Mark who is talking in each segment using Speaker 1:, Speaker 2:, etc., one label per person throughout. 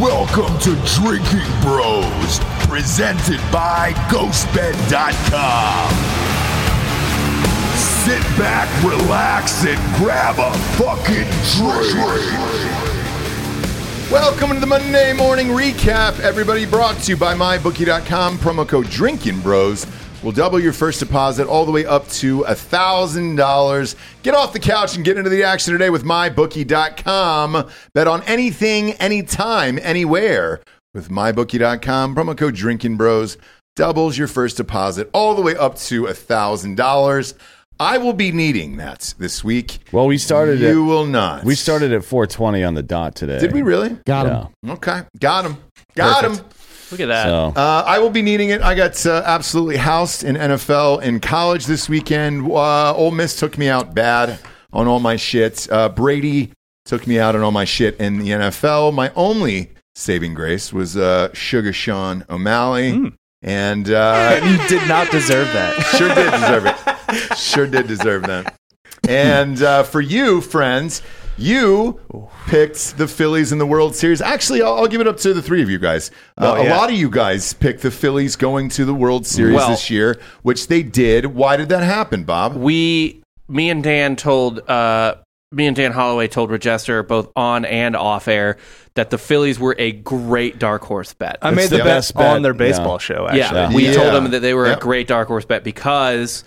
Speaker 1: Welcome to Drinking Bros, presented by GhostBed.com. Sit back, relax, and grab a fucking drink.
Speaker 2: Welcome to the Monday morning recap, everybody. Brought to you by mybookie.com. Promo code Drinking Bros will double your first deposit all the way up to thousand dollars. Get off the couch and get into the action today with mybookie.com. Bet on anything, anytime, anywhere with mybookie.com. Promo code Drinking Bros doubles your first deposit all the way up to thousand dollars. I will be needing that this week.
Speaker 3: Well, we started
Speaker 2: You
Speaker 3: at,
Speaker 2: will not.
Speaker 3: we started at 420 on the dot today.
Speaker 2: Did we really?
Speaker 4: Got him.
Speaker 3: Yeah.
Speaker 2: Okay, got him. Got him.
Speaker 5: Look at that.
Speaker 3: So
Speaker 2: Uh, I will be needing it. I got uh, absolutely housed in NFL in college this weekend. Uh, Ole Miss took me out bad on all my shit. Uh, Brady took me out on all my shit in the NFL. My only saving grace was uh, Sugar Sean O'Malley, and uh,
Speaker 5: You did not deserve that.
Speaker 2: sure did deserve it. Sure did deserve that. And uh, for you, friends, you picked the Phillies in the World Series. Actually, I'll, I'll give it up to the three of you guys. Uh,
Speaker 5: Oh, yeah.
Speaker 2: A lot of you guys picked the Phillies going to the World Series
Speaker 5: Well-
Speaker 2: this year, which they did. Why did that happen, Bob?
Speaker 5: We, me and Dan told, uh, me and Dan Holloway told Regester both on and off air that the Phillies were a great dark horse bet.
Speaker 4: I
Speaker 3: It's
Speaker 4: made the,
Speaker 3: the
Speaker 4: best,
Speaker 3: best bet,
Speaker 4: on their baseball
Speaker 3: yeah.
Speaker 4: show. Actually,
Speaker 5: yeah,
Speaker 3: actually.
Speaker 5: we
Speaker 2: Yeah.
Speaker 5: told them that they were
Speaker 2: Yep.
Speaker 5: a great dark horse bet because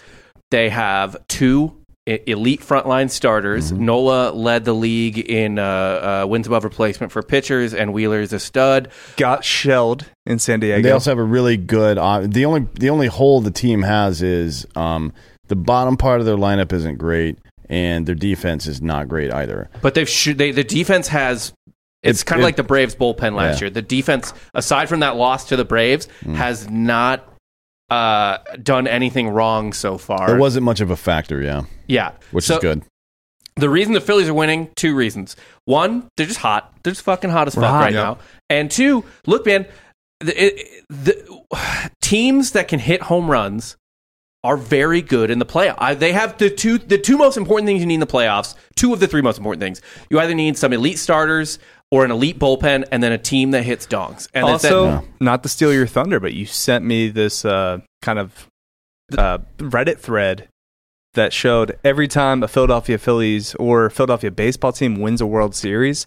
Speaker 5: they have two e- elite frontline starters.
Speaker 3: Mm-hmm.
Speaker 5: Nola led the league in uh, uh, wins above replacement for pitchers, and Wheeler is a stud.
Speaker 4: got shelled in San
Speaker 3: they
Speaker 4: Diego.
Speaker 3: also have a really good. Uh, the only the only hole the team has is um, the bottom part of their lineup isn't great, and their defense is not great either.
Speaker 5: But they've sh- they the defense has. It's
Speaker 3: It-
Speaker 5: kind of
Speaker 3: it-
Speaker 5: like the Braves bullpen last
Speaker 3: Yeah. Mm.
Speaker 5: year. The defense, aside from that loss to the Braves, has not uh, done anything wrong so far.
Speaker 3: There wasn't much of a factor, yeah,
Speaker 5: yeah,
Speaker 3: which
Speaker 5: So
Speaker 3: is good.
Speaker 5: The reason the Phillies are winning, two reasons. One, they're just hot. They're just fucking hot as fuck
Speaker 4: hot,
Speaker 5: right
Speaker 2: yeah.
Speaker 5: now. And two, look, man, the, it, the teams that can hit home runs are very good in the playoff. I, they have the two the two most important things you need in the playoffs. Two of the three most important things. You either need some elite starters or an elite bullpen, and then a team that hits dongs. And that's
Speaker 4: also,
Speaker 5: it.
Speaker 4: not to steal your thunder, but you sent me this uh, kind of uh, Reddit thread that showed every time a Philadelphia Phillies or Philadelphia baseball team wins a World Series,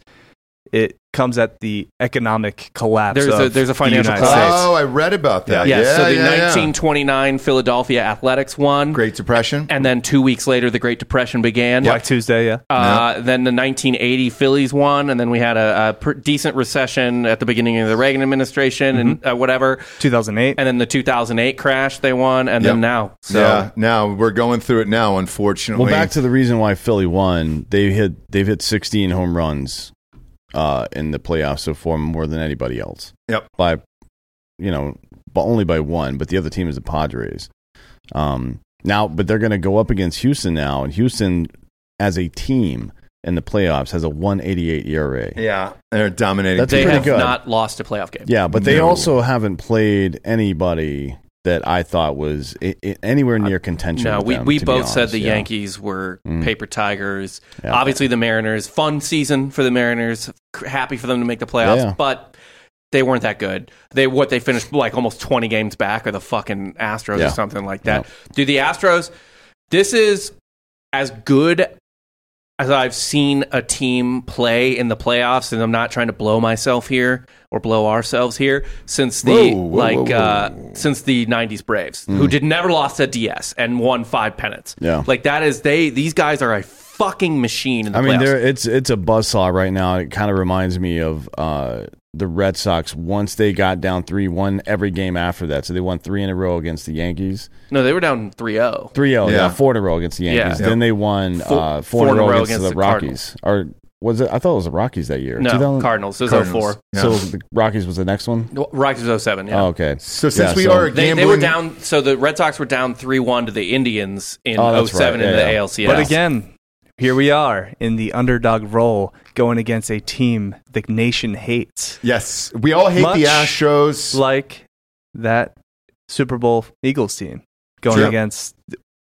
Speaker 4: it comes at the economic collapse.
Speaker 5: There's a-
Speaker 4: of
Speaker 5: there's a
Speaker 4: the
Speaker 5: financial
Speaker 4: United
Speaker 5: collapse.
Speaker 4: States.
Speaker 2: Oh, I read about that.
Speaker 5: yeah,
Speaker 2: Yeah,
Speaker 5: So the
Speaker 2: yeah, yeah.
Speaker 5: 1929 Philadelphia Athletics won,
Speaker 2: Great Depression.
Speaker 5: and then two weeks later, the Great Depression began.
Speaker 4: Black Tuesday, yeah.
Speaker 5: Uh, Then the 1980 Phillies won, and then we had a, a pr- decent recession at the beginning of the Reagan administration
Speaker 3: Mm-hmm.
Speaker 5: and uh, whatever.
Speaker 4: 2008.
Speaker 5: And then the 2008 crash they won, and
Speaker 2: Yep.
Speaker 5: then now. So
Speaker 2: yeah, now we're going through it now, unfortunately.
Speaker 3: Well, back to the reason why Philly won. They hit they've hit 16 home runs uh, in the playoffs so far, more than anybody else.
Speaker 2: Yep.
Speaker 3: By you know, but only by one. But the other team is the Padres. Um, now, but they're going to go up against Houston now, and Houston as a team in the playoffs has a E 188 ERA.
Speaker 2: yeah, they're dominating.
Speaker 3: That's
Speaker 5: they
Speaker 3: pretty
Speaker 5: have
Speaker 3: good.
Speaker 5: not lost a playoff game.
Speaker 3: Yeah, but they
Speaker 2: No.
Speaker 3: also haven't played anybody that I thought was i i anywhere near contention.
Speaker 5: No,
Speaker 3: with
Speaker 5: we,
Speaker 3: them,
Speaker 5: we
Speaker 3: to be
Speaker 5: both said
Speaker 3: honest.
Speaker 5: the
Speaker 3: Yeah.
Speaker 5: Yankees were
Speaker 3: Mm.
Speaker 5: paper tigers.
Speaker 3: Yeah.
Speaker 5: Obviously, the Mariners, fun season for the Mariners. C- Happy for them to make the playoffs,
Speaker 3: Yeah.
Speaker 5: but they weren't that good. They what they finished like almost twenty games back, or the fucking Astros
Speaker 3: Yeah.
Speaker 5: or something like that. Do the Astros? This is as good as I've seen a team play in the playoffs, and I'm not trying to blow myself here or blow ourselves here since the
Speaker 2: Whoa, whoa,
Speaker 5: like
Speaker 2: whoa, whoa.
Speaker 5: Uh, since the '90s Braves, who did never lost a DS and won five pennants.
Speaker 3: Hmm. Yeah.
Speaker 5: like that is they. These guys are a fucking machine in the
Speaker 3: I mean,
Speaker 5: playoffs.
Speaker 3: there it's it's a buzzsaw right now. It kind of reminds me of uh, the Red Sox once they got down three one every game after that. So they won three in a row against the Yankees,
Speaker 5: no, they were down oh. 3-0.
Speaker 3: three zero,
Speaker 2: Yeah.
Speaker 3: yeah, four in a row against the
Speaker 5: Yeah.
Speaker 3: Yankees. Then they won
Speaker 5: Four-
Speaker 3: uh, four, in a row against, the, Rockies.
Speaker 5: Cardinals.
Speaker 3: Or was it? I thought it was the Rockies that year.
Speaker 5: No,
Speaker 3: 2000
Speaker 5: Cardinals. It was
Speaker 2: Cardinals.
Speaker 5: 04.
Speaker 2: Yeah.
Speaker 3: So the Rockies was the next one.
Speaker 5: No, Rockies was 07, yeah.
Speaker 3: Oh, okay.
Speaker 2: So since
Speaker 3: Yeah,
Speaker 2: we
Speaker 3: so-
Speaker 2: are a
Speaker 5: They,
Speaker 2: gambling,
Speaker 5: they were down, so the Red Sox were down 3-1 to the Indians in
Speaker 3: Oh, that's
Speaker 5: 07
Speaker 3: right.
Speaker 5: in
Speaker 3: Yeah,
Speaker 5: the
Speaker 3: yeah.
Speaker 5: ALCS.
Speaker 4: But again, here we are in the underdog role going against a team the nation hates.
Speaker 2: Yes, we all hate the
Speaker 4: Much
Speaker 2: Astros.
Speaker 4: Like that Super Bowl Eagles team going
Speaker 2: Sure.
Speaker 4: against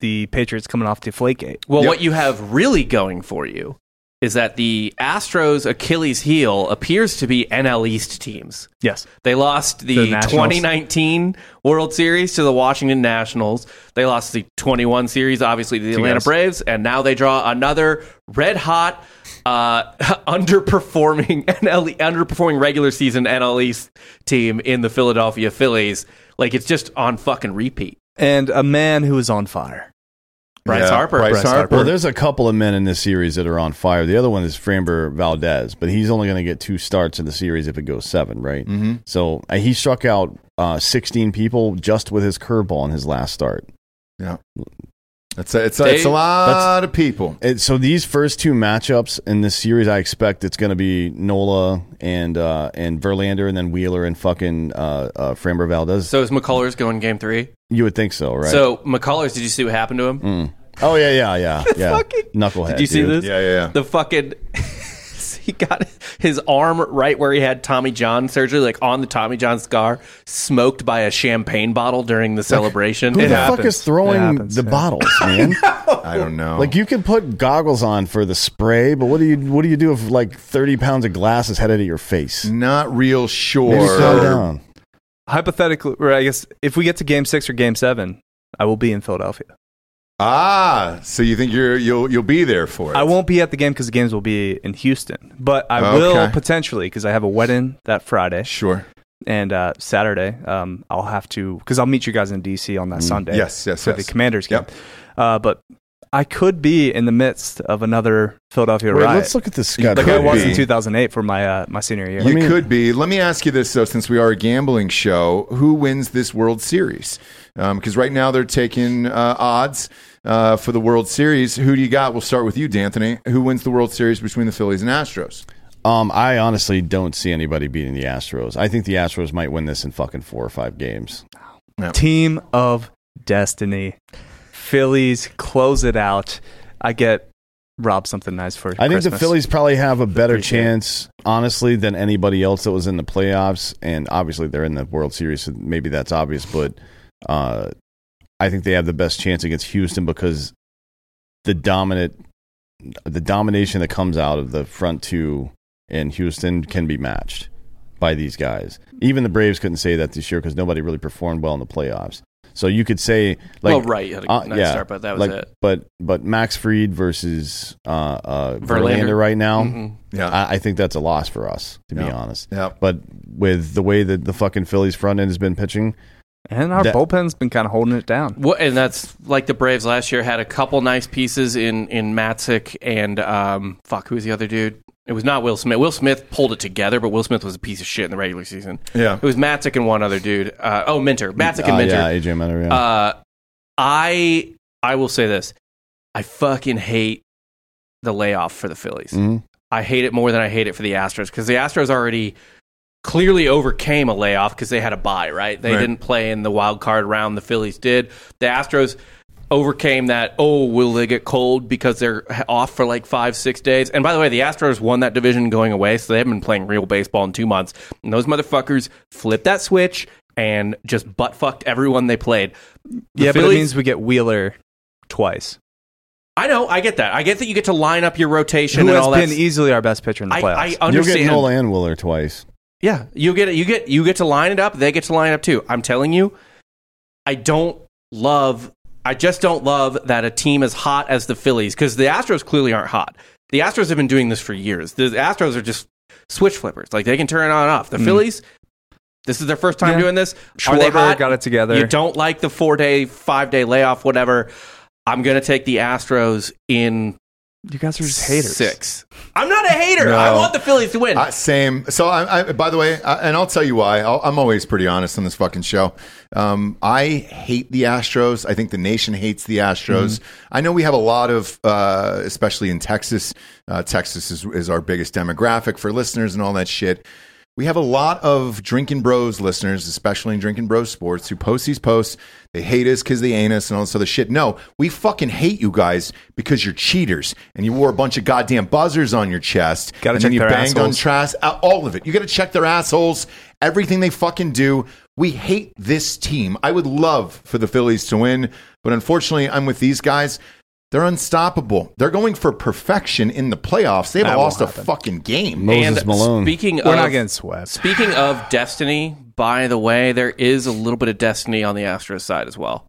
Speaker 4: the Patriots coming off Deflategate.
Speaker 5: Well,
Speaker 2: Yep.
Speaker 5: what you have really going for you is that the Astros' Achilles heel appears to be NL East teams.
Speaker 4: Yes.
Speaker 5: They lost the,
Speaker 4: The Nationals.
Speaker 5: 2019 World Series to the Washington Nationals. They lost the 21 series, obviously, to the Atlanta
Speaker 4: guys.
Speaker 5: Braves, and now they draw another red hot, uh, underperforming NL underperforming regular season NL East team in the Philadelphia Phillies. Like it's just on fucking repeat.
Speaker 4: And a man who is on fire.
Speaker 5: Bryce
Speaker 2: Yeah,
Speaker 5: Harper.
Speaker 2: Bryce
Speaker 5: Bryce
Speaker 2: Harper.
Speaker 5: Harper.
Speaker 3: Well, there's a couple of men in this series that are on fire. The other one is Framber Valdez, but he's only going to get two starts in the series if it goes seven, right? Mm-hmm. So uh, he struck out uh, 16 people just with his curveball in his last start.
Speaker 2: Yeah. That's a, it's, a, it's a
Speaker 5: They-
Speaker 2: lot of people.
Speaker 3: And so these first two matchups in this series, I expect it's going to be Nola and uh, and Verlander, and then Wheeler and fucking uh, uh, Framber Valdez.
Speaker 5: So is McCullers going game three?
Speaker 3: you would think so, right?
Speaker 5: So McCullers, did you see what happened to him?
Speaker 3: oh yeah, yeah, yeah, yeah.
Speaker 5: Fucking-
Speaker 3: Knucklehead.
Speaker 5: Did you see
Speaker 3: dude.
Speaker 5: this?
Speaker 2: Yeah, yeah, yeah.
Speaker 5: The fucking he got his arm right where he had Tommy John surgery, like on the Tommy John scar, smoked by a champagne bottle during the celebration. uh,
Speaker 3: Who the
Speaker 5: Yeah.
Speaker 3: fuck
Speaker 4: happens.
Speaker 3: is throwing
Speaker 4: It happens,
Speaker 3: the
Speaker 4: yeah.
Speaker 3: bottles, man?
Speaker 2: I don't
Speaker 4: Oh.
Speaker 2: know.
Speaker 3: Like you can put goggles on for the spray, but what do you what do you do if like thirty pounds of glass is headed at your face?
Speaker 2: not real sure.
Speaker 3: Maybe calm down.
Speaker 4: Hypothetically, or I guess if we get to game six or game seven, I will be in Philadelphia.
Speaker 2: Ah, so you think you're you'll you'll be there for it?
Speaker 4: I won't be at the game because the games will be in Houston, but I
Speaker 2: Oh, Okay.
Speaker 4: will potentially because I have a wedding that Friday
Speaker 2: Sure.
Speaker 4: and uh, Saturday. Um, I'll have to because I'll meet you guys in DC on that Sunday.
Speaker 2: Mm, Yes, yes,
Speaker 4: for
Speaker 2: yes.
Speaker 4: the Commanders game.
Speaker 2: Yep.
Speaker 4: Uh, but I could be in the midst of another Philadelphia
Speaker 3: Wait,
Speaker 4: riot.
Speaker 3: let's look at the schedule.
Speaker 4: like I
Speaker 2: Could
Speaker 4: was
Speaker 2: be.
Speaker 4: in 2008 for my uh, my senior year.
Speaker 2: you
Speaker 3: me-
Speaker 2: could be. Let me ask you this though, since we are a gambling show, who wins this World Series? Because right now they're taking uh, odds uh, for the World Series. Who do you got? We'll start with you, D'Anthony. Who wins the World Series between the Phillies and Astros?
Speaker 3: Um, I honestly don't see anybody beating the Astros. I think the Astros might win this in fucking four or five games.
Speaker 4: Team of Destiny, Phillies close it out. I get Rob something nice for.
Speaker 3: I think the
Speaker 4: Christmas.
Speaker 3: Phillies probably have a better
Speaker 4: Appreciate it.
Speaker 3: chance, honestly, than anybody else that was in the playoffs. And obviously, they're in the World Series, so maybe that's obvious. But uh, I think they have the best chance against Houston because the dominant, the domination that comes out of the front two in Houston can be matched by these guys. Even the Braves couldn't say that this year because nobody really performed well in the playoffs. So you could say, like,
Speaker 5: well, right, you had a
Speaker 3: uh,
Speaker 5: nice start, but that was
Speaker 3: like,
Speaker 5: it.
Speaker 3: But but Max Fried versus uh, uh, Verlander.
Speaker 5: Verlander.
Speaker 3: right now,
Speaker 5: Mhm.
Speaker 2: Yeah.
Speaker 3: I, I think that's a loss for us, to be
Speaker 2: Yeah.
Speaker 3: honest.
Speaker 2: Yeah.
Speaker 3: But with the way that the fucking Phillies front end has been pitching,
Speaker 4: and our
Speaker 3: that-
Speaker 4: bullpen's been kind of holding it down.
Speaker 5: What, and that's like the Braves last year had a couple nice pieces in in Matzik and um fuck who was the other dude? It was not Will Smith. Will Smith pulled it together, but Will Smith was a piece of shit in the regular season.
Speaker 2: Yeah.
Speaker 5: It was Matzik and one other dude. Uh, oh, Minter. Matzik and
Speaker 3: uh,
Speaker 5: Minter.
Speaker 3: yeah, AJ Minter, yeah.
Speaker 5: Uh, I I will say this: I fucking hate the layoff for the Phillies.
Speaker 3: Mhm.
Speaker 5: I hate it more than I hate it for the Astros because the Astros already clearly overcame a layoff because they had a bye. Right? They
Speaker 2: Right.
Speaker 5: didn't play in the wild card round. The Phillies did. The Astros overcame that. Oh, will they get cold because they're off for like five, six days? And by the way, the Astros won that division going away, so they haven't been playing real baseball in two months. And those motherfuckers flipped that switch. And just butt fucked everyone they played. The
Speaker 4: yeah, but it
Speaker 5: Phillies-
Speaker 4: means we get Wheeler twice.
Speaker 5: I know, I get that. I get that you get to line up your rotation
Speaker 4: Who
Speaker 5: and
Speaker 4: has
Speaker 5: all
Speaker 4: been
Speaker 5: that.
Speaker 4: easily our best pitcher in the
Speaker 5: I,
Speaker 4: playoffs?
Speaker 5: I
Speaker 3: You'll get
Speaker 5: understand.
Speaker 3: Nola and Willer twice.
Speaker 5: yeah, you get you get you get to line it up. They get to line up too. I'm telling you, I don't love. I just don't love that a team as hot as the Phillies because the Astros clearly aren't hot. The Astros have been doing this for years. The Astros are just switch flippers. Like they can turn it on and off. The Phillies, this is their first time
Speaker 4: Mm. Yeah.
Speaker 5: doing this. are they
Speaker 4: Schwarber
Speaker 5: hot?
Speaker 4: got it together.
Speaker 5: You don't like the four day, five day layoff, whatever. I'm gonna take the Astros in
Speaker 4: You guys are just haters.
Speaker 5: Six. I'm not a hater.
Speaker 2: No.
Speaker 5: I want the Phillies to win.
Speaker 2: Uh, same. So, I, I, by the way, I, and I'll tell you why. I'll, I'm always pretty honest on this fucking show. Um, I hate the Astros. I think the nation hates the Astros. I know we have a lot of, uh, especially in Texas. Uh, Texas is, is our biggest demographic for listeners and all that shit. We have a lot of Drinking Bros listeners, especially in Drinking Bros Sports, who post these posts. They hate us because they ain't us and all this other shit. No, we fucking hate you guys because you're cheaters and you wore a bunch of goddamn buzzers on your chest.
Speaker 4: Gotta
Speaker 2: and then
Speaker 4: check
Speaker 2: you
Speaker 4: their
Speaker 2: banged on
Speaker 4: assholes.
Speaker 2: trash, uh, all of it. You got to check their assholes, everything they fucking do. We hate this team. I would love for the Phillies to win, but unfortunately, I'm with these guys. They're unstoppable. They're going for perfection in the playoffs. They haven't
Speaker 4: That won't
Speaker 2: lost a
Speaker 4: happen.
Speaker 2: fucking game.
Speaker 3: Moses
Speaker 5: and
Speaker 3: Malone.
Speaker 5: Speaking
Speaker 4: We're
Speaker 5: of
Speaker 4: not getting swept.
Speaker 5: speaking of Destiny, by the way, there is a little bit of Destiny on the Astros side as well.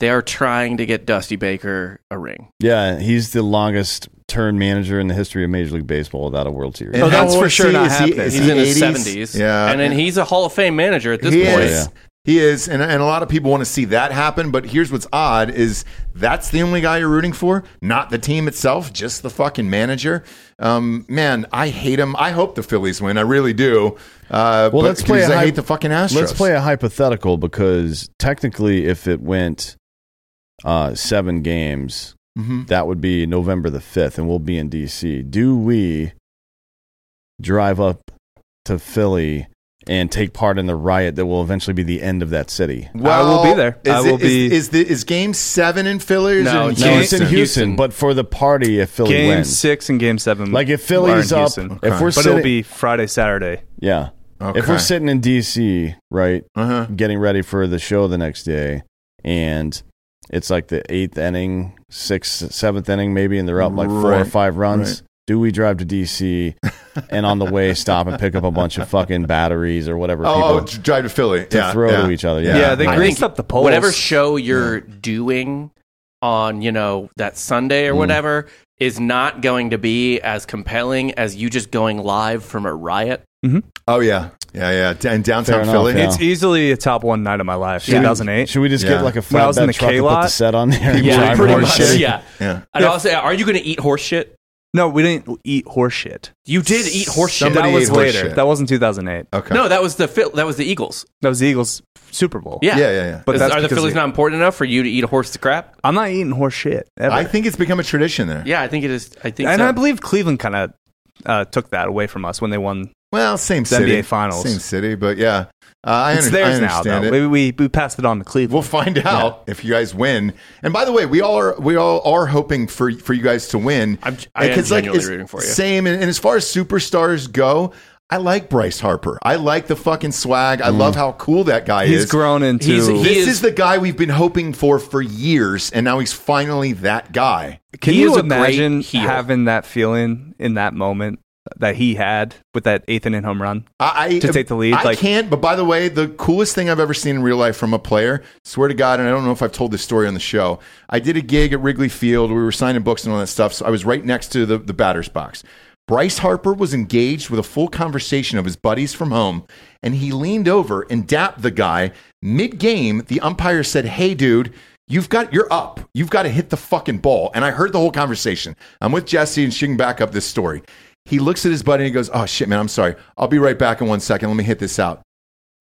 Speaker 5: They are trying to get Dusty Baker a ring.
Speaker 3: yeah, he's the longest term manager in the history of Major League Baseball without a World Series.
Speaker 2: And
Speaker 4: Oh, that's
Speaker 2: how
Speaker 4: for
Speaker 2: old-
Speaker 4: sure
Speaker 2: see,
Speaker 4: not
Speaker 2: is he-
Speaker 4: happening.
Speaker 2: is
Speaker 5: He's
Speaker 2: he
Speaker 5: in his
Speaker 2: 80s?
Speaker 5: seventies.
Speaker 2: Yeah.
Speaker 5: And then he's a Hall of Fame manager at this
Speaker 2: he
Speaker 5: point.
Speaker 2: Is. He is, and, and a lot of people want to see that happen. But here's what's odd: is that's the only guy you're rooting for, not the team itself, just the fucking manager. Um, man, I hate him. I hope the Phillies win. I really do. Uh, but-
Speaker 3: Well, let's play.
Speaker 2: because
Speaker 3: a
Speaker 2: I
Speaker 3: hy-
Speaker 2: hate the fucking Astros.
Speaker 3: Let's play a hypothetical because technically, if it went uh, seven games,
Speaker 2: Mhm.
Speaker 3: that would be November the fifth, and we'll be in DC. Do we drive up to Philly and take part in the riot that will eventually be the end of that city?
Speaker 4: I will be there.
Speaker 2: Is
Speaker 4: I will
Speaker 2: it- is-
Speaker 4: be-
Speaker 2: Is, the, is Game Seven in Philly? Or is
Speaker 5: No,
Speaker 2: it in
Speaker 5: it's
Speaker 3: No, it's in
Speaker 2: Houston?
Speaker 3: Houston,
Speaker 5: Houston.
Speaker 3: but for the party, if Philly
Speaker 4: game
Speaker 3: wins,
Speaker 4: six and game seven.
Speaker 3: Like, if
Speaker 4: are in
Speaker 3: Philly's up-
Speaker 4: Houston.
Speaker 3: if
Speaker 2: Okay.
Speaker 3: we're
Speaker 4: but
Speaker 3: sitting,
Speaker 4: it'll be Friday, Saturday.
Speaker 3: yeah.
Speaker 2: Okay.
Speaker 3: If we're sitting in DC, right,
Speaker 2: uh-huh.
Speaker 3: getting ready for the show the next day, and it's like the eighth inning, sixth, seventh inning, maybe, and they're up like four or
Speaker 2: Right,
Speaker 3: five runs.
Speaker 2: right.
Speaker 3: Do we drive to DC and on the way stop and pick up a bunch of fucking batteries or whatever?
Speaker 2: oh, oh,
Speaker 3: people,
Speaker 2: drive to Philly
Speaker 3: to
Speaker 2: yeah,
Speaker 3: throw
Speaker 2: yeah.
Speaker 3: to each other,
Speaker 2: Yeah.
Speaker 3: yeah.
Speaker 4: Yeah, they
Speaker 5: I
Speaker 4: greased
Speaker 5: think
Speaker 4: up the polls.
Speaker 5: Whatever show you're doing on, you know, that Sunday
Speaker 2: Mm.
Speaker 5: or whatever is not going to be as compelling as you just going live from a riot.
Speaker 2: Oh yeah, yeah, yeah, and
Speaker 3: Fair
Speaker 2: downtown
Speaker 3: enough,
Speaker 2: Philly.
Speaker 3: yeah.
Speaker 4: It's easily a top one night of my life.
Speaker 5: Yeah.
Speaker 4: 2008.
Speaker 3: Should we just
Speaker 2: Yeah.
Speaker 3: get like a
Speaker 4: When I was in
Speaker 3: flatbed
Speaker 4: the
Speaker 3: truck and put
Speaker 4: K-lot?
Speaker 3: the set on there? and
Speaker 2: People
Speaker 3: drive
Speaker 2: pretty
Speaker 3: around?
Speaker 2: much, shit.
Speaker 5: Yeah.
Speaker 2: Yeah.
Speaker 5: I'd also say, are you going to eat horse shit?
Speaker 4: No, we didn't eat horse shit.
Speaker 5: You did eat horse shit.
Speaker 2: Somebody
Speaker 4: that
Speaker 2: ate
Speaker 4: was
Speaker 2: horse
Speaker 4: later.
Speaker 2: shit.
Speaker 4: That wasn't 2008.
Speaker 2: Okay.
Speaker 5: No, that was the Phil- that was the Eagles.
Speaker 4: That was the Eagles Super Bowl.
Speaker 5: Yeah.
Speaker 2: Yeah, yeah, yeah.
Speaker 4: But
Speaker 5: Is-
Speaker 4: that's
Speaker 5: are the
Speaker 4: because
Speaker 5: Phillies
Speaker 4: they-
Speaker 5: not important enough for you to eat a horse to crap?
Speaker 4: I'm not eating horse shit. Ever.
Speaker 2: I think it's become a tradition there.
Speaker 5: Yeah, I think it is. I think
Speaker 4: and
Speaker 5: so.
Speaker 4: I believe Cleveland kind of uh, took that away from us when they won.
Speaker 2: Well, same
Speaker 4: The
Speaker 2: city,
Speaker 4: NBA Finals.
Speaker 2: same city, but yeah, uh, I,
Speaker 4: It's
Speaker 2: under- I
Speaker 4: theirs now,
Speaker 2: understand
Speaker 4: though.
Speaker 2: it.
Speaker 4: We, we we passed it on to Cleveland.
Speaker 2: We'll find out if you guys win. And by the way, we all are we all are hoping for for you guys to win.
Speaker 5: I'm- I am
Speaker 2: And 'cause,
Speaker 5: genuinely
Speaker 2: it's
Speaker 5: rooting for you.
Speaker 2: Same, and, and as far as superstars go. I like Bryce Harper. I like the fucking swag. I love how cool that guy
Speaker 4: He's
Speaker 2: is.
Speaker 4: grown into.
Speaker 5: He's- he-
Speaker 2: this is,
Speaker 5: is-
Speaker 2: the guy we've been hoping for for years, and now he's finally that guy.
Speaker 4: can
Speaker 5: he is
Speaker 4: you
Speaker 5: a great
Speaker 4: imagine
Speaker 5: heel.
Speaker 4: having that feeling in that moment that he had with that eighth inning home run?
Speaker 2: I, I
Speaker 4: To take the lead,
Speaker 2: I
Speaker 4: like-
Speaker 2: can't. But by the way, the coolest thing I've ever seen in real life from a player, swear to God, and I don't know if I've told this story on the show. I did a gig at Wrigley Field. We were signing books and all that stuff. So I was right next to the, the batter's box. Bryce Harper was engaged with a full conversation of his buddies from home, and he leaned over and dapped the guy mid game. The umpire said, "Hey, dude." You've got you're up. You've got to hit the fucking ball. And I heard the whole conversation. I'm with Jesse and she can back up this story. He looks at his buddy and he goes, Oh shit, man, I'm sorry. I'll be right back in one second. Let me hit this out.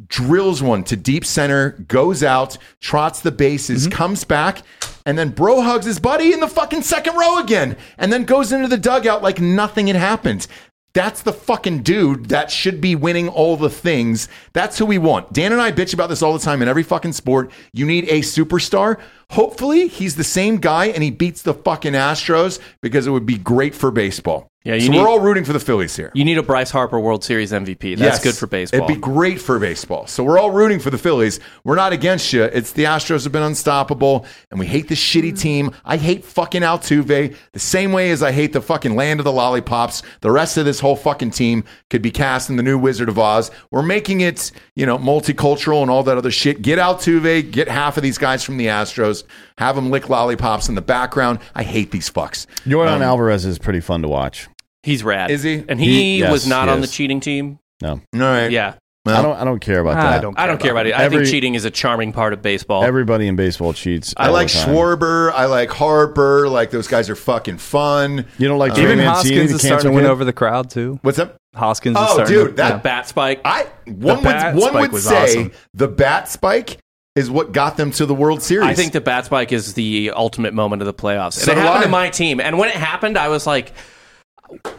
Speaker 2: Drills one to deep center, goes out, trots the bases,
Speaker 5: Mm-hmm.
Speaker 2: comes back, and then bro hugs his buddy in the fucking second row again, and then goes into the dugout like nothing had happened. That's the fucking dude that should be winning all the things. That's who we want. Dan and I bitch about this all the time in every fucking sport. You need a superstar. Hopefully, he's the same guy and he beats the fucking Astros because it would be great for baseball.
Speaker 5: Yeah, you
Speaker 2: so
Speaker 5: need-
Speaker 2: we're all rooting for the Phillies here.
Speaker 5: you need a Bryce Harper World Series MVP. That's
Speaker 2: Yes.
Speaker 5: good for baseball.
Speaker 2: It'd be great for baseball. So we're all rooting for the Phillies. We're not against you. It's the Astros have been unstoppable, and we hate this shitty team. I hate fucking Altuve the same way as I hate the fucking land of the lollipops. The rest of this whole fucking team could be cast in the new Wizard of Oz. We're making it, you know, multicultural and all that other shit. Get Altuve, get half of these guys from the Astros, have them lick lollipops in the background. I hate these fucks.
Speaker 3: Jordan
Speaker 2: Um,
Speaker 3: Alvarez is pretty fun to watch.
Speaker 5: He's rad.
Speaker 2: Is he?
Speaker 5: And he,
Speaker 3: He- yes,
Speaker 5: was not
Speaker 3: he
Speaker 5: on the
Speaker 3: is.
Speaker 5: cheating team.
Speaker 3: No,
Speaker 2: All right.
Speaker 5: Yeah,
Speaker 2: um,
Speaker 3: I don't. I don't care about that.
Speaker 4: I don't. Care
Speaker 5: I don't care about it. I
Speaker 3: Every-
Speaker 5: think cheating is a charming part of baseball.
Speaker 3: Everybody in baseball cheats.
Speaker 2: I
Speaker 3: all
Speaker 2: like
Speaker 3: the time.
Speaker 2: Schwarber. I like Harper. Like those guys are fucking fun.
Speaker 3: You don't like Trey
Speaker 4: Even
Speaker 3: Mancini,
Speaker 4: Hoskins
Speaker 3: the
Speaker 4: is starting
Speaker 3: cancer
Speaker 4: to win
Speaker 3: kid?
Speaker 4: over the crowd too.
Speaker 2: What's up?
Speaker 4: Hoskins. is
Speaker 2: Oh,
Speaker 4: starting
Speaker 2: dude,
Speaker 4: to-
Speaker 2: that-
Speaker 5: that bat spike.
Speaker 2: I one
Speaker 4: bat
Speaker 2: would one
Speaker 4: spike
Speaker 2: would
Speaker 4: was
Speaker 2: say
Speaker 4: awesome.
Speaker 2: the bat spike is what got them to the World Series.
Speaker 5: I think the bat spike is the ultimate moment of the playoffs.
Speaker 2: So
Speaker 5: and
Speaker 2: do
Speaker 5: it happened
Speaker 2: I.
Speaker 5: to my team. And when it happened, I was like,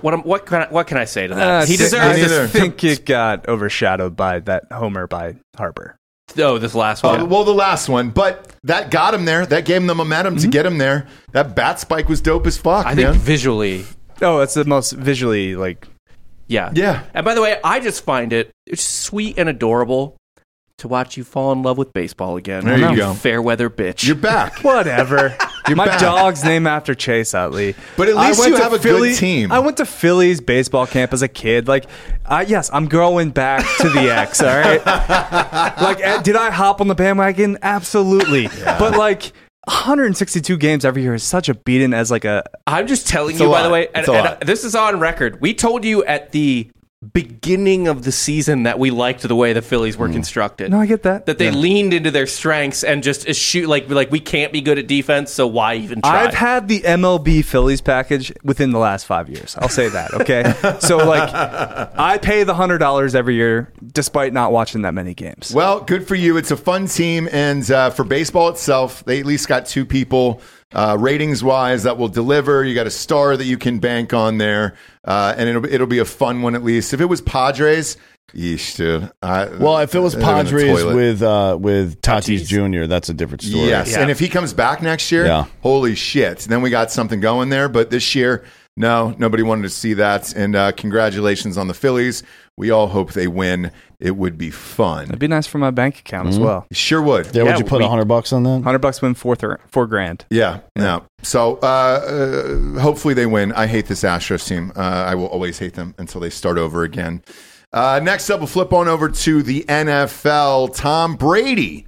Speaker 5: "What? am- What can? I, what can I say to that?"
Speaker 4: Uh,
Speaker 5: he
Speaker 4: I just-
Speaker 5: deserves.
Speaker 2: me
Speaker 4: I
Speaker 2: neither.
Speaker 4: just think it got overshadowed by that homer by Harper.
Speaker 5: Oh, this last
Speaker 2: Uh,
Speaker 5: one.
Speaker 2: well, the last one, but that got him there. That gave him the momentum to get him there. That bat spike was dope as fuck,
Speaker 5: I think
Speaker 2: man.
Speaker 5: visually,
Speaker 4: Oh, it's the most visually like
Speaker 5: yeah,
Speaker 2: yeah,
Speaker 5: And by the way, I just find it it's sweet and adorable to watch you fall in love with baseball again.
Speaker 2: There you go.
Speaker 5: Fair weather bitch.
Speaker 2: you're back.
Speaker 4: whatever.
Speaker 2: You're
Speaker 4: My
Speaker 2: back.
Speaker 4: dog's name after Chase Utley.
Speaker 2: But at
Speaker 4: I
Speaker 2: least
Speaker 4: went
Speaker 2: you
Speaker 4: to
Speaker 2: have a good
Speaker 4: Philly,
Speaker 2: team.
Speaker 4: I went to Phillies baseball camp as a kid. Like, I, yes, I'm growing back to the X. All right. like, eh, did I hop on the bandwagon? Absolutely. But like, 162 games every year is such a beating as like a.
Speaker 5: I'm just telling
Speaker 2: a
Speaker 5: you, by
Speaker 2: lot.
Speaker 5: the way, and,
Speaker 2: It's a
Speaker 5: and,
Speaker 2: lot.
Speaker 5: uh, this is on record. We told you at the beginning of the season that we liked the way the Phillies
Speaker 2: Mm.
Speaker 5: were constructed.
Speaker 4: No, I get that.
Speaker 5: that they leaned into their strengths and just eschew like like we can't be good at defense, so why even try?
Speaker 4: I've had the MLB Phillies package within the last five years. I'll say that. Okay. so like, I pay the hundred dollars every year, despite not watching that many games.
Speaker 2: Well, good for you. It's a fun team, and uh, for baseball itself, they at least got two people uh, ratings wise that will deliver. You got a star that you can bank on there, uh, and it'll it'll be a fun one at least. If it was Padres, yeesh, dude. I,
Speaker 3: Well, if it was
Speaker 2: they're in the
Speaker 3: Padres
Speaker 2: toilet.
Speaker 3: with uh, with Tatis, Jr., that's a different story.
Speaker 2: Yes, and if he comes back next year,
Speaker 3: Yeah.
Speaker 2: holy shit! Then we got something going there. But this year, no, nobody wanted to see that. And uh, congratulations on the Phillies. We all hope they win. It would be fun.
Speaker 4: It'd be nice for my bank account
Speaker 5: Mm-hmm.
Speaker 4: as well.
Speaker 2: Sure would.
Speaker 3: Yeah, would
Speaker 5: Yeah,
Speaker 3: you put
Speaker 5: we-
Speaker 3: a hundred bucks on that?
Speaker 4: Hundred bucks win four thir- four grand.
Speaker 2: Yeah, no. So uh, uh, hopefully they win. I hate this Astros team. Uh, I will always hate them until they start over again. Uh, next up, we'll flip on over to the NFL. Tom Brady.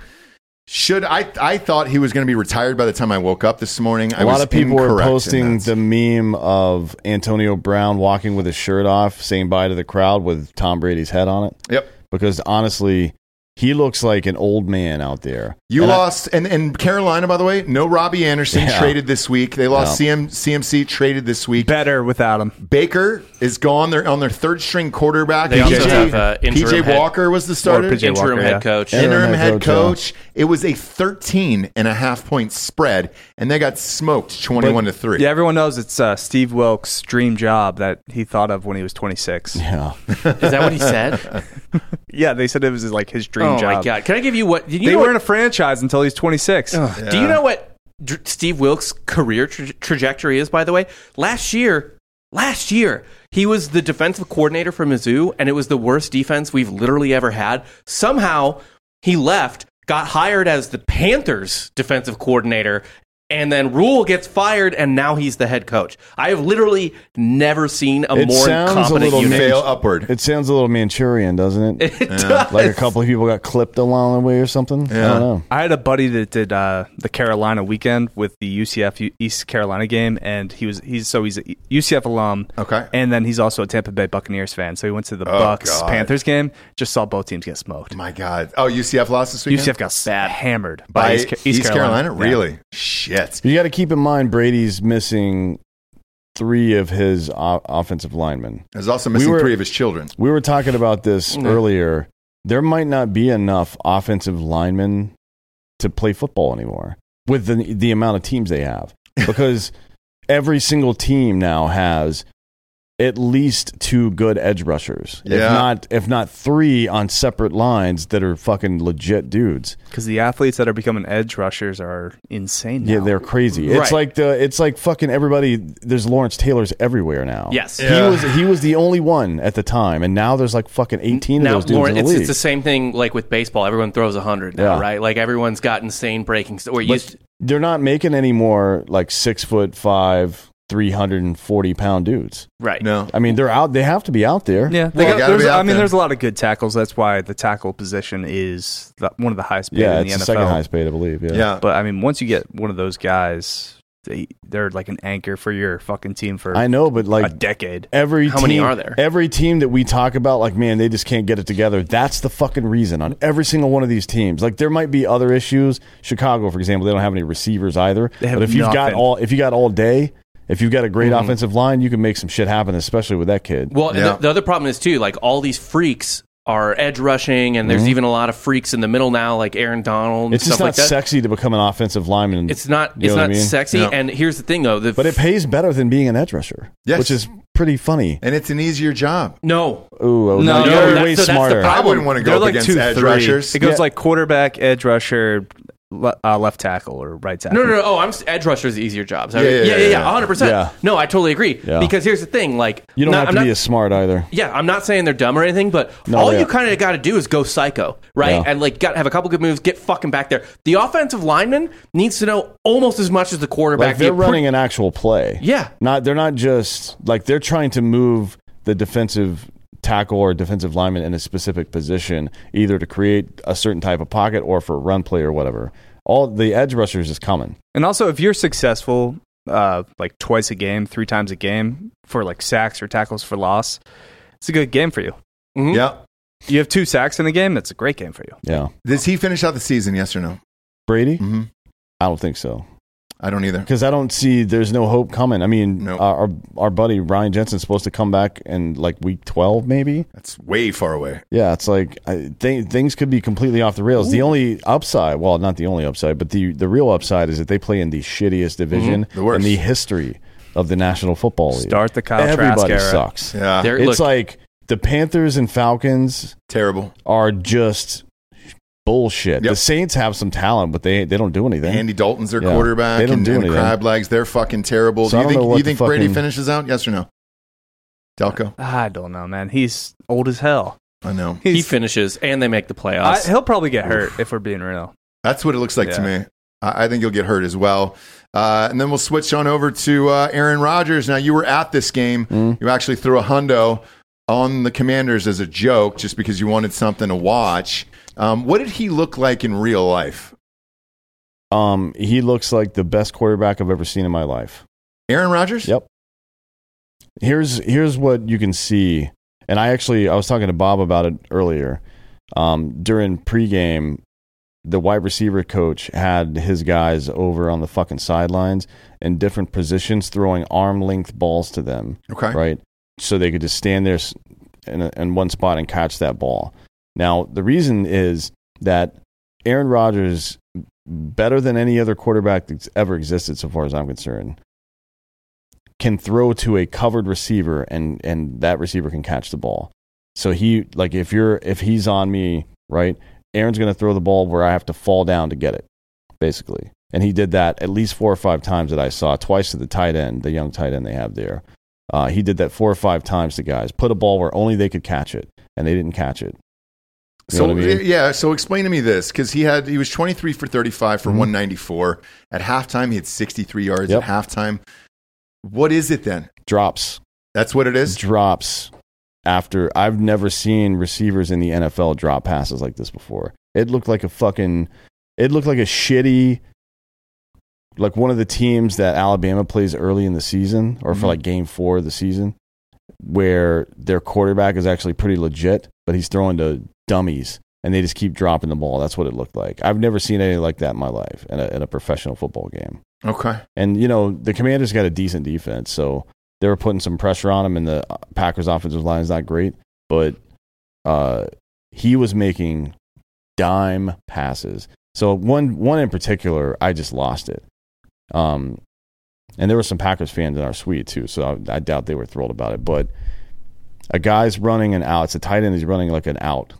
Speaker 2: Should I? I thought he was going to be retired by the time I woke up this morning. I
Speaker 3: A lot
Speaker 2: was
Speaker 3: of people
Speaker 2: incorrect
Speaker 3: were
Speaker 2: in
Speaker 3: posting
Speaker 2: that.
Speaker 3: the meme of Antonio Brown walking with his shirt off, saying bye to the crowd with Tom Brady's head on it.
Speaker 2: Yep.
Speaker 3: Because honestly, he looks like an old man out there.
Speaker 2: You
Speaker 3: And I-
Speaker 2: lost, and, and Carolina, by the way, no Robbie Anderson
Speaker 3: Yeah.
Speaker 2: traded this week. They lost CM, CMC traded this week.
Speaker 4: Better without him.
Speaker 2: Baker is gone. They're on their third string quarterback.
Speaker 5: They also have, uh, interim
Speaker 2: PJ
Speaker 5: head-
Speaker 2: Walker was the starter.
Speaker 4: Or PJ
Speaker 5: interim
Speaker 4: Walker,
Speaker 5: head
Speaker 4: yeah.
Speaker 5: coach.
Speaker 3: Yeah.
Speaker 2: interim
Speaker 3: Interim head
Speaker 2: head coach.
Speaker 3: coach,
Speaker 2: It was a 13 and a half point spread, and they got smoked 21 to 3.
Speaker 4: Yeah, everyone knows it's uh, Steve Wilkes' dream job that he thought of when he was 26.
Speaker 3: yeah.
Speaker 5: Is that what he said?
Speaker 4: Yeah, they said it was like his dream
Speaker 5: oh
Speaker 4: job.
Speaker 5: my god! Can I give you what? You
Speaker 4: They
Speaker 5: know
Speaker 4: were
Speaker 5: what
Speaker 4: in a franchise until he's 26.
Speaker 5: Do you know what Dr- Steve Wilkes' career tra- trajectory is? By the way, last year, last year he was the defensive coordinator for Mizzou, and it was the worst defense we've literally ever had. Somehow he left, got hired as the Panthers' defensive coordinator. And then Rule gets fired, and now he's the head coach. I have literally never seen a
Speaker 3: It
Speaker 5: more
Speaker 3: sounds a
Speaker 5: incompetent
Speaker 3: little
Speaker 5: unit.
Speaker 2: fail upward.
Speaker 3: It sounds a little Manchurian, doesn't it?
Speaker 5: It does.
Speaker 3: like a couple of people got clipped along the way or something. I don't know.
Speaker 4: I had a buddy that did uh, the Carolina weekend with the UCF U- East Carolina game, and he was he's so he's a UCF alum.
Speaker 2: Okay. Oh,
Speaker 4: and then he's also a Tampa Bay Buccaneers fan, so he went to the Bucks
Speaker 2: God.
Speaker 4: Panthers game. Just saw both teams get smoked.
Speaker 2: My God. Oh, UCF lost this weekend?
Speaker 4: UCF got bad hammered by,
Speaker 2: by
Speaker 4: East, Ca- East Carolina. Yeah.
Speaker 2: Really? Shit.
Speaker 3: You got to keep in mind Brady's missing three of his o- offensive linemen.
Speaker 2: There's also missing
Speaker 3: were-
Speaker 2: three of his children.
Speaker 3: We were talking about this earlier. There might not be enough offensive linemen to play football anymore with the the amount of teams they have because every single team now has at least two good edge rushers. If
Speaker 2: Yeah.
Speaker 3: not if not three on separate lines that are fucking legit dudes.
Speaker 4: Because the athletes that are becoming edge rushers are insane.
Speaker 3: Yeah,
Speaker 4: now.
Speaker 3: they're crazy.
Speaker 5: Right.
Speaker 3: It's like the it's like fucking everybody. There's Lawrence Taylors everywhere now.
Speaker 5: Yes.
Speaker 2: Yeah.
Speaker 3: he was he was the only one at the time, and now there's like fucking eighteen
Speaker 5: now,
Speaker 3: of those dudes
Speaker 5: Lauren,
Speaker 3: in the
Speaker 5: it's,
Speaker 3: league.
Speaker 5: it's the same thing like with baseball. Everyone throws 100 now,
Speaker 3: Yeah.
Speaker 5: right? Like everyone's got insane breaking story.
Speaker 3: But they're not making any more like six foot five, three hundred and forty pound dudes.
Speaker 5: right.
Speaker 2: No.
Speaker 3: I mean, they're out. They have to be out there.
Speaker 4: Yeah,
Speaker 2: Well,
Speaker 4: they got-
Speaker 2: gotta
Speaker 4: there's-
Speaker 2: be out
Speaker 4: I mean,
Speaker 2: there.
Speaker 4: there's a lot of good tackles. That's why the tackle position is the, one of the highest paid
Speaker 3: yeah.
Speaker 4: in
Speaker 3: It's
Speaker 4: the
Speaker 3: the,
Speaker 4: NFL.
Speaker 3: second highest paid, I believe. Yeah.
Speaker 2: Yeah.
Speaker 4: But I mean, once you get one of those guys, they they're like an anchor for your fucking team for
Speaker 3: I know, but
Speaker 4: a
Speaker 3: like
Speaker 4: decade.
Speaker 3: every
Speaker 5: How many
Speaker 3: team-
Speaker 5: are there?
Speaker 3: Every team that we talk about, like man, they just can't get it together. That's the fucking reason on every single one of these teams. Like there might be other issues. Chicago, for example, they don't have any receivers either.
Speaker 4: They have
Speaker 3: but if you've got
Speaker 4: nothing.
Speaker 3: all, if you got all day, if you've got a great offensive line, you can make some shit happen, especially with that kid.
Speaker 5: Mm-hmm. Well, and
Speaker 2: Yeah.
Speaker 5: the, the other problem is too, like all these freaks are edge rushing, and there's even a lot of freaks in the middle now, like Aaron Donald.
Speaker 3: Mm-hmm.
Speaker 5: And
Speaker 3: it's
Speaker 5: stuff
Speaker 3: just not
Speaker 5: like that.
Speaker 3: sexy to become an offensive lineman.
Speaker 5: It's not.
Speaker 3: You know
Speaker 5: it's
Speaker 3: what I
Speaker 5: not
Speaker 3: mean?
Speaker 5: sexy.
Speaker 2: No.
Speaker 5: And here's the thing, though. The,
Speaker 3: but it pays better than being an edge rusher,
Speaker 2: Yes.
Speaker 3: which is pretty funny.
Speaker 2: And it's an easier job.
Speaker 5: no,
Speaker 3: Ooh, oh, now
Speaker 4: No, no,
Speaker 3: you're
Speaker 5: that's-
Speaker 3: way
Speaker 5: so that's the
Speaker 3: smarter.
Speaker 5: problem.
Speaker 2: I wouldn't want to go
Speaker 4: They're
Speaker 2: up
Speaker 4: like
Speaker 2: against
Speaker 4: two,
Speaker 2: edge
Speaker 4: three.
Speaker 2: rushers.
Speaker 4: It goes
Speaker 3: Yeah.
Speaker 4: like quarterback, edge rusher, le- uh, left tackle or right tackle.
Speaker 5: No, no, no. Oh, I'm edge rusher is the easier jobs. Yeah,
Speaker 2: Yeah, yeah,
Speaker 5: yeah, yeah,
Speaker 2: yeah, yeah.
Speaker 5: 100. percent
Speaker 3: Yeah.
Speaker 5: No, I totally agree.
Speaker 3: Yeah.
Speaker 5: Because here's the thing, like
Speaker 3: You don't
Speaker 5: not-
Speaker 3: have to
Speaker 5: I'm
Speaker 3: be
Speaker 5: not-
Speaker 3: as smart either.
Speaker 5: Yeah, I'm not saying they're dumb or anything, but
Speaker 3: No,
Speaker 5: all
Speaker 3: yeah.
Speaker 5: you kind of got to do is go psycho, right?
Speaker 3: Yeah.
Speaker 5: And like, got have a couple good moves, get fucking back there. The offensive lineman needs to know almost as much as the quarterback.
Speaker 3: Like they're
Speaker 5: Be a pre-
Speaker 3: running an actual play.
Speaker 5: Yeah.
Speaker 3: Not they're not just like they're trying to move the defensive tackle or defensive lineman in a specific position, either to create a certain type of pocket or for a run play or whatever. All the edge rushers is coming.
Speaker 4: And also, if you're successful, uh, like twice a game, three times a game for like sacks or tackles for loss, it's a good game for you.
Speaker 2: Yeah.
Speaker 4: You have two sacks in a game, that's a great game for you.
Speaker 3: Yeah.
Speaker 2: Does he finish out the season? Yes or no?
Speaker 3: Brady?
Speaker 2: Mm-hmm.
Speaker 3: I don't think so.
Speaker 2: I don't either.
Speaker 3: Because I don't see there's no hope coming. I mean,
Speaker 2: Nope.
Speaker 3: our our- our buddy Ryan Jensen's supposed to come back in like week 12 maybe.
Speaker 2: That's way far away.
Speaker 3: Yeah, it's like I, th- things could be completely off the rails. The only upside, well, not the only upside, but the the real upside is that they play in the shittiest division
Speaker 2: Mm-hmm. The worst.
Speaker 3: in the history of the National Football League.
Speaker 4: Start the Kyle Trask
Speaker 3: Oh, Everybody
Speaker 4: era.
Speaker 3: sucks.
Speaker 2: Yeah.
Speaker 5: They're-
Speaker 3: It's
Speaker 5: look,
Speaker 3: like the Panthers and Falcons
Speaker 2: Terrible.
Speaker 3: are just bullshit.
Speaker 2: Yep.
Speaker 3: The Saints have some talent, but they they don't do anything.
Speaker 2: Andy Dalton's their
Speaker 3: Yeah.
Speaker 2: quarterback.
Speaker 3: They don't
Speaker 2: and,
Speaker 3: do
Speaker 2: and
Speaker 3: anything.
Speaker 2: crab legs. They're fucking terrible.
Speaker 3: So I
Speaker 2: do you
Speaker 3: don't know
Speaker 2: think,
Speaker 3: what
Speaker 2: you
Speaker 3: the
Speaker 2: think Brady
Speaker 3: fucking-
Speaker 2: finishes out? Yes or no? Delco?
Speaker 4: I don't know, man. He's old as hell.
Speaker 2: I know.
Speaker 5: he
Speaker 4: He's,
Speaker 5: finishes and they make the
Speaker 4: I,
Speaker 5: playoffs.
Speaker 4: he'll probably get hurt if we're being real.
Speaker 2: That's what it looks like to
Speaker 4: Yeah.
Speaker 2: me. I I think you'll get hurt as well. Uh, and then we'll switch on over to uh, Aaron Rodgers. Now, you were at this game.
Speaker 3: Mm-hmm.
Speaker 2: You actually threw a hundo on the Commanders as a joke just because you wanted something to watch. Um, what did he look like in real life?
Speaker 3: Um, he looks like the best quarterback I've ever seen in my life.
Speaker 2: Aaron Rodgers?
Speaker 3: Yep. Here's here's what you can see, and I actually I was talking to Bob about it earlier. Um, during pregame, the wide receiver coach had his guys over on the fucking sidelines in different positions, throwing arm length balls to them,
Speaker 2: Okay.
Speaker 3: right? So they could just stand there s- in, a, in one spot and catch that ball. Now the reason is that Aaron Rodgers, better than any other quarterback that's ever existed, so far as I'm concerned, can throw to a covered receiver and and that receiver can catch the ball. So he like if you're if he's on me, right? Aaron's going to throw the ball where I have to fall down to get it, basically. And he did that at least four or five times that I saw, twice to the tight end, the young tight end they have there. Uh, he did that four or five times to guys, put a ball where only they could catch it, and they didn't catch it. You know
Speaker 2: So
Speaker 3: what I mean?
Speaker 2: yeah, so explain to me this because he had he was 23 for 35 for 194 at halftime. He had 63 yards
Speaker 3: Mm-hmm. Yep.
Speaker 2: at halftime. What is it then?
Speaker 3: Drops.
Speaker 2: That's what it is.
Speaker 3: drops after I've never seen receivers in the NFL drop passes like this before. It looked like a fucking it looked like a shitty like one of the teams that Alabama plays early in the season or for like game 4 of the season where their quarterback is actually pretty legit but he's throwing to dummies and they just keep dropping the ball. That's what it looked like. I've never seen anything like that in my life in a, in a professional football game.
Speaker 2: Okay.
Speaker 3: And you know, the Commanders got a decent defense, so they were putting some pressure on him. And the Packers' offensive line is not great, but uh, he was making dime passes. So one one in particular, I just lost it. Um, and there were some Packers fans in our suite too, so I, I doubt they were thrilled about it. But a guy's running an out. It's a tight end. He's running like an out,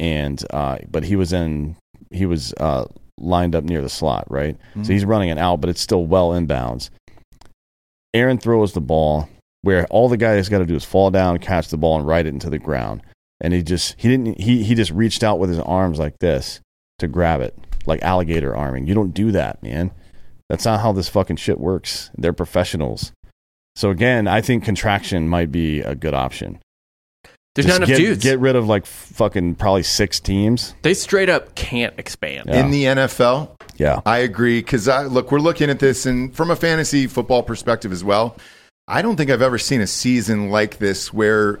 Speaker 3: and uh, but he was in he was uh, lined up near the slot, right? So he's running an out, but it's still well inbounds. Aaron throws the ball where all the guy has got to do is fall down, catch the ball, and ride it into the ground. And he just he didn't he he just reached out with his arms like this to grab it, like alligator arming. You don't do that, man. That's not how this fucking shit works. They're professionals. So again, I think contraction might be a good option.
Speaker 5: There's
Speaker 3: Just
Speaker 5: not enough
Speaker 3: get,
Speaker 5: dudes.
Speaker 3: Get rid of like fucking probably six teams.
Speaker 5: they straight up can't expand.
Speaker 3: Yeah.
Speaker 2: In the NFL,
Speaker 3: Yeah.
Speaker 2: I agree because I look, we're looking at this and from a fantasy football perspective as well. I don't think I've ever seen a season like this where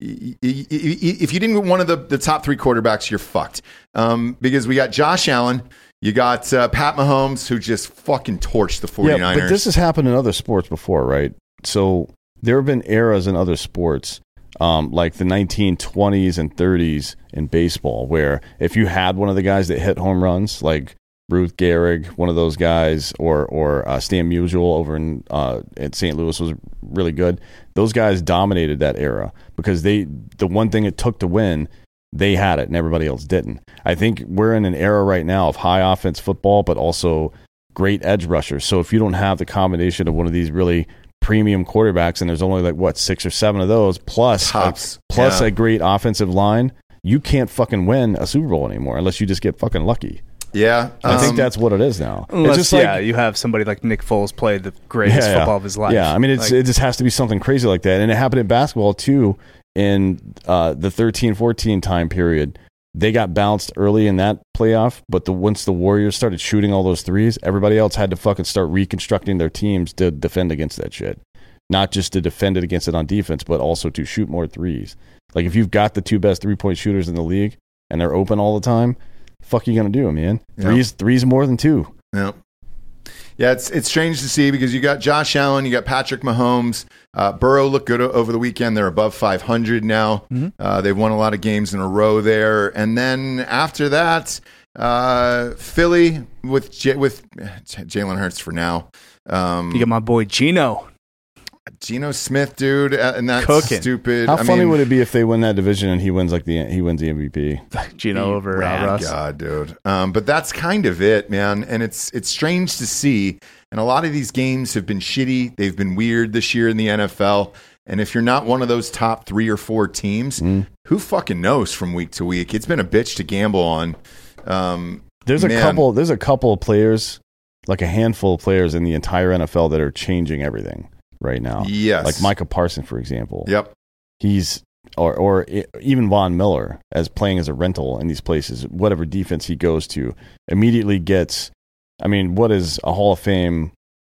Speaker 2: y- y- y- if you didn't get one of the, the top three quarterbacks, you're fucked. Um, because we got Josh Allen, you got uh, Pat Mahomes, who just fucking torched the 49ers.
Speaker 3: Yeah, but this has happened in other sports before, right? So there have been eras in other sports, um, like the 1920s and 30s in baseball, where if you had one of the guys that hit home runs, like Ruth Gehrig, one of those guys, or or uh, Stan Musial over in uh, at St. Louis was really good. Those guys dominated that era because they the one thing it took to win they had it and everybody else didn't. I think we're in an era right now of high offense football, but also great edge rushers. So if you don't have the combination of one of these really premium quarterbacks, and there's only like what six or seven of those, plus
Speaker 2: Tops.
Speaker 3: a, plus
Speaker 2: Yeah.
Speaker 3: a great offensive line, you can't fucking win a Super Bowl anymore unless you just get fucking lucky.
Speaker 2: Yeah,
Speaker 3: I think
Speaker 2: um,
Speaker 3: that's what it is now.
Speaker 4: Unless,
Speaker 3: it's just like
Speaker 4: yeah, you have somebody like Nick Foles play the greatest football of his life.
Speaker 3: Yeah, I mean, it's,
Speaker 4: Like,
Speaker 3: it just has to be something crazy like that. And it happened in basketball too in uh, the 13 14 time period. They got bounced early in that playoff, but the once the Warriors started shooting all those threes, everybody else had to fucking start reconstructing their teams to defend against that shit. Not just to defend it against it on defense, but also to shoot more threes. Like if you've got the two best three point shooters in the league and they're open all the time, fuck you gonna do, man?
Speaker 2: Yeah.
Speaker 3: Threes threes more than two.
Speaker 2: Yeah. Yeah, it's it's strange to see because you got Josh Allen, you got Patrick Mahomes, uh, Burrow looked good o- over the weekend. They're above 500 now.
Speaker 3: Mm-hmm.
Speaker 2: Uh, they've won a lot of games in a row there, and then after that, uh, Philly with J- with J- Jalen Hurts for now. Um,
Speaker 4: you got my boy Gino.
Speaker 2: Geno Smith, dude, uh, and that's
Speaker 4: Cooking.
Speaker 2: stupid.
Speaker 3: How
Speaker 2: I
Speaker 3: funny
Speaker 2: mean,
Speaker 3: would it be if they win that division and he wins like the he wins the MVP?
Speaker 4: Gino over uh,
Speaker 2: Rad
Speaker 4: Russ.
Speaker 2: God, dude. Um, but that's kind of it, man. And it's it's strange to see. And a lot of these games have been shitty. They've been weird this year in the NFL. And if you're not one of those top three or four teams, who fucking knows from week to week? It's been a bitch to gamble on. Um,
Speaker 3: There's a
Speaker 2: Man.
Speaker 3: couple. There's a couple of players, like a handful of players in the entire NFL that are changing everything right now.
Speaker 2: Yes.
Speaker 3: like Micah Parson, for example.
Speaker 2: yep.
Speaker 3: he's or or i- even Von Miller as playing as a rental in these places. Whatever defense he goes to, immediately gets. I mean, what is a Hall of Fame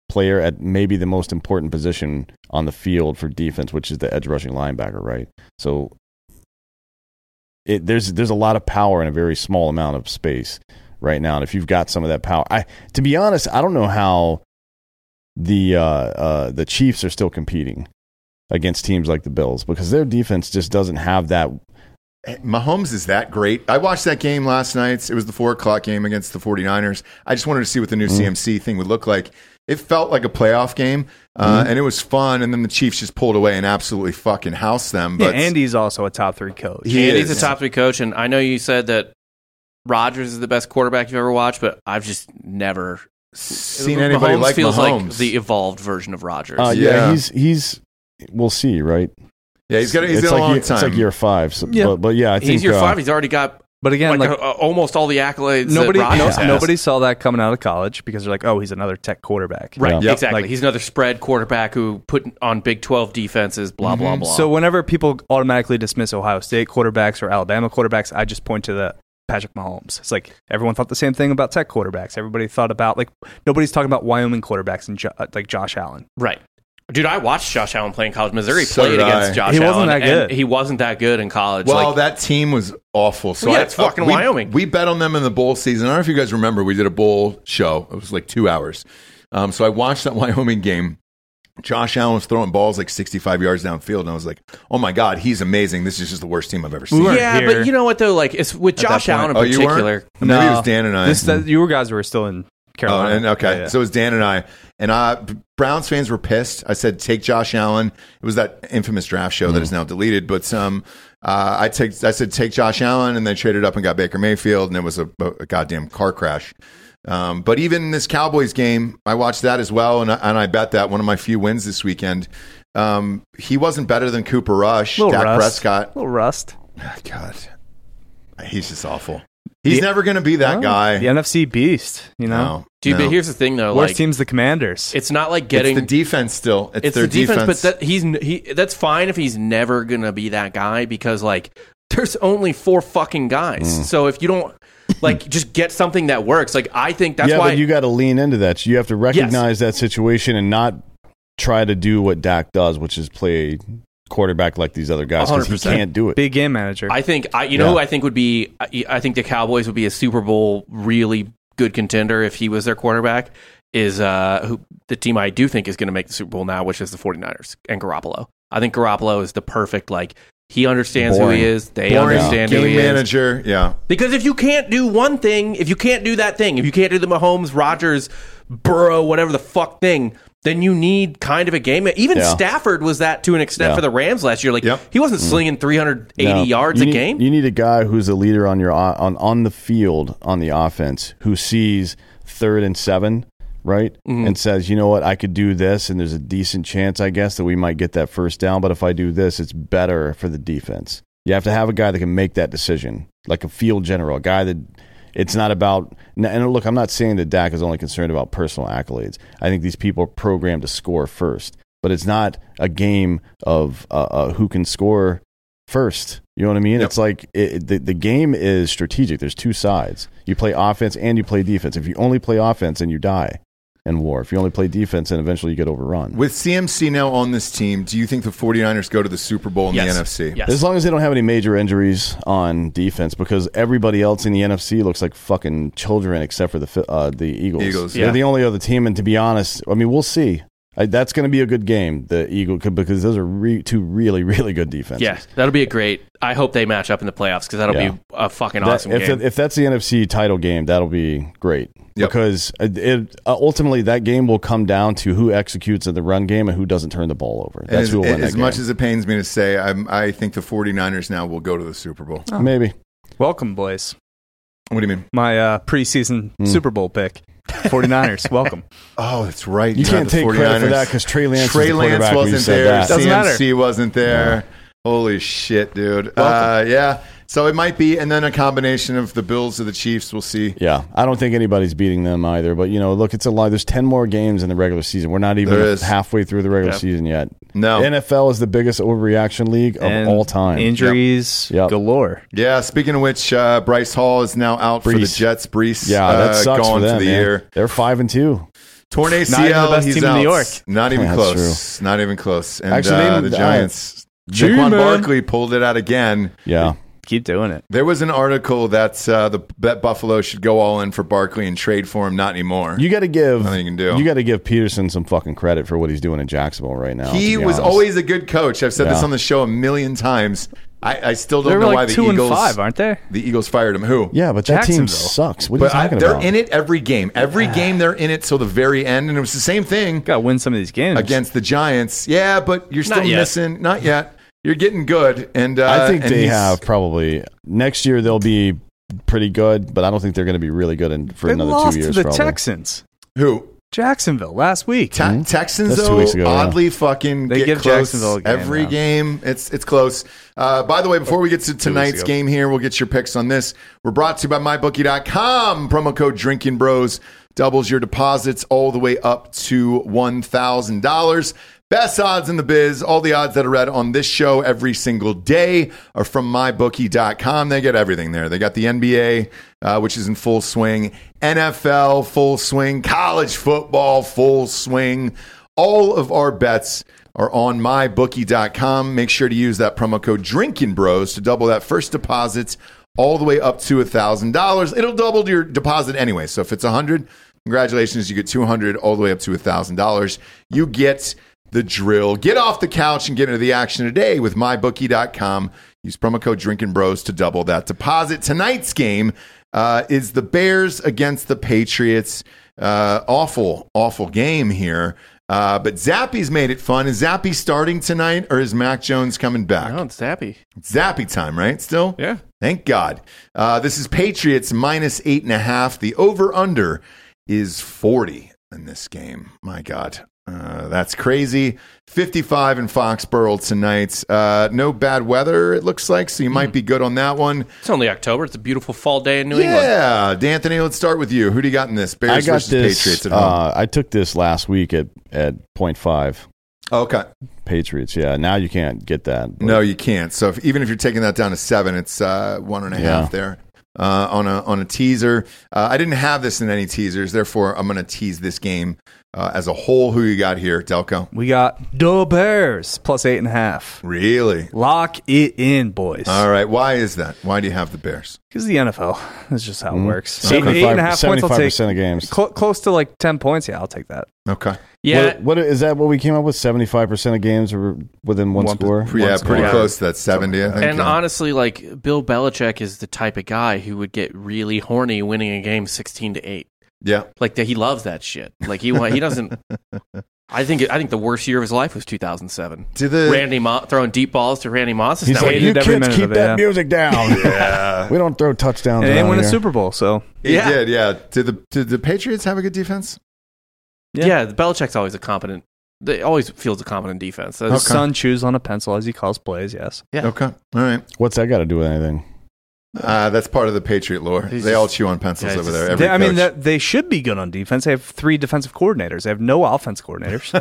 Speaker 3: player at maybe the most important position on the field for defense, which is the edge rushing linebacker, right? So it, there's there's a lot of power in a very small amount of space right now, and if you've got some of that power, I to be honest, I don't know how the uh, uh, the Chiefs are still competing against teams like the Bills because their defense just doesn't have that.
Speaker 2: Mahomes is that great. I watched that game last night. It was the four o'clock game against the 49ers. I just wanted to see what the
Speaker 3: Mm-hmm.
Speaker 2: new CMC thing would look like. It felt like a playoff game,
Speaker 3: Mm-hmm.
Speaker 2: uh, and it was fun. And then the Chiefs just pulled away and absolutely fucking housed them.
Speaker 4: Yeah,
Speaker 2: But
Speaker 4: Andy's also a top three coach.
Speaker 2: He
Speaker 5: Andy's
Speaker 2: is.
Speaker 5: a top three coach, and I know you said that Rodgers is the best quarterback you've ever watched, but I've just never
Speaker 2: seen anybody
Speaker 5: Mahomes
Speaker 2: like
Speaker 5: feels
Speaker 2: Mahomes?
Speaker 5: like the evolved version of Rodgers.
Speaker 3: Uh, yeah.
Speaker 2: Yeah.
Speaker 3: he's he's. We'll see, right?
Speaker 2: yeah, he's got he's
Speaker 3: it's
Speaker 2: in
Speaker 3: like
Speaker 2: a long
Speaker 3: year,
Speaker 2: time.
Speaker 3: It's like year five. So,
Speaker 4: Yeah.
Speaker 3: But, but yeah, I think
Speaker 5: he's your
Speaker 3: uh,
Speaker 5: five. He's already got
Speaker 4: But again,
Speaker 5: like
Speaker 4: like,
Speaker 5: uh, almost all the accolades.
Speaker 4: nobody,
Speaker 5: that
Speaker 4: no-
Speaker 5: Rodgers has.
Speaker 4: nobody saw that coming out of college because they're like, oh, he's another tech quarterback.
Speaker 5: Right,
Speaker 2: Yeah.
Speaker 5: exactly.
Speaker 4: Like-
Speaker 5: he's another spread quarterback who put on Big Twelve defenses. Blah blah blah.
Speaker 4: So whenever people automatically dismiss Ohio State quarterbacks or Alabama quarterbacks, I just point to the Patrick Mahomes. It's like everyone thought the same thing about tech quarterbacks. Everybody thought about like nobody's talking about Wyoming quarterbacks and jo- uh, like Josh Allen.
Speaker 5: right, dude, I watched Josh Allen play in college. Missouri
Speaker 2: So
Speaker 5: played
Speaker 2: did
Speaker 5: against
Speaker 2: I.
Speaker 5: Josh.
Speaker 4: He wasn't
Speaker 5: Allen,
Speaker 4: that
Speaker 5: and
Speaker 4: good.
Speaker 5: He wasn't that good in college.
Speaker 2: well,
Speaker 5: Like,
Speaker 2: that team was awful. So
Speaker 5: Yeah,
Speaker 2: I-
Speaker 5: it's fucking
Speaker 2: we-
Speaker 5: Wyoming.
Speaker 2: We bet on them in the bowl season. I don't know if you guys remember. We did a bowl show. It was like two hours. Um, so I watched that Wyoming game. Josh Allen was throwing balls like 65 yards downfield, and I was like, "Oh my god, he's amazing! This is just the worst team I've ever seen."
Speaker 4: weren't
Speaker 5: yeah,
Speaker 4: here
Speaker 5: but you know what though? Like it's with Josh
Speaker 4: point.
Speaker 5: Allen in
Speaker 2: Oh, you
Speaker 5: particular.
Speaker 2: weren't? Maybe it was Dan and I.
Speaker 4: This, that, you guys were still in
Speaker 2: Oh,
Speaker 4: Carolina.
Speaker 2: and okay.
Speaker 4: Uh-huh. Yeah, yeah.
Speaker 2: So it was Dan and I, and I Browns fans were pissed. I said, "Take Josh Allen." It was that infamous draft
Speaker 4: Mm.
Speaker 2: show that is now deleted. But um, uh, I take I said, "Take Josh Allen," and they traded up and got Baker Mayfield, and it was a, a goddamn car crash. Um, but even this Cowboys game, I watched that as well, and I, and I bet that one of my few wins this weekend. Um, he wasn't better than Cooper Rush,
Speaker 4: little Oh,
Speaker 2: Dak
Speaker 4: rust,
Speaker 2: Prescott.
Speaker 4: little rust.
Speaker 2: God, he's just awful. He's never going to be that guy.
Speaker 4: Oh, the NFC beast. You know,
Speaker 2: No,
Speaker 5: Dude,
Speaker 2: no.
Speaker 5: but here's the thing though.
Speaker 4: worst
Speaker 5: Like
Speaker 4: team's the Commanders.
Speaker 5: it's not like getting
Speaker 2: it's the defense still. It's,
Speaker 5: it's
Speaker 2: their
Speaker 5: the defense,
Speaker 2: defense,
Speaker 5: but that he's he that's fine if he's never gonna be that guy because like there's only four fucking guys.
Speaker 3: Mm.
Speaker 5: So if you don't like just get something that works, like I think that's
Speaker 3: yeah,
Speaker 5: why
Speaker 3: but you got to lean into that. You have to recognize that situation and not try to do what Dak does, which is play quarterback like these other guys because he
Speaker 5: 100%.
Speaker 3: can't do it.
Speaker 4: Big game manager.
Speaker 5: I think I you know
Speaker 3: Yeah.
Speaker 5: who I think would be I, I think the Cowboys would be a Super Bowl really good contender if he was their quarterback is uh who the team I do think is going to make the Super Bowl now which is the 49ers and Garoppolo. I think Garoppolo is the perfect like he understands
Speaker 3: Boring.
Speaker 5: who he is. They
Speaker 2: Boring
Speaker 5: understand who
Speaker 2: game
Speaker 5: he is.
Speaker 2: manager. Yeah,
Speaker 5: Because if you can't do one thing, if you can't do that thing, if you can't do the Mahomes, Rogers, Burrow, whatever the fuck thing, then you need kind of a game. Even
Speaker 3: Yeah.
Speaker 5: Stafford was that to an extent
Speaker 3: Yeah. Mm.
Speaker 5: for the Rams last year. Like
Speaker 2: Yep.
Speaker 5: he wasn't slinging 380
Speaker 3: No,
Speaker 5: yards
Speaker 3: you
Speaker 5: a
Speaker 3: need-
Speaker 5: game.
Speaker 3: You need a guy who's a leader on your o- on on the field on the offense who sees third and seven, right,
Speaker 5: Mm-hmm.
Speaker 3: and says, you know what, I could do this, and there's a decent chance, I guess, that we might get that first down. But if I do this, it's better for the defense. You have to have a guy that can make that decision, like a field general, a guy that. It's not about, n- and look, I'm not saying that Dak is only concerned about personal accolades. I think these people are programmed to score first, but it's not a game of uh, uh, who can score first. You know what I mean?
Speaker 2: Yep.
Speaker 3: It's like it, it- the, the game is strategic. There's two sides. You play offense and you play defense. If you only play offense, then you die in war. If you only play defense, then eventually you get overrun.
Speaker 2: With CMC now on this team, do you think the 49ers go to the Super Bowl in
Speaker 5: Yes.
Speaker 2: the NFC?
Speaker 5: Yes.
Speaker 3: As long as they don't have any major injuries on defense, because everybody else in the NFC looks like fucking children except for the Phil- uh, the Eagles.
Speaker 2: Eagles,
Speaker 3: They're
Speaker 5: yeah.
Speaker 3: the only other team, and to be honest, I mean, we'll see. I, that's going to be a good game, the Eagle, because those are re- two really, really good defenses.
Speaker 5: yeah, that'll be a great. I hope they match up in the playoffs because that'll
Speaker 3: Yeah.
Speaker 5: be a fucking
Speaker 3: That-
Speaker 5: awesome
Speaker 3: if,
Speaker 5: game.
Speaker 3: if that's the NFC title game, that'll be great
Speaker 2: Yep.
Speaker 3: because it, it- uh, ultimately that game will come down to who executes in the run game and who doesn't turn the ball over.
Speaker 2: And
Speaker 3: That's who will
Speaker 2: as,
Speaker 3: win that
Speaker 2: as much
Speaker 3: game.
Speaker 2: as it pains me to say, I'm, I think the 49ers now will go to the Super Bowl.
Speaker 3: Maybe
Speaker 4: Welcome, boys.
Speaker 2: What do you mean?
Speaker 4: My uh, preseason
Speaker 2: Hmm.
Speaker 4: Super Bowl pick. 49ers, welcome.
Speaker 2: Oh, that's right.
Speaker 3: you,
Speaker 2: had
Speaker 3: can't
Speaker 2: the
Speaker 3: take credit for
Speaker 2: 49ers.
Speaker 3: that because Trey Lance, was
Speaker 2: Trey
Speaker 3: the
Speaker 2: Lance
Speaker 3: quarterback when you
Speaker 2: wasn't
Speaker 3: said
Speaker 2: there.
Speaker 3: that.
Speaker 4: Doesn't
Speaker 2: CMC
Speaker 4: matter.
Speaker 2: wasn't there. Holy shit, dude. Uh,
Speaker 3: Welcome.
Speaker 2: yeah. So it might be, and then a combination of the Bills or the Chiefs. We'll see.
Speaker 3: Yeah, I don't think anybody's beating them either. But you know, look, it's a lot. There's ten more games in the regular season. We're not
Speaker 2: There
Speaker 3: even
Speaker 2: is. Oh.
Speaker 3: halfway through the regular season yet.
Speaker 2: No.
Speaker 3: NFL is the biggest overreaction league of
Speaker 4: And
Speaker 3: all time.
Speaker 4: Injuries
Speaker 3: Yep.
Speaker 4: galore.
Speaker 2: Yeah. Speaking of which, uh, Bryce Hall is now out for the
Speaker 3: Brees.
Speaker 2: Jets. Brees,
Speaker 3: yeah,
Speaker 2: uh,
Speaker 3: that sucks
Speaker 2: gone
Speaker 3: for them.
Speaker 2: for the
Speaker 3: man.
Speaker 2: year.
Speaker 3: They're five and two.
Speaker 2: Torn ACL.
Speaker 4: Not even the best
Speaker 2: he's
Speaker 4: team in
Speaker 2: out.
Speaker 4: New York.
Speaker 2: Not even
Speaker 3: Yeah, that's
Speaker 2: close. Not even close. And
Speaker 3: Actually, they-
Speaker 2: uh, the
Speaker 3: I-
Speaker 2: Giants.
Speaker 4: G-Man.
Speaker 2: Jaquan Barkley pulled it out again.
Speaker 3: Yeah,
Speaker 4: Keep doing it.
Speaker 2: There was an article that uh, the that Buffalo should go all in for Barkley and trade for him. Not anymore.
Speaker 3: You got to give.
Speaker 2: Nothing you can do.
Speaker 3: got to give Peterson some fucking credit for what he's doing in Jacksonville right now.
Speaker 2: He
Speaker 3: to be
Speaker 2: was
Speaker 3: honest.
Speaker 2: always a good coach. I've said this
Speaker 3: Yeah.
Speaker 2: on the show a million times. I, I still don't
Speaker 4: They're
Speaker 2: know
Speaker 4: like
Speaker 2: why the
Speaker 4: two and
Speaker 2: Eagles
Speaker 4: five, aren't they?
Speaker 2: the Eagles fired him. Who?
Speaker 3: Yeah, but that team
Speaker 4: Jacksonville.
Speaker 3: sucks. What are you
Speaker 2: but I,
Speaker 3: talking
Speaker 2: they're
Speaker 3: about?
Speaker 2: in it every game. Every game they're in it till the very end, and it was the same thing
Speaker 4: Got to win some of these games.
Speaker 2: against the Giants. Yeah, but you're still
Speaker 5: Not yet.
Speaker 2: missing. Not yet. You're getting good, and uh,
Speaker 3: I think
Speaker 2: and
Speaker 3: they
Speaker 2: he's-
Speaker 3: have probably next year they'll be pretty good, but I don't think they're going to be really good in, for
Speaker 4: they
Speaker 3: another
Speaker 4: lost
Speaker 3: two years.
Speaker 4: to the
Speaker 3: probably.
Speaker 4: Texans.
Speaker 2: who
Speaker 4: Jacksonville last week.
Speaker 2: Te- Texans
Speaker 3: Hmm? That's two
Speaker 2: though
Speaker 3: weeks ago, yeah.
Speaker 2: oddly fucking
Speaker 4: They
Speaker 2: get
Speaker 4: give
Speaker 2: close
Speaker 4: Jacksonville a game,
Speaker 2: every
Speaker 4: though.
Speaker 2: game. It's it's close. Uh, by the way, before we get to tonight's
Speaker 4: ago.
Speaker 2: game here, we'll get your picks on this. We're brought to you by mybookie.com. Promo code Drinking Bros doubles your deposits all the way up to one thousand dollars. Best odds in the biz. All the odds that are read on this show every single day are from mybookie.com. They get everything there. They got the NBA, uh, which is in full swing, NFL full swing, college football full swing. All of our bets are on mybookie.com. Make sure to use that promo code Drinking Bros to double that first deposit all the way up to $1,000. It'll double your deposit anyway. So if it's 100, congratulations, you get 200 all the way up to $1,000. You get the drill. Get off the couch and get into the action today with mybookie.com. Use promo code Drinking Bros to double that deposit. Tonight's game uh, is the Bears against the Patriots. Uh, awful, awful game here. Uh, but Zappy's made it fun. Is Zappy starting tonight, or is Mac Jones coming back?
Speaker 5: oh, it's happy.
Speaker 2: It's Zappy time, right? Still,
Speaker 4: Yeah.
Speaker 2: Thank God. Uh, this is Patriots minus eight and a half. The over under is 40 in this game. My God. Uh, that's crazy. 55 in Foxborough tonight. Uh, no bad weather, it looks like, so you might be good on that one.
Speaker 5: It's only October. It's a beautiful fall day in New England.
Speaker 2: Yeah. D'Anthony, let's start with you. Who do you got in this? Bears
Speaker 3: I got
Speaker 2: versus
Speaker 3: this.
Speaker 2: Patriots at home.
Speaker 3: uh, I took this last week at at point five
Speaker 2: okay.
Speaker 3: Patriots. Yeah, now you can't get that. but-
Speaker 2: No, you can't. So if, even if you're taking that down to seven, it's uh, one and a half
Speaker 3: Yeah.
Speaker 2: there uh, on a on a teaser. Uh, I didn't have this in any teasers, therefore I'm going to tease this game uh, as a whole. Who you got here, Delco?
Speaker 4: We got the Bears plus eight and a half.
Speaker 2: Really?
Speaker 4: Lock it in, boys.
Speaker 2: All right. Why is that? Why do you have the Bears?
Speaker 4: Because the NFL. That's just how it works. Eight, eight and a half points, I'll
Speaker 3: 75
Speaker 4: take.
Speaker 3: percent of games.
Speaker 4: Cl- close to like 10 points. Yeah, I'll take that.
Speaker 2: Okay.
Speaker 5: Yeah,
Speaker 3: What- what is that? What we came up with? Seventy five percent of games are within one,
Speaker 4: One-
Speaker 3: score.
Speaker 2: yeah,
Speaker 4: score.
Speaker 2: pretty
Speaker 4: Yeah.
Speaker 2: close to that 70, I think.
Speaker 5: and
Speaker 2: yeah.
Speaker 5: honestly, like Bill Belichick is the type of guy who would get really horny winning a game sixteen to eight.
Speaker 2: yeah.
Speaker 5: Like that, he loves that shit. Like he wa- he doesn't I think I think the worst year of his life was 2007.
Speaker 2: To the-
Speaker 5: Randy Mo- throwing deep balls to Randy Moss. Is
Speaker 3: He's
Speaker 5: that what
Speaker 3: like,
Speaker 5: you
Speaker 3: you
Speaker 4: hated every
Speaker 3: kids
Speaker 4: minute
Speaker 3: keep
Speaker 4: of it,
Speaker 3: that
Speaker 4: yeah."
Speaker 3: music down.
Speaker 2: Yeah.
Speaker 3: We don't throw touchdowns.
Speaker 4: And
Speaker 3: around
Speaker 4: they didn't win a
Speaker 3: here.
Speaker 4: Super Bowl, so
Speaker 2: He
Speaker 5: Yeah.
Speaker 2: did, yeah. Did the did the Patriots have a good defense?
Speaker 5: yeah.
Speaker 4: Yeah.
Speaker 5: yeah, Belichick's always a competent. They always fields a competent defense.
Speaker 4: his
Speaker 5: That's-
Speaker 4: son chews on a pencil as he calls plays. Yes,
Speaker 5: Yeah.
Speaker 2: Okay. All right.
Speaker 3: What's that got to do with anything?
Speaker 2: Uh, that's part of the Patriot lore.
Speaker 5: He's
Speaker 2: they
Speaker 5: just-
Speaker 2: all chew on pencils
Speaker 5: yeah, he's
Speaker 2: over
Speaker 5: just-
Speaker 2: there. Every
Speaker 4: They- I mean
Speaker 2: coach.
Speaker 4: that, they should be good on defense. They have three defensive coordinators. They have no offense coordinators.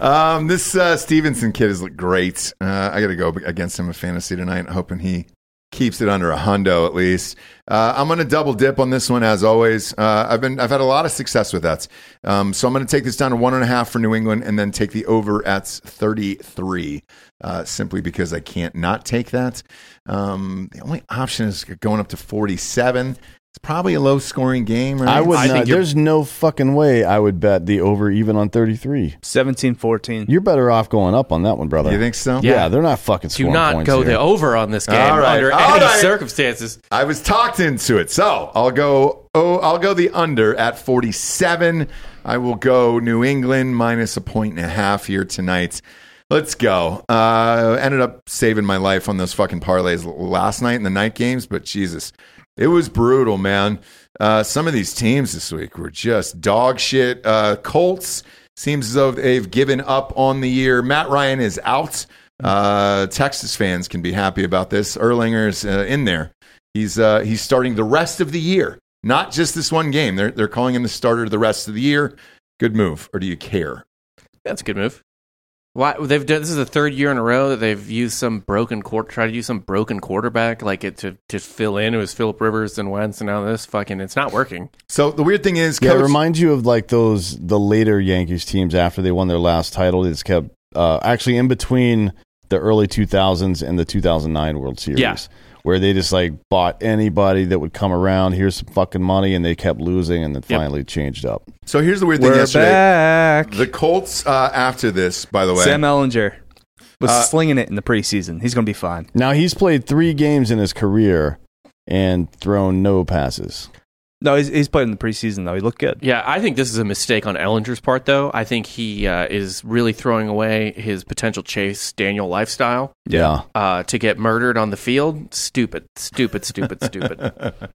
Speaker 2: um, this uh, Stevenson kid is great. Uh, I got to go against him in fantasy tonight, hoping he keeps it under a hundo at least. Uh, I'm going to double dip on this one as always. Uh, I've been I've had a lot of success with that, um, so I'm going to take this down to one and a half for New England, and then take the over at 33, uh, simply because I can't not take that. Um, the only option is going up to 47. It's probably a low scoring game. Right?
Speaker 3: I would
Speaker 5: I
Speaker 3: not.
Speaker 5: think you're-
Speaker 3: There's no fucking way I would bet the over even on 33.
Speaker 4: 17-14.
Speaker 3: You're better off going up on that one, brother.
Speaker 2: You think so?
Speaker 3: Yeah, they're not fucking
Speaker 5: Do
Speaker 3: scoring
Speaker 5: not
Speaker 3: points
Speaker 5: go
Speaker 3: here.
Speaker 5: the over on this game
Speaker 2: All right.
Speaker 5: under
Speaker 2: All
Speaker 5: any
Speaker 2: right.
Speaker 5: circumstances.
Speaker 2: I was talked into it, so I'll go. Oh, I'll go the under at forty-seven. I will go New England minus a point and a half here tonight. Let's go. Uh, ended up saving my life on those fucking parlays last night in the night games, but Jesus, it was brutal, man. Uh, some of these teams this week were just dog shit. Uh, Colts seems as though they've given up on the year. Matt Ryan is out. Uh, Texas fans can be happy about this. Erlinger's uh, in there. He's uh, he's starting the rest of the year, not just this one game. They're they're calling him the starter the rest of the year. Good move, or do you care?
Speaker 5: That's a good move. Why they've done this is the third year in a row that they've used some broken quarter try to use some broken quarterback like it to to fill in. It was Philip Rivers and Wentz and now this fucking it's not working.
Speaker 2: So the weird thing is,
Speaker 3: Yeah, it
Speaker 2: coach,
Speaker 3: reminds you of like those the later Yankees teams after they won their last title. They just kept uh, actually in between the early 2000s and the 2009 World Series,
Speaker 5: Yeah.
Speaker 3: where they just like bought anybody that would come around. Here's some fucking money, and they kept losing, and then
Speaker 5: Yep.
Speaker 3: finally changed up.
Speaker 2: so here's the weird thing.
Speaker 4: We're
Speaker 2: yesterday,
Speaker 4: back.
Speaker 2: the Colts uh, after this, by the way,
Speaker 4: Sam Ellinger was
Speaker 2: Uh,
Speaker 4: slinging it in the preseason. He's going to be fine.
Speaker 3: Now he's played three games in his career and thrown no passes.
Speaker 4: No, he's, he's played in the preseason though. He looked good.
Speaker 5: Yeah, I think this is a mistake on Ellinger's part though. I think he uh, is really throwing away his potential chase Daniel lifestyle
Speaker 3: Yeah,
Speaker 5: uh, to get murdered on the field. Stupid, stupid, stupid, stupid.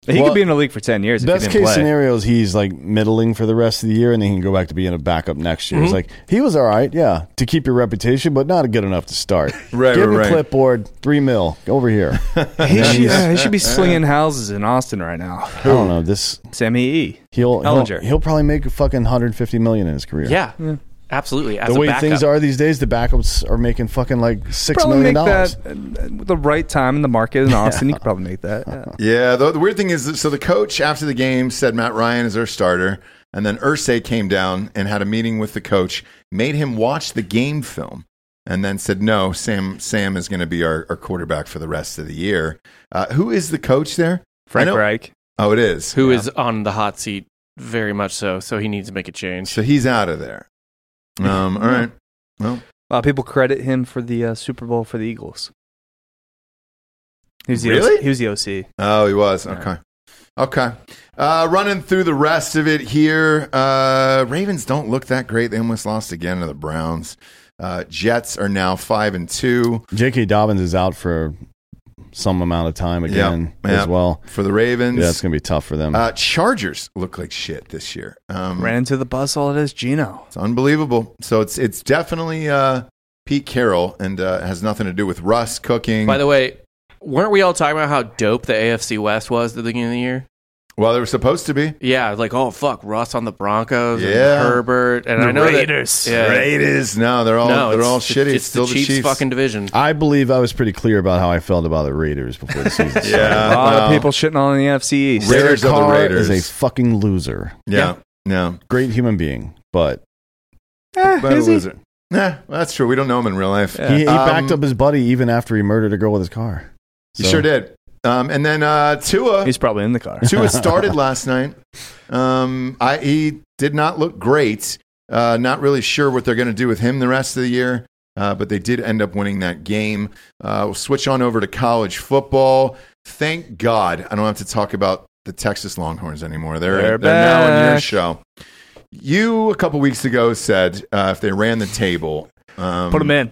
Speaker 4: He
Speaker 3: Well,
Speaker 4: could be in the league for ten years. If he
Speaker 3: best
Speaker 4: didn't
Speaker 3: case
Speaker 4: play.
Speaker 3: scenario is he's like middling for the rest of the year, and then he can go back to being a backup next year. It's like he was all right, yeah, to keep your reputation, but not good enough to start.
Speaker 2: Right, right,
Speaker 3: Give him a
Speaker 2: right.
Speaker 3: clipboard, three mil over here.
Speaker 4: He should,
Speaker 3: he's-
Speaker 4: yeah, he should be slinging houses in Austin right now.
Speaker 3: I don't know this.
Speaker 4: Sammy E.
Speaker 3: He'll he'll,
Speaker 4: Ellinger.
Speaker 3: he'll probably make a fucking hundred fifty million in his career.
Speaker 5: Yeah, absolutely. As
Speaker 3: the
Speaker 5: a
Speaker 3: way
Speaker 5: backup.
Speaker 3: things are these days, the backups are making fucking like six
Speaker 4: Probably
Speaker 3: million
Speaker 4: make
Speaker 3: dollars.
Speaker 4: that uh, the right time in the market in Austin. You could probably make that. yeah.
Speaker 2: Yeah, the, the weird thing is, that- so the coach after the game said Matt Ryan is their starter, and then Ursay came down and had a meeting with the coach, made him watch the game film, and then said, "No, Sam Sam is going to be our, our quarterback for the rest of the year." Uh, who is the coach there? I
Speaker 4: Frank
Speaker 2: know-
Speaker 4: Reich.
Speaker 2: Oh, it is.
Speaker 5: who is on the hot seat very much so. So he needs to make a change.
Speaker 2: So he's out of there. Um, all right.
Speaker 4: A lot of Uh, people credit him for the uh, Super Bowl for the Eagles. He was the
Speaker 2: Really?
Speaker 4: OC. He was the OC.
Speaker 2: Oh, he was. Okay. Okay. Uh, running through the rest of it here. Uh, Ravens don't look that great. They almost lost again to the Browns. Uh, Jets are now five and two
Speaker 3: J.K. Dobbins is out for some amount of time
Speaker 2: Yeah,
Speaker 3: again
Speaker 2: yeah.
Speaker 3: as well.
Speaker 2: for the Ravens.
Speaker 3: Yeah, it's gonna be tough for them.
Speaker 2: uh, Chargers look like shit this year. Um,
Speaker 4: Ran into the buzzsaw that is Gino.
Speaker 2: It's unbelievable. So it's it's definitely uh, Pete Carroll and uh, has nothing to do with Russ cooking.
Speaker 5: By the way, weren't we all talking about how dope the AFC West was at the beginning of the year?
Speaker 2: well, they were supposed to be.
Speaker 5: Yeah, like oh fuck, Russ on the Broncos,
Speaker 2: Yeah.
Speaker 5: and Herbert, and I know That, yeah,
Speaker 2: Raiders. No, they're all
Speaker 5: no,
Speaker 2: they're
Speaker 5: it's-
Speaker 2: all
Speaker 5: it's-
Speaker 2: shitty.
Speaker 5: It's,
Speaker 2: still
Speaker 5: the Chiefs, fucking division.
Speaker 3: I believe I was pretty clear about how I felt about the Raiders before the season. started.
Speaker 4: A
Speaker 2: Yeah,
Speaker 4: lot of
Speaker 2: no.
Speaker 4: people shitting on the NFC East.
Speaker 2: Ra-
Speaker 3: Derek
Speaker 2: Raiders are the
Speaker 3: Carr
Speaker 2: Raiders.
Speaker 3: is a fucking loser.
Speaker 2: Yeah, no.
Speaker 3: Great human being, but
Speaker 4: Eh,
Speaker 2: But
Speaker 4: is
Speaker 2: a
Speaker 4: he?
Speaker 2: loser. Nah, that's true. We don't know him in real life.
Speaker 4: Yeah.
Speaker 3: he, he backed
Speaker 2: Um,
Speaker 3: up his buddy even after he murdered a girl with his car.
Speaker 2: He
Speaker 3: So-
Speaker 2: sure did. Um, and then uh, Tua,
Speaker 4: He's probably in the car.
Speaker 2: Tua started last night. Um, I, he did not look great. Uh, not really sure what they're going to do with him the rest of the year. Uh, but they did end up winning that game. Uh, we'll switch on over to college football. Thank God I don't have to talk about the Texas Longhorns anymore. They're,
Speaker 4: They're
Speaker 2: they're now on your
Speaker 4: back.
Speaker 2: show. You a couple weeks ago said uh, if they ran the table, um,
Speaker 4: Put them in.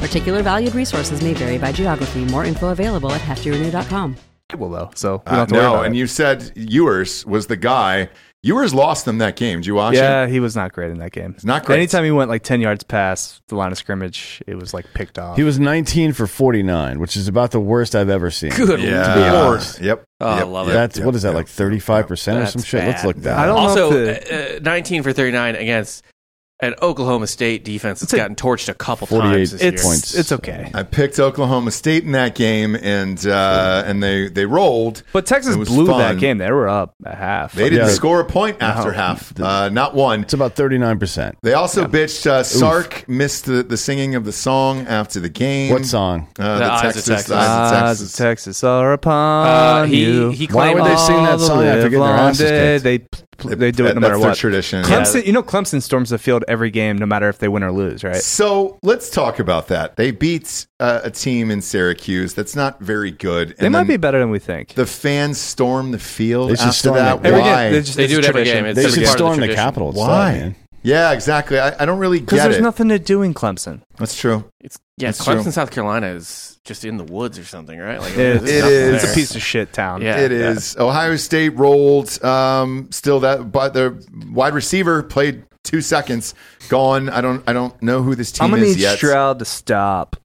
Speaker 6: Particular valued resources may vary by geography. More info available at heftyrenew.com.
Speaker 4: though, so we don't
Speaker 2: uh,
Speaker 4: have to worry
Speaker 2: no,
Speaker 4: about
Speaker 2: and
Speaker 4: it.
Speaker 2: you said Ewers was the guy. Ewers lost them that game. Did you watch it?
Speaker 4: Yeah, he was not great in that game.
Speaker 2: not great.
Speaker 4: Anytime he went like ten yards past the line of scrimmage, it was like picked off.
Speaker 3: He was 19 for 49, which is about the worst I've ever seen.
Speaker 5: Good
Speaker 2: Yeah.
Speaker 5: lord.
Speaker 2: Yep.
Speaker 5: Oh, I
Speaker 2: yep,
Speaker 5: love it.
Speaker 2: yep,
Speaker 3: That's
Speaker 2: yep,
Speaker 3: what is that
Speaker 2: yep,
Speaker 3: like
Speaker 2: yep,
Speaker 3: 35 percent or
Speaker 5: That's
Speaker 3: some shit? Let's
Speaker 5: bad.
Speaker 3: look that.
Speaker 4: I
Speaker 3: up.
Speaker 4: don't
Speaker 5: Also,
Speaker 4: know if
Speaker 5: uh, uh, 19 for 39 against an Oklahoma State defense that's
Speaker 4: It's a-
Speaker 5: gotten torched a couple
Speaker 3: 48
Speaker 5: times this
Speaker 4: it's
Speaker 5: year.
Speaker 3: points.
Speaker 4: it's okay.
Speaker 2: I picked Oklahoma State in that game, and uh, and they they rolled.
Speaker 4: But Texas
Speaker 2: It was
Speaker 4: blew
Speaker 2: fun.
Speaker 4: that game. They were up a half.
Speaker 2: They didn't
Speaker 3: Yeah.
Speaker 2: score a point after half, uh, not one.
Speaker 3: It's about 39 percent.
Speaker 2: They also bitched uh, Sark missed the, the singing of the song after the game.
Speaker 3: What song?
Speaker 2: Uh,
Speaker 5: The
Speaker 2: the,
Speaker 5: Eyes of
Speaker 2: Texas,
Speaker 5: Texas.
Speaker 2: The Eyes of
Speaker 4: Eyes
Speaker 2: Texas.
Speaker 4: of Ah, Texas are upon
Speaker 5: Uh, he-
Speaker 4: you.
Speaker 5: he claimed- Why would
Speaker 3: they sing that
Speaker 4: All the
Speaker 3: song after getting their
Speaker 4: livelong
Speaker 3: asses
Speaker 4: day.
Speaker 3: kicked?
Speaker 4: They, pl- they do it
Speaker 2: That-
Speaker 4: no matter
Speaker 2: that's
Speaker 4: what.
Speaker 2: their tradition.
Speaker 4: Clemson, you know, Clemson storms the field every game, no matter if they win or lose, right?
Speaker 2: So let's talk about that. They beat uh, a team in Syracuse that's not very good. And
Speaker 4: They might
Speaker 2: then
Speaker 4: be better than we think.
Speaker 2: The fans storm the field
Speaker 3: They should
Speaker 2: after
Speaker 3: storm
Speaker 2: that.
Speaker 3: it.
Speaker 4: Every
Speaker 2: Why?
Speaker 4: game, they just-
Speaker 5: They
Speaker 4: it's
Speaker 5: do
Speaker 4: a
Speaker 5: it every
Speaker 4: tradition.
Speaker 5: game. It's
Speaker 3: They
Speaker 5: just
Speaker 3: should
Speaker 5: part of the
Speaker 3: storm the,
Speaker 5: tradition.
Speaker 3: Capitol. It's
Speaker 2: Why?
Speaker 3: sad, man.
Speaker 2: yeah, exactly. I, I don't really get
Speaker 4: Because there's
Speaker 2: it.
Speaker 4: nothing to do in Clemson.
Speaker 2: that's true.
Speaker 5: It's, yeah,
Speaker 2: That's
Speaker 5: Clemson,
Speaker 2: true.
Speaker 5: South Carolina is just in the woods or something, right? Like,
Speaker 4: It,
Speaker 2: it
Speaker 5: there's nothing
Speaker 2: is.
Speaker 4: It's
Speaker 5: there.
Speaker 4: a piece of shit town.
Speaker 5: Yeah.
Speaker 2: It is. Ohio State rolled. Um, still that, but their wide receiver played two seconds. Gone. I don't. I don't know who this
Speaker 4: I'm
Speaker 2: team
Speaker 4: gonna
Speaker 2: is
Speaker 4: need
Speaker 2: yet.
Speaker 4: Stroud to stop,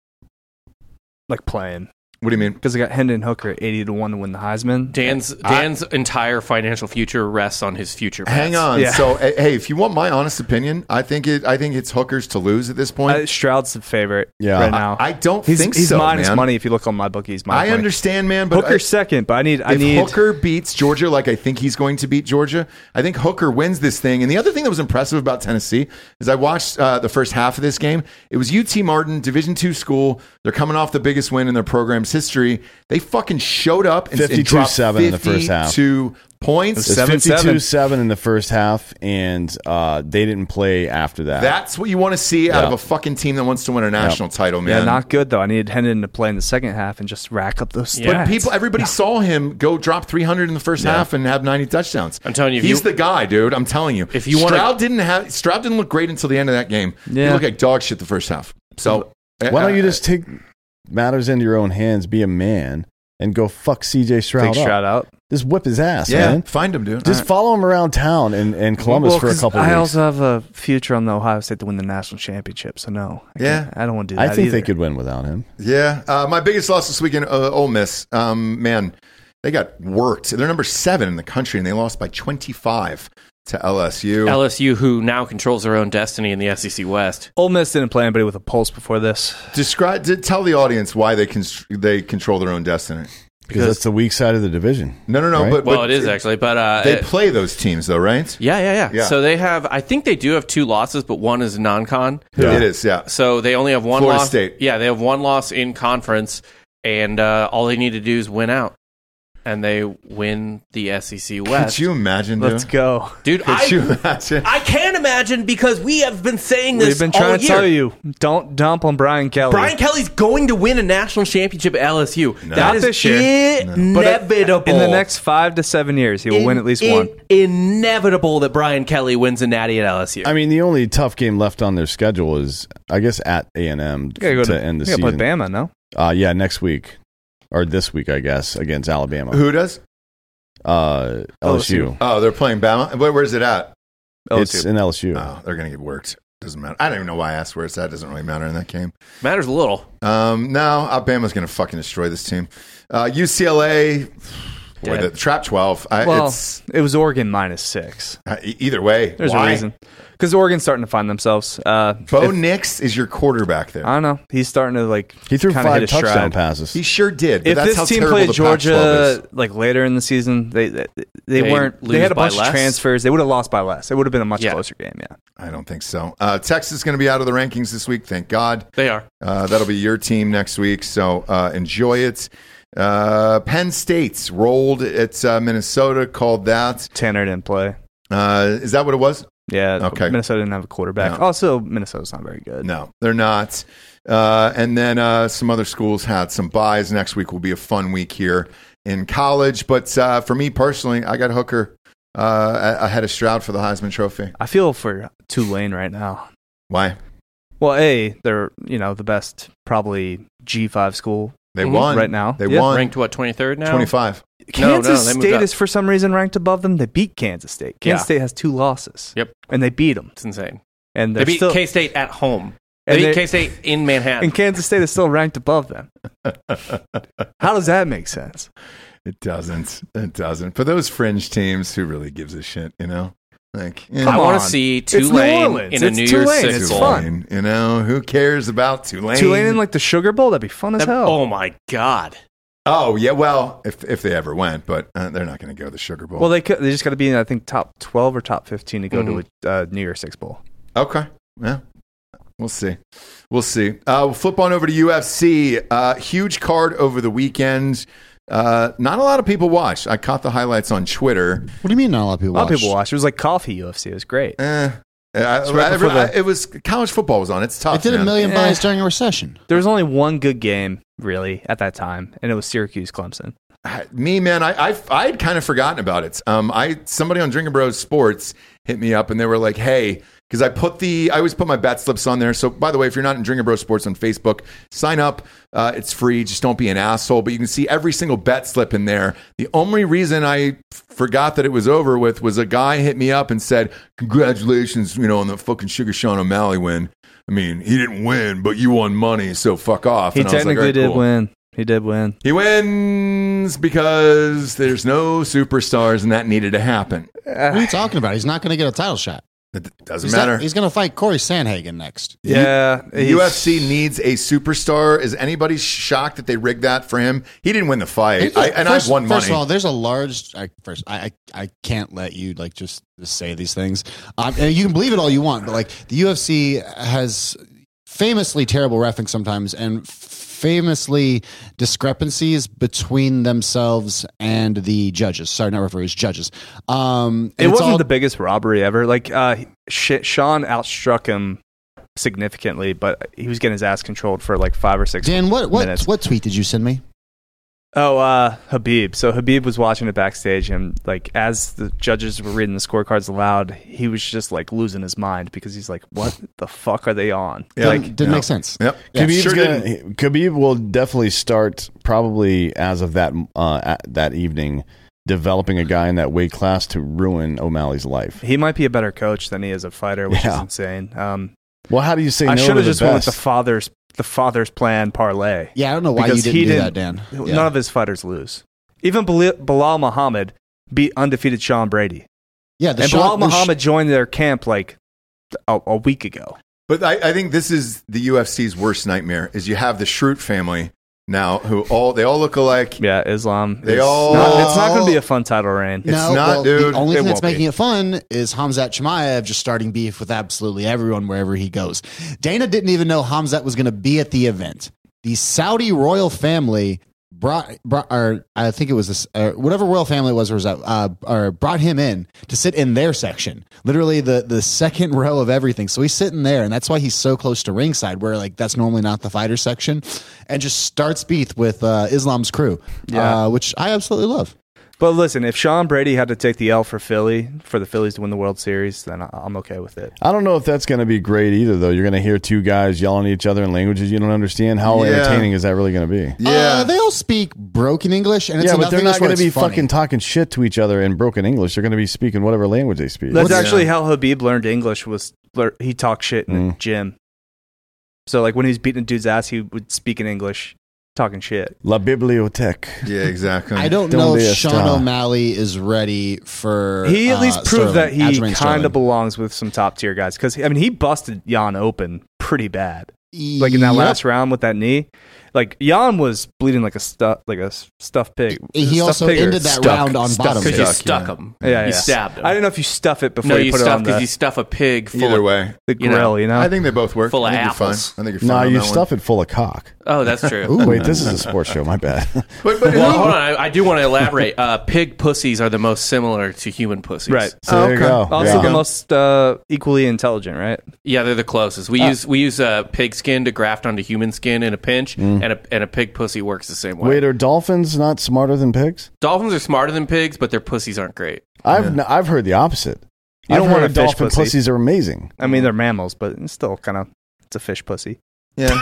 Speaker 4: like playing,
Speaker 2: what do you mean?
Speaker 4: because I got Hendon Hooker at 80 to one to win the Heisman.
Speaker 5: Dan's
Speaker 4: I-
Speaker 5: Dan's entire financial future rests on his future. bets.
Speaker 2: Hang on.
Speaker 4: Yeah.
Speaker 2: So eh, hey, if you want my honest opinion, I think it. I think it's hookers to lose at this point.
Speaker 4: Uh, Stroud's the favorite
Speaker 3: Yeah.
Speaker 4: right
Speaker 3: I-
Speaker 4: now.
Speaker 2: I don't
Speaker 4: he's,
Speaker 2: think
Speaker 4: he's
Speaker 2: so,
Speaker 4: minus
Speaker 2: man.
Speaker 4: money if you look on my bookie. He's minus
Speaker 2: I
Speaker 4: money.
Speaker 2: understand, man. But
Speaker 4: Hooker's
Speaker 2: I-
Speaker 4: second, but I need I
Speaker 2: if
Speaker 4: need
Speaker 2: Hooker beats Georgia like I think he's going to beat Georgia, I think Hooker wins this thing. And the other thing that was impressive about Tennessee is I watched uh, the first half of this game. It was UT Martin, Division two school. They're coming off the biggest win in their program's history. They fucking showed up and, and dropped
Speaker 3: 52-7 in the first half.
Speaker 2: Two points.
Speaker 4: It was Seven, seven.
Speaker 3: 52 7 in the first half, and uh, they didn't play after that.
Speaker 2: That's what you want to see out of
Speaker 3: Yeah.
Speaker 2: a fucking team that wants to win a national title, man.
Speaker 4: Yeah, not good though. I needed Hendon to play in the second half and just rack up those stats.
Speaker 5: But
Speaker 2: People, everybody saw him go drop 300 in the first half and have 90 touchdowns.
Speaker 5: I'm telling you, if
Speaker 2: he's
Speaker 5: you-
Speaker 2: the guy, dude. I'm telling you.
Speaker 5: If you wanna-
Speaker 2: Stroud didn't have Stroud didn't look great until the end of that game. He
Speaker 4: Yeah.
Speaker 2: looked like dog shit the first half. So
Speaker 3: Why don't you
Speaker 2: uh,
Speaker 3: just take matters into your own hands, be a man, and go fuck CJ Stroud?
Speaker 4: Big
Speaker 3: up?
Speaker 4: shout out.
Speaker 3: Just whip his ass,
Speaker 2: yeah
Speaker 3: man.
Speaker 2: find him, dude? All
Speaker 3: Just
Speaker 2: right.
Speaker 3: follow him around town and, and Columbus
Speaker 4: Well,
Speaker 3: for a
Speaker 4: 'cause
Speaker 3: couple of
Speaker 4: I
Speaker 3: weeks.
Speaker 4: also have a future on the Ohio State to win the national championship, so no. I
Speaker 2: Yeah.
Speaker 4: can't- I don't want to do
Speaker 3: I
Speaker 4: that.
Speaker 3: think they
Speaker 4: either.
Speaker 3: could win without him.
Speaker 2: yeah. Uh, my biggest loss this weekend, uh, Ole Miss. Um, man, they got worked. They're number seven in the country, and they lost by 25 to LSU.
Speaker 5: LSU, who now controls their own destiny in the SEC West.
Speaker 4: Ole Miss didn't play anybody with a pulse before this.
Speaker 2: Describe, to tell the audience why they can they control their own destiny.
Speaker 3: Because that's the weak side of the division.
Speaker 2: No, no, no.
Speaker 3: Right?
Speaker 2: But,
Speaker 5: Well,
Speaker 2: but
Speaker 5: it is actually, but uh,
Speaker 2: They
Speaker 5: it-
Speaker 2: play those teams though, right?
Speaker 5: yeah, yeah, yeah,
Speaker 2: Yeah.
Speaker 5: So they have, I think they do have two losses, but one is non-con.
Speaker 3: Yeah.
Speaker 2: It is, yeah.
Speaker 5: So they only have one
Speaker 2: Florida
Speaker 5: loss.
Speaker 2: State.
Speaker 5: Yeah, they have one loss in conference, and uh, all they need to do is win out, and they win the SEC West.
Speaker 2: Could you imagine? Dude?
Speaker 4: Let's go.
Speaker 5: Dude,
Speaker 2: Could
Speaker 5: I,
Speaker 2: you imagine?
Speaker 5: I can imagine because we have been saying this.
Speaker 4: We've been
Speaker 5: all
Speaker 4: trying to
Speaker 5: year.
Speaker 4: tell you, don't dump on Brian Kelly.
Speaker 5: Brian Kelly's going to win a national championship at LSU.
Speaker 4: Not
Speaker 5: That is
Speaker 4: this year. But it-
Speaker 5: inevitable.
Speaker 4: in the next five to seven years, he will win at least
Speaker 5: In-
Speaker 4: one.
Speaker 5: Inevitable that Brian Kelly wins a natty at LSU.
Speaker 3: I mean, the only tough game left on their schedule is, I guess, at A and M
Speaker 4: You gotta
Speaker 3: to,
Speaker 4: go to
Speaker 3: end the
Speaker 4: you gotta
Speaker 3: season.
Speaker 4: play Bama, no?
Speaker 3: Uh, yeah, next week or this week, I guess, against Alabama.
Speaker 2: Who does?
Speaker 3: Uh, LSU.
Speaker 2: Oh, they're playing Bama. Where, where's it at?
Speaker 3: It's in LSU.
Speaker 2: Oh, they're gonna get worked. Doesn't matter. I don't even know why I asked where it's at. Doesn't really matter in that game.
Speaker 5: Matters a little.
Speaker 2: Um, no, Alabama's gonna fucking destroy this team. Uh, UCLA. Boy, the trap twelve. I,
Speaker 4: Well,
Speaker 2: it's
Speaker 4: it was Oregon minus six.
Speaker 2: uh, e- either way.
Speaker 4: There's
Speaker 2: why?
Speaker 4: a reason because Oregon's starting to find themselves. Uh,
Speaker 2: Bo
Speaker 4: if-
Speaker 2: Nix is your quarterback there.
Speaker 4: I don't know. He's starting to like.
Speaker 3: He threw
Speaker 4: kinda
Speaker 3: five
Speaker 4: hit a stride.
Speaker 3: touchdown passes.
Speaker 2: he sure did. But
Speaker 4: If
Speaker 2: that's how
Speaker 4: this team
Speaker 2: terrible
Speaker 4: played
Speaker 2: the Pac-12 is.
Speaker 4: Georgia like later in the season, they they, they
Speaker 5: They
Speaker 4: weren't. They
Speaker 5: lose
Speaker 4: had a
Speaker 5: by
Speaker 4: bunch
Speaker 5: less?
Speaker 4: of transfers. They would have lost by less. It would have been a much
Speaker 5: Yeah.
Speaker 4: closer game. Yeah.
Speaker 2: I don't think so. Uh, Texas is going to be out of the rankings this week. Thank God.
Speaker 5: They are.
Speaker 2: Uh, that'll be your team next week. So uh, enjoy it. Uh, Penn State's rolled at uh, Minnesota. Called that.
Speaker 4: Tanner didn't play.
Speaker 2: Uh, is that what it was?
Speaker 4: Yeah.
Speaker 2: Okay.
Speaker 4: Minnesota didn't have a quarterback.
Speaker 2: No.
Speaker 4: Also, Minnesota's not very good.
Speaker 2: No, they're not. Uh, and then uh, some other schools had some buys. Next week will be a fun week here in college. But uh, for me personally, I got Hooker uh, a- ahead of Stroud for the Heisman Trophy.
Speaker 4: I feel for Tulane right now.
Speaker 2: Why?
Speaker 4: Well, a they're you know the best probably G five school.
Speaker 2: They
Speaker 5: Mhm.
Speaker 2: won
Speaker 4: Mm-hmm. Right now.
Speaker 2: They
Speaker 4: Yeah.
Speaker 2: won
Speaker 5: Ranked what, 23rd now?
Speaker 2: twenty five.
Speaker 5: No, no,
Speaker 4: Kansas
Speaker 5: they moved
Speaker 4: State
Speaker 5: up.
Speaker 4: is for some reason ranked above them. They beat Kansas State. Kansas
Speaker 5: Yeah.
Speaker 4: State has two losses.
Speaker 5: Yep.
Speaker 4: and they beat them.
Speaker 5: It's insane.
Speaker 4: And
Speaker 5: They
Speaker 4: they're
Speaker 5: beat
Speaker 4: still,
Speaker 5: K State at home. They
Speaker 4: And
Speaker 5: beat
Speaker 4: they-
Speaker 5: K State in Manhattan.
Speaker 4: and Kansas State is still ranked above them. How does that make sense?
Speaker 2: It doesn't. It doesn't. For those fringe teams, who really gives a shit? You know, like eh. you
Speaker 5: I
Speaker 2: know,
Speaker 4: Come
Speaker 5: want
Speaker 4: on.
Speaker 5: to see
Speaker 4: It's New
Speaker 5: Tulane
Speaker 4: Orleans.
Speaker 5: in a
Speaker 4: It's
Speaker 5: New
Speaker 4: Tulane.
Speaker 5: Year's Six
Speaker 4: It's
Speaker 5: Bowl.
Speaker 4: fun.
Speaker 2: Tulane, You know, who cares about Tulane?
Speaker 4: Tulane in like the Sugar Bowl. That'd be fun as
Speaker 5: That-
Speaker 4: hell.
Speaker 5: oh my god!
Speaker 2: oh yeah. Well, if if they ever went, but uh, they're not going to go to the Sugar Bowl.
Speaker 4: Well, they could, they just got to be in I think top twelve or top fifteen to go
Speaker 5: Mm-hmm.
Speaker 4: to a uh, New Year's Six Bowl.
Speaker 2: Okay. Yeah. We'll see. We'll see. Uh, we'll flip on over to UFC. Uh, huge card over the weekend. Uh, not a lot of people watched. I caught the highlights on Twitter.
Speaker 7: What do you mean not a lot of people
Speaker 4: A lot
Speaker 7: watch?
Speaker 4: of people watch. It was like coffee UFC. It was great.
Speaker 2: Eh. I-
Speaker 4: It's
Speaker 2: I-
Speaker 4: right before
Speaker 2: I-
Speaker 4: the-
Speaker 2: it was college football was on. It's tough.
Speaker 7: It did a
Speaker 2: man.
Speaker 7: million
Speaker 4: Eh.
Speaker 7: buys during a recession.
Speaker 4: There was only one good game really at that time, and it was Syracuse Clemson.
Speaker 2: Me, man, I I I had kind of forgotten about it. Um, I somebody on Drinking Bros Sports hit me up and they were like, "Hey," because I put the I always put my bet slips on there. So by the way, if you're not in Drinking Bros Sports on Facebook, sign up. Uh, it's free. Just don't be an asshole. But you can see every single bet slip in there. The only reason I forgot that it was over with was a guy hit me up and said, "Congratulations, you know, on the fucking Sugar Sean O'Malley win." I mean, he didn't win, but you won money, so fuck off.
Speaker 4: He
Speaker 2: And I was like,
Speaker 4: technically
Speaker 2: "All right,
Speaker 4: did
Speaker 2: cool."
Speaker 4: win. He did win.
Speaker 2: He wins because there's no superstars, and that needed to happen.
Speaker 7: What are you talking about? He's not going to get a title shot.
Speaker 2: It doesn't
Speaker 7: He's,
Speaker 2: matter.
Speaker 7: Not, he's going to fight Corey Sanhagen next.
Speaker 4: Yeah, he's-
Speaker 2: UFC needs a superstar. Is anybody shocked that they rigged that for him? He didn't win the fight, I, and
Speaker 7: first,
Speaker 2: I've won
Speaker 7: First
Speaker 2: money.
Speaker 7: of all, there's a large. I, first, I, I I can't let you like just, just say these things. Um, and you can believe it all you want, but like the UFC has famously terrible refing sometimes, and famously discrepancies between themselves and the judges. Sorry, not referees, judges. Um, and
Speaker 4: It
Speaker 7: it's
Speaker 4: wasn't
Speaker 7: all-
Speaker 4: the biggest robbery ever. Like, uh, shit, Sean outstruck him significantly, but he was getting his ass controlled for like five or six.
Speaker 7: Dan, what what
Speaker 4: minutes.
Speaker 7: what tweet did you send me?
Speaker 4: Oh, uh, Habib. So Habib was watching it backstage, and like as the judges were reading the scorecards aloud, he was just like losing his mind because he's like, "What the fuck are they on?"
Speaker 2: Yeah.
Speaker 4: Like,
Speaker 7: Didn't make sense.
Speaker 2: yep.
Speaker 3: Khabib's
Speaker 2: Sure
Speaker 3: gonna,
Speaker 2: didn't.
Speaker 3: Khabib will definitely start probably as of that uh, at- that evening developing a guy in that weight class to ruin O'Malley's life.
Speaker 4: he might be a better coach than he is a fighter, which is
Speaker 3: Yeah.
Speaker 4: insane. Um,
Speaker 3: Well, how do you say
Speaker 4: I
Speaker 3: no
Speaker 4: should
Speaker 3: to
Speaker 4: have
Speaker 3: the
Speaker 4: just went with the
Speaker 3: best?
Speaker 4: father's the father's plan parlay.
Speaker 7: Yeah, I don't know why
Speaker 4: Because
Speaker 7: you
Speaker 4: he
Speaker 7: didn't do
Speaker 4: didn't-
Speaker 7: that, Dan. Yeah.
Speaker 4: None of his fighters lose. Even Bal- Bilal Muhammad beat undefeated Sean Brady,
Speaker 7: yeah, the
Speaker 4: and
Speaker 7: Sean-
Speaker 4: Bilal
Speaker 7: the Sh-
Speaker 4: Muhammad joined their camp like a, a week ago.
Speaker 2: But I, I think this is the UFC's worst nightmare: is you have the Shroot family now, who all they all look alike.
Speaker 4: Yeah, Islam.
Speaker 2: They
Speaker 4: is
Speaker 2: all-
Speaker 4: not- it's not going to be a fun title reign.
Speaker 2: It's not, dude.
Speaker 7: The only
Speaker 2: It
Speaker 7: thing that's
Speaker 2: won't be.
Speaker 7: making it fun is Hamzat Shemaev just starting beef with absolutely everyone wherever he goes. Dana didn't even know Hamzat was going to be at the event. The Saudi royal family brought, brought or I think it was this, uh, whatever royal family it was, was that, uh, or brought him in to sit in their section, literally the the second row of everything. So he's sitting there, and that's why he's so close to ringside, where like that's normally not the fighter section, and just starts beef with uh, Islam's crew,
Speaker 4: Yeah.
Speaker 7: uh, which I absolutely love.
Speaker 4: But listen, if Sean Brady had to take the L for Philly for the Phillies to win the World Series, then I- I'm okay with it.
Speaker 3: I don't know if that's going to be great either, though. You're going to hear two guys yelling at each other in languages you don't understand. How
Speaker 2: Yeah.
Speaker 3: entertaining is that really going to be?
Speaker 7: Uh, they all speak broken English, and it's
Speaker 3: yeah, but they're not
Speaker 7: going to
Speaker 3: going to be
Speaker 7: funny.
Speaker 3: fucking talking shit to each other in broken English. They're going to be speaking whatever language they speak.
Speaker 4: That's
Speaker 7: What's-
Speaker 4: actually how Habib learned English. Was lear- he talked shit in the
Speaker 3: Mm.
Speaker 4: gym? So like when he was beating a dude's ass, he would speak in English talking shit.
Speaker 3: La bibliothèque.
Speaker 2: Yeah, exactly.
Speaker 7: I don't
Speaker 3: Don't
Speaker 7: know
Speaker 3: be
Speaker 7: if
Speaker 3: a
Speaker 7: Sean
Speaker 3: star.
Speaker 7: O'Malley is ready for.
Speaker 4: He at
Speaker 7: uh,
Speaker 4: least proved
Speaker 7: Sterling,
Speaker 4: that he
Speaker 7: Aljamain
Speaker 4: kind
Speaker 7: Sterling.
Speaker 4: of belongs with some top tier guys because I mean he busted Jan open pretty bad, like in that
Speaker 7: Yep.
Speaker 4: last round with that knee. Like Jan was bleeding like a stuff like a s- stuffed pig.
Speaker 7: He
Speaker 4: Stuffed
Speaker 7: also
Speaker 4: pig or-
Speaker 7: ended that round on bottom.
Speaker 5: because you
Speaker 2: Stuck,
Speaker 5: stuck
Speaker 2: yeah.
Speaker 5: him.
Speaker 4: Yeah,
Speaker 5: you
Speaker 4: yeah.
Speaker 5: stabbed him.
Speaker 4: I don't know if you stuff it before
Speaker 5: No,
Speaker 4: you,
Speaker 5: you
Speaker 4: put it
Speaker 5: stuff
Speaker 4: on the,
Speaker 5: because you stuff a pig full
Speaker 2: Either
Speaker 5: of,
Speaker 2: way,
Speaker 4: the
Speaker 5: you know.
Speaker 4: grill. You know,
Speaker 2: I think they both work.
Speaker 5: Full
Speaker 2: I
Speaker 5: of
Speaker 2: think you're
Speaker 5: apples.
Speaker 2: Fine. I think you're fine.
Speaker 3: No,
Speaker 2: on
Speaker 3: you
Speaker 2: that one.
Speaker 3: stuff it full of cock.
Speaker 5: Oh, that's true.
Speaker 3: Wait, this is a sports show. My bad.
Speaker 2: But, but
Speaker 5: Well,
Speaker 2: who-
Speaker 5: hold on. I, I do want to elaborate. Uh, pig pussies are the most similar to human pussies.
Speaker 4: right?
Speaker 3: So there you
Speaker 2: Oh, Okay.
Speaker 3: go.
Speaker 4: Also,
Speaker 3: Yeah.
Speaker 4: the most uh, equally intelligent, right?
Speaker 5: Yeah, they're the closest. We use we use uh, pig skin to graft onto human skin in a pinch, and a and a pig pussy works the same way.
Speaker 3: Wait, are dolphins not smarter than pigs?
Speaker 5: Dolphins are smarter than pigs, but their pussies aren't great.
Speaker 3: I've n- I've heard the opposite.
Speaker 4: You
Speaker 3: I've
Speaker 4: don't
Speaker 3: heard
Speaker 4: want a fish
Speaker 3: dolphin
Speaker 4: pussy.
Speaker 3: pussies are amazing.
Speaker 4: I mean, they're mammals, but it's still kind of it's a fish pussy.
Speaker 2: Yeah.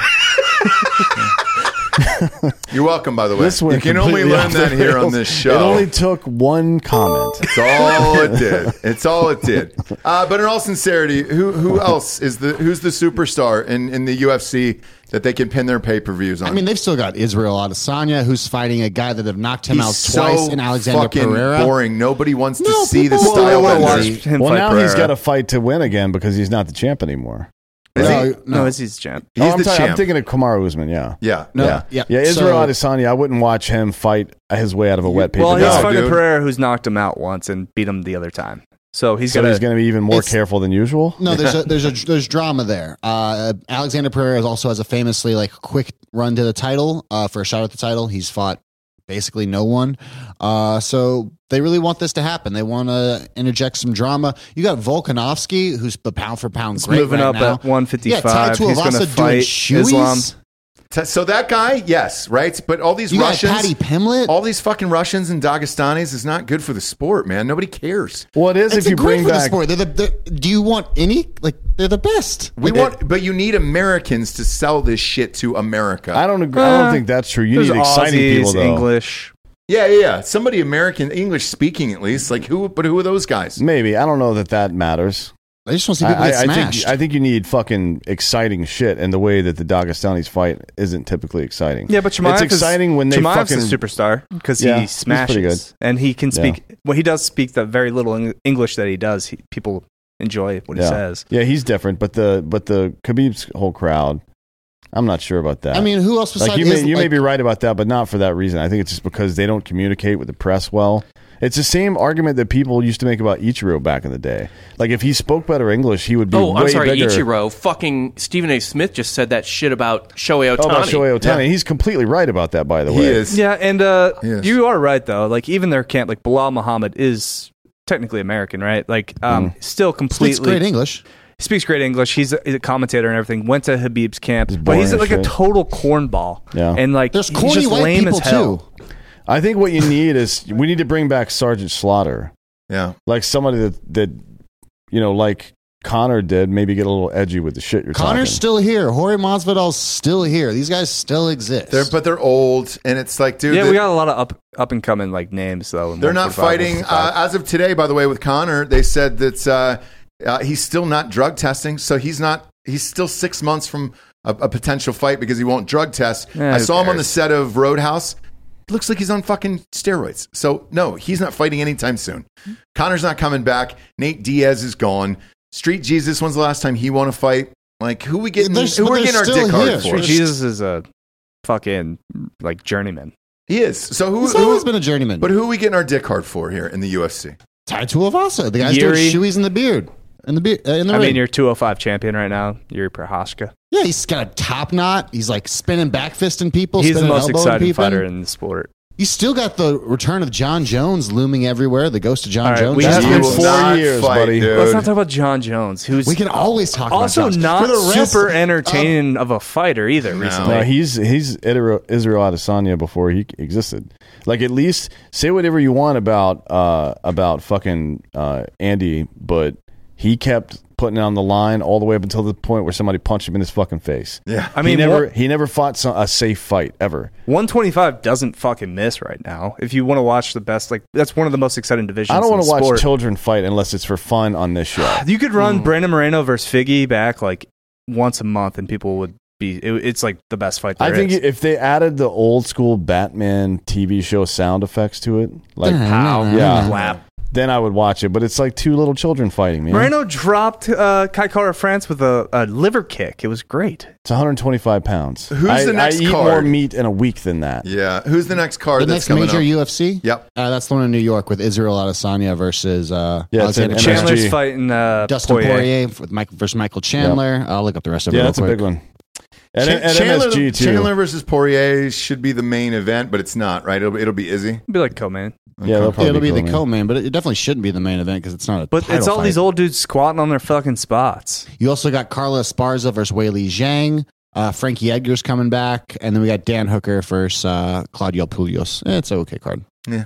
Speaker 2: You're welcome, by the way.
Speaker 3: This
Speaker 2: you
Speaker 3: went
Speaker 2: can only
Speaker 3: completely
Speaker 2: learn
Speaker 3: off the
Speaker 2: that here on
Speaker 3: rails.
Speaker 2: this show.
Speaker 3: It only took one comment.
Speaker 2: It's all it did. It's all it did. Uh, but in all sincerity, who who else is the who's the superstar in, in the UFC that they can pin their pay per views on?
Speaker 7: I mean, they've still got Israel Adesanya, who's fighting a guy that have knocked him
Speaker 2: he's
Speaker 7: out
Speaker 2: so
Speaker 7: twice, and Alexander
Speaker 2: fucking
Speaker 7: Pereira.
Speaker 2: boring. Nobody wants to
Speaker 7: No,
Speaker 2: see the
Speaker 7: people-
Speaker 2: style.
Speaker 7: Well,
Speaker 2: that
Speaker 7: well,
Speaker 2: they're-
Speaker 7: watch-
Speaker 4: him
Speaker 3: well,
Speaker 4: fight
Speaker 3: now he's
Speaker 4: Pereira.
Speaker 3: got to fight to win again because he's not the champ anymore. Oh,
Speaker 2: Is
Speaker 7: No,
Speaker 2: he?
Speaker 4: No,
Speaker 7: no,
Speaker 4: it's he's champ.
Speaker 2: He's
Speaker 3: I'm,
Speaker 2: the
Speaker 3: ta- I'm
Speaker 2: champ.
Speaker 3: thinking of Kamaru Usman. Yeah,
Speaker 2: yeah,
Speaker 7: no,
Speaker 2: yeah.
Speaker 7: yeah,
Speaker 3: yeah. Israel
Speaker 7: so,
Speaker 3: Adesanya. I wouldn't watch him fight his way out of a wet paper
Speaker 4: Well, he's
Speaker 2: No,
Speaker 3: bag.
Speaker 4: fucking
Speaker 2: dude.
Speaker 4: Pereira, who's knocked him out once and beat him the other time. So he's
Speaker 3: so
Speaker 4: gonna.
Speaker 3: he's going to be even more
Speaker 7: It's-
Speaker 3: careful than usual.
Speaker 7: no, there's a, there's a there's drama there. Uh, Alexander Pereira also has a famously like quick run to the title uh, for a shot at the title. He's fought basically no one, uh, so they really want this to happen. They want to interject some drama. You got Volkanovski, who's the pound for pound great
Speaker 4: moving
Speaker 7: right
Speaker 4: up
Speaker 7: now.
Speaker 4: at 155.
Speaker 7: Yeah, Ty
Speaker 4: He's gonna
Speaker 7: Tuivasa doing
Speaker 4: fight
Speaker 7: shoeys.
Speaker 4: Islam.
Speaker 2: T- So that guy, yes, right. But all these
Speaker 7: You got
Speaker 2: Russians,
Speaker 7: Patty Pimlet.
Speaker 2: all these fucking Russians and Dagestanis is not good for the sport, man. Nobody cares.
Speaker 3: Well, it is
Speaker 7: It's
Speaker 3: if you
Speaker 7: great
Speaker 3: bring
Speaker 7: for the
Speaker 3: back.
Speaker 7: sport. They're the, they're- do you want any? Like they're the best.
Speaker 2: We want, but you need Americans to sell this shit to America.
Speaker 3: I don't agree. I
Speaker 4: Uh,
Speaker 3: don't think that's true. You
Speaker 4: There's
Speaker 3: need exciting
Speaker 4: Aussies,
Speaker 3: people though.
Speaker 4: English.
Speaker 2: yeah, yeah, yeah. Somebody American, English speaking at least. Like who? But who are those guys?
Speaker 3: Maybe I don't know that that matters.
Speaker 7: I just want to see
Speaker 3: I,
Speaker 7: people
Speaker 3: I,
Speaker 7: get
Speaker 3: I
Speaker 7: smashed.
Speaker 3: think I think you need fucking exciting shit, and the way that the Dagestanis fight isn't typically exciting.
Speaker 4: Yeah, but Chimaev
Speaker 3: it's
Speaker 4: is-
Speaker 3: exciting when they
Speaker 4: Chimaev's
Speaker 3: fucking
Speaker 4: a superstar because
Speaker 3: Yeah,
Speaker 4: he
Speaker 3: he's pretty
Speaker 4: smashes and he can speak. Well, he does speak the very little Eng- English that he does. He, people enjoy what he says.
Speaker 3: Yeah, he's different, but the but the Khabib's whole crowd, I'm not sure about that.
Speaker 7: I mean, who else besides
Speaker 3: like you may
Speaker 7: Islam-
Speaker 3: you may
Speaker 7: like-
Speaker 3: be right about that, but not for that reason. I think it's just because they don't communicate with the press well. It's the same argument that people used to make about Ichiro back in the day. Like if he spoke better English, he would be
Speaker 5: Oh,
Speaker 3: way
Speaker 5: I'm sorry,
Speaker 3: bigger.
Speaker 5: Ichiro. Fucking Stephen A. Smith just said that shit about Shohei Otani.
Speaker 3: Oh, about Shohei Otani. He's completely right about that, by the way.
Speaker 2: He is.
Speaker 4: Yeah, and uh,
Speaker 2: Yes.
Speaker 4: you are right though. Like even their camp, like Bilal Muhammad is technically American, right? Like um,
Speaker 3: Mm.
Speaker 4: still completely
Speaker 7: Speaks great English.
Speaker 4: speaks great English. He's a, he's a commentator and everything. Went to Habib's camp, but
Speaker 3: boring
Speaker 4: he's
Speaker 3: as
Speaker 4: like
Speaker 3: shit.
Speaker 4: a total cornball.
Speaker 3: Yeah.
Speaker 4: and like
Speaker 7: There's
Speaker 4: he's
Speaker 7: corny
Speaker 4: just
Speaker 7: white
Speaker 4: lame
Speaker 7: people
Speaker 4: as hell.
Speaker 7: too.
Speaker 3: I think what you need is we need to bring back Sergeant Slaughter,
Speaker 2: Yeah.
Speaker 3: like somebody that that you know, like Connor did. Maybe get a little edgy with the shit you're
Speaker 7: Connor's
Speaker 3: talking.
Speaker 7: still here. Jorge Masvidal's still here. These guys still exist.
Speaker 2: They're but they're old, and it's like, dude,
Speaker 4: Yeah,
Speaker 2: the-
Speaker 4: we got a lot of up up and coming like names though. in
Speaker 2: they're not
Speaker 4: 145,
Speaker 2: fighting. Uh,
Speaker 4: 155.
Speaker 2: as of today, by the way, with Connor, they said that uh, uh, he's still not drug testing, so he's not. He's still six months from a, a potential fight because he won't drug test.
Speaker 4: Eh,
Speaker 2: I
Speaker 4: who
Speaker 2: saw him on the
Speaker 4: cares?
Speaker 2: set of Roadhouse. Looks like he's on fucking steroids. So no, he's not fighting anytime soon. Connor's not coming back. Nate Diaz is gone. Street Jesus. When's the last time he won a fight? Like who we getting?
Speaker 7: There's-
Speaker 2: who
Speaker 7: but
Speaker 2: we
Speaker 7: they're
Speaker 2: getting our
Speaker 7: still
Speaker 2: dick
Speaker 7: here.
Speaker 2: hard for?
Speaker 4: Street Jesus is a fucking like journeyman.
Speaker 2: He is. So who?
Speaker 7: He's always
Speaker 2: who
Speaker 7: been a journeyman.
Speaker 2: but who are we getting our dick hard for here in the UFC?
Speaker 7: Ty Tuivasa, the guys
Speaker 4: Yuri.
Speaker 7: doing shoeys in the beard, in the beard, uh, in the
Speaker 4: I
Speaker 7: ring.
Speaker 4: mean, you're 205 champion right now. Yuri Prohaska.
Speaker 7: yeah, he's got a top knot. He's like spinning back fisting people.
Speaker 4: He's the
Speaker 7: spinning
Speaker 4: most
Speaker 7: elbowing
Speaker 4: exciting
Speaker 7: people.
Speaker 4: fighter in the sport.
Speaker 7: You still got the return of John Jones looming everywhere. The ghost of John
Speaker 4: All right,
Speaker 7: Jones.
Speaker 4: we
Speaker 7: That's
Speaker 4: just-
Speaker 7: been
Speaker 3: You will
Speaker 7: four-
Speaker 3: not years, buddy.
Speaker 4: Let's not talk about John Jones, who's
Speaker 7: we can always talk.
Speaker 4: also
Speaker 7: about Jones.
Speaker 4: not
Speaker 7: For the rest-
Speaker 4: super entertaining of a fighter either. Recently,
Speaker 3: No, he's he's Israel Israel Adesanya before he existed. Like at least say whatever you want about uh about fucking uh Andy, but he kept putting it on the line all the way up until the point where somebody punched him in his fucking face.
Speaker 2: Yeah.
Speaker 4: I mean,
Speaker 3: he never
Speaker 4: what-
Speaker 3: he never fought some, a safe fight ever.
Speaker 4: 125 doesn't fucking miss right now. If you want to watch the best, like that's one of the most exciting divisions.
Speaker 3: I don't
Speaker 4: want to
Speaker 3: watch children fight unless it's for fun on this show.
Speaker 7: Hmm.
Speaker 4: You could run Brandon Moreno versus Figgy back like once a month, and people would be. it- it's like the best fight.
Speaker 3: I
Speaker 4: there
Speaker 3: think
Speaker 4: is.
Speaker 3: if they added the old school Batman TV show sound effects to it, like
Speaker 7: Pow.
Speaker 3: yeah,
Speaker 4: Wow.
Speaker 3: then I would watch it. But it's like two little children fighting, man.
Speaker 4: Moreno dropped uh, Kaikara France with a, a liver kick. It was great.
Speaker 3: It's 125 pounds.
Speaker 2: Who's
Speaker 3: I,
Speaker 2: the next
Speaker 3: I eat
Speaker 2: card?
Speaker 3: more meat in a week than that.
Speaker 2: Yeah. Who's the next card
Speaker 7: The
Speaker 2: that's
Speaker 7: next
Speaker 2: coming
Speaker 7: major
Speaker 2: up?
Speaker 7: UFC?
Speaker 2: Yep.
Speaker 7: Uh, that's the one in New York with Israel Adesanya versus uh,
Speaker 3: Yeah, it's
Speaker 7: Alexander
Speaker 3: an
Speaker 7: Chandler.
Speaker 3: MSG.
Speaker 4: Chandler's fighting uh,
Speaker 7: Dustin
Speaker 4: Poirier.
Speaker 7: Poirier, with Mike, versus Michael Chandler. I'll look up the rest of it.
Speaker 3: Yeah,
Speaker 7: real
Speaker 3: that's a
Speaker 7: quick.
Speaker 3: big one. And,
Speaker 2: Chan-
Speaker 3: and
Speaker 2: Chandler,
Speaker 3: MSG too.
Speaker 2: Chandler versus Poirier should be the main event, but it's not, right? It'll, it'll be Izzy.
Speaker 4: Be like, come man.
Speaker 3: Yeah, they'll probably
Speaker 7: It'll be
Speaker 3: kill
Speaker 7: the
Speaker 3: me.
Speaker 7: co-main, but it definitely shouldn't be the main event because it's not a.
Speaker 4: But
Speaker 7: title
Speaker 4: it's all
Speaker 7: fight.
Speaker 4: these old dudes squatting on their fucking spots.
Speaker 7: You also got Carla Esparza versus Weili Zhang. Uh, Frankie Edgar's coming back, and then we got Dan Hooker versus uh, Claudio Pulios. Eh, It's an okay card.
Speaker 2: It's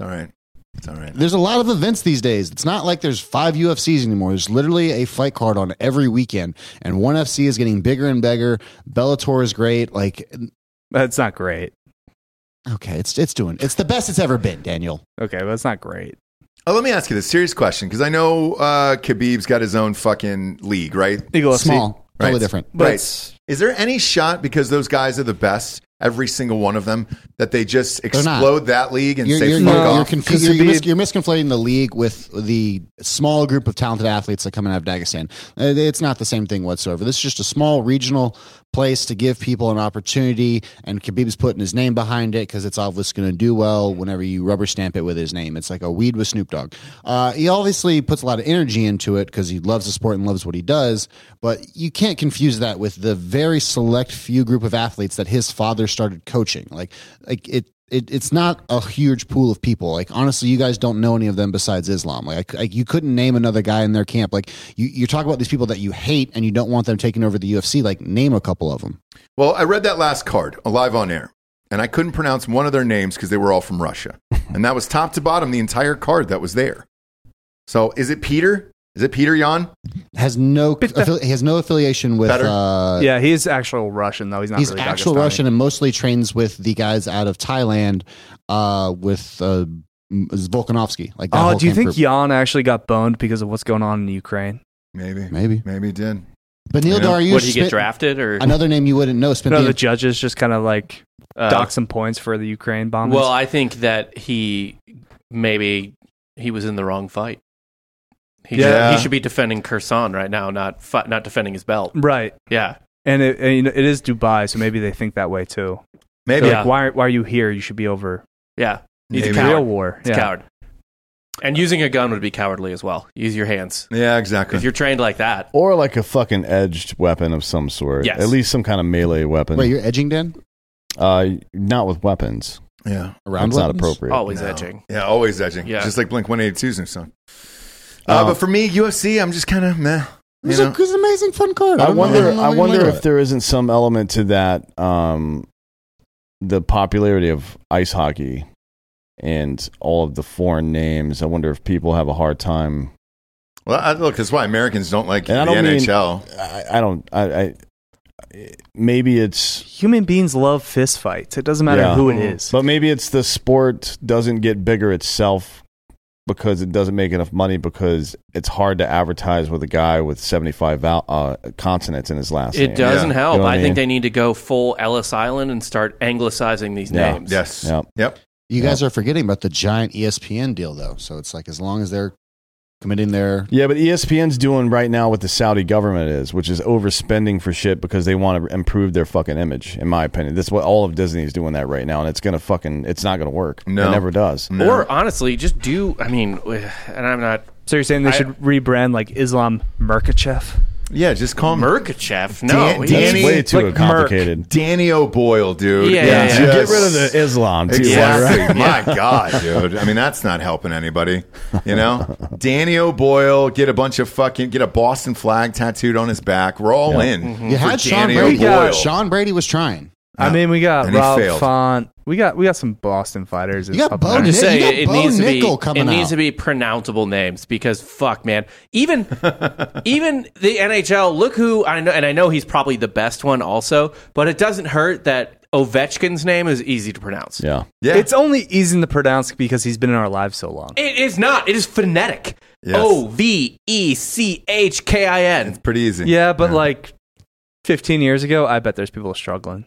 Speaker 2: all right. It's all right.
Speaker 7: There's a lot of events these days. It's not like there's five UFCs anymore. There's literally a fight card on every weekend, and one FC is getting bigger and bigger. Bellator is great. Like,
Speaker 4: That's not great.
Speaker 7: okay, it's it's doing it's the best it's ever been. Daniel,
Speaker 4: Okay, but it's not great.
Speaker 2: Oh, let me ask you this serious question because I know uh, Khabib's got his own fucking league, right?
Speaker 4: Eagle FC.
Speaker 7: small, totally
Speaker 2: Right.
Speaker 7: different.
Speaker 4: But
Speaker 2: Right.
Speaker 4: it's-
Speaker 2: Is there any shot because those guys are the best, every single one of them, that they just
Speaker 7: not.
Speaker 2: explode that league and
Speaker 7: You're,
Speaker 2: say
Speaker 7: you're,
Speaker 2: fuck
Speaker 7: you're,
Speaker 2: off?
Speaker 7: confu-
Speaker 4: Because
Speaker 7: you're,
Speaker 4: it'd be-
Speaker 7: mis- you're misconflating the league with the small group of talented athletes that come out of Dagestan. Uh, It's not the same thing whatsoever. This is just a small regional place to give people an opportunity, and Khabib's putting his name behind it because it's obviously going to do well whenever you rubber stamp it with his name. It's like a weed with Snoop Dogg. Uh, he obviously puts a lot of energy into it because he loves the sport and loves what he does, but you can't confuse that with the very select few group of athletes that his father started coaching. Like, like it it, it's not a huge pool of people. Like honestly, you guys don't know any of them besides Islam. Like, like you couldn't name another guy in their camp. Like you, you talk about these people that you hate and you don't want them taking over the UFC. Like name a couple of them.
Speaker 2: Well, I read that last card live on air, and I couldn't pronounce one of their names because they were all from Russia. and that was top to bottom the entire card that was there. So is it Peter? Is it Peter Yan?
Speaker 7: Has no affili- has no affiliation with.
Speaker 2: Better.
Speaker 7: Uh,
Speaker 4: yeah, he's actual Russian though. He's not.
Speaker 7: he's
Speaker 4: really
Speaker 7: actual
Speaker 4: Dagestani.
Speaker 7: Russian and mostly trains with the guys out of Thailand, uh, with uh, M- Volkanovski. Like that
Speaker 4: Oh,
Speaker 7: whole
Speaker 4: do you
Speaker 7: camp
Speaker 4: think
Speaker 7: group.
Speaker 4: Jan actually got boned because of what's going on in Ukraine?
Speaker 2: Maybe.
Speaker 7: Maybe.
Speaker 2: Maybe he did.
Speaker 7: But Neil
Speaker 2: You know,
Speaker 7: Dariush.
Speaker 5: Would he get
Speaker 7: spent-
Speaker 5: drafted or?
Speaker 7: Another name you wouldn't know. Spent
Speaker 4: No,
Speaker 7: the
Speaker 4: the judges just kind of like
Speaker 5: Uh,
Speaker 4: dock some points for the Ukraine bombings.
Speaker 5: Well, I think that he maybe he was in the wrong fight. He,
Speaker 2: Yeah.
Speaker 5: should, he should be defending Kursan right now, not fi- not defending his belt.
Speaker 3: Mm.
Speaker 4: right,
Speaker 5: Yeah,
Speaker 4: and it, and, you know, it is Dubai, so maybe they think that way too.
Speaker 2: Maybe.
Speaker 4: They're
Speaker 5: Yeah.
Speaker 4: Like, why are why are you here? You should be over
Speaker 5: yeah, he's
Speaker 2: Maybe.
Speaker 5: a coward.
Speaker 4: real war.
Speaker 5: It's a coward. And using a gun would be cowardly as well. Use your hands
Speaker 2: Yeah, exactly.
Speaker 5: if you're trained like that.
Speaker 3: Or like a fucking edged weapon of some sort.
Speaker 5: Yes.
Speaker 3: At least some kind of melee weapon.
Speaker 7: Wait, you're edging Dan
Speaker 3: uh, not with weapons.
Speaker 2: yeah.
Speaker 7: around.
Speaker 3: That's not
Speaker 7: weapons?
Speaker 3: appropriate.
Speaker 5: Always
Speaker 2: No.
Speaker 5: edging.
Speaker 2: Yeah, always edging.
Speaker 5: Yeah.
Speaker 2: Just like Blink 182's new song. Uh,
Speaker 3: Oh.
Speaker 2: but for me, UFC, I'm just kind of meh. You
Speaker 7: It's,
Speaker 2: know?
Speaker 7: a, it's an amazing fun card.
Speaker 3: I
Speaker 7: don't know-
Speaker 3: wonder.
Speaker 7: don't know
Speaker 3: I
Speaker 7: what you
Speaker 3: wonder
Speaker 7: like
Speaker 3: if
Speaker 7: about
Speaker 3: there isn't some element to that. Um, the popularity of ice hockey and all of the foreign names. I wonder if people have a hard time.
Speaker 2: Well, I, look, that's why Americans don't like
Speaker 3: And I
Speaker 2: the
Speaker 3: don't mean-
Speaker 2: NHL.
Speaker 3: I, I don't. I, I maybe it's
Speaker 4: Human beings love fist fights. It doesn't matter
Speaker 3: Yeah.
Speaker 4: who it is.
Speaker 3: Mm-hmm. But maybe it's the sport doesn't get bigger itself because it doesn't make enough money because it's hard to advertise with a guy with 75 val- uh, consonants in his last name.
Speaker 5: It doesn't
Speaker 2: Yeah.
Speaker 5: help.
Speaker 3: You know what
Speaker 5: I
Speaker 3: I mean?
Speaker 5: think they need to go full Ellis Island and start anglicizing these
Speaker 3: Yeah.
Speaker 5: names.
Speaker 2: yes.
Speaker 3: Yep.
Speaker 2: Yep.
Speaker 7: You guys are forgetting about the giant E ESPN deal, though. So it's like as long as they're committing their
Speaker 3: Yeah, but E ESPN's doing right now what the Saudi government is, which is overspending for shit because they want to improve their fucking image. In my opinion, that's what all of Disney's doing that right now, and it's gonna fucking it's not gonna work.
Speaker 2: No.
Speaker 3: it never does.
Speaker 2: No.
Speaker 5: Or honestly, just do. I mean, and I'm not
Speaker 4: So you're saying they
Speaker 5: I-
Speaker 4: should rebrand like Islam Merkachev?
Speaker 2: Yeah, just call him
Speaker 5: Murkachev. No,
Speaker 2: Dan-
Speaker 5: he-
Speaker 3: That's
Speaker 2: Danny-
Speaker 3: way too
Speaker 4: like Merc.
Speaker 3: complicated.
Speaker 2: Danny O'Boyle, dude.
Speaker 5: Yeah, yeah,
Speaker 2: Just-
Speaker 5: yeah.
Speaker 3: Get rid of the Islam. Too,
Speaker 2: Exactly.
Speaker 3: right?
Speaker 2: My God, dude. I mean, that's not helping anybody. You know, Danny O'Boyle get a bunch of fucking get a Boston flag tattooed on his back. We're all in.
Speaker 7: you
Speaker 2: for
Speaker 7: had Sean
Speaker 2: Danny
Speaker 7: Brady.
Speaker 2: O'Boyle.
Speaker 7: Sean Brady was trying.
Speaker 4: I mean, we got
Speaker 2: And he
Speaker 4: Rob
Speaker 2: failed.
Speaker 4: Font. We got we got some Boston fighters.
Speaker 7: You got
Speaker 4: up
Speaker 7: Bo
Speaker 4: there.
Speaker 5: I'm just
Speaker 7: Oh, Nick- you
Speaker 5: saying
Speaker 7: got
Speaker 5: it
Speaker 7: Bo
Speaker 5: needs to
Speaker 7: Nickel
Speaker 5: be it
Speaker 7: coming
Speaker 5: needs
Speaker 7: out.
Speaker 5: to be pronounceable names because fuck man even even the NHL look who I know and I know he's probably the best one also but it doesn't hurt that Ovechkin's name is easy to pronounce
Speaker 3: Yeah.
Speaker 2: Yeah.
Speaker 4: It's only easy to pronounce because he's been in our lives so long.
Speaker 5: it is not it is phonetic
Speaker 2: Yes.
Speaker 5: O V E C H K I N
Speaker 2: pretty easy.
Speaker 4: Yeah, but like 15 years ago, I bet there's people struggling.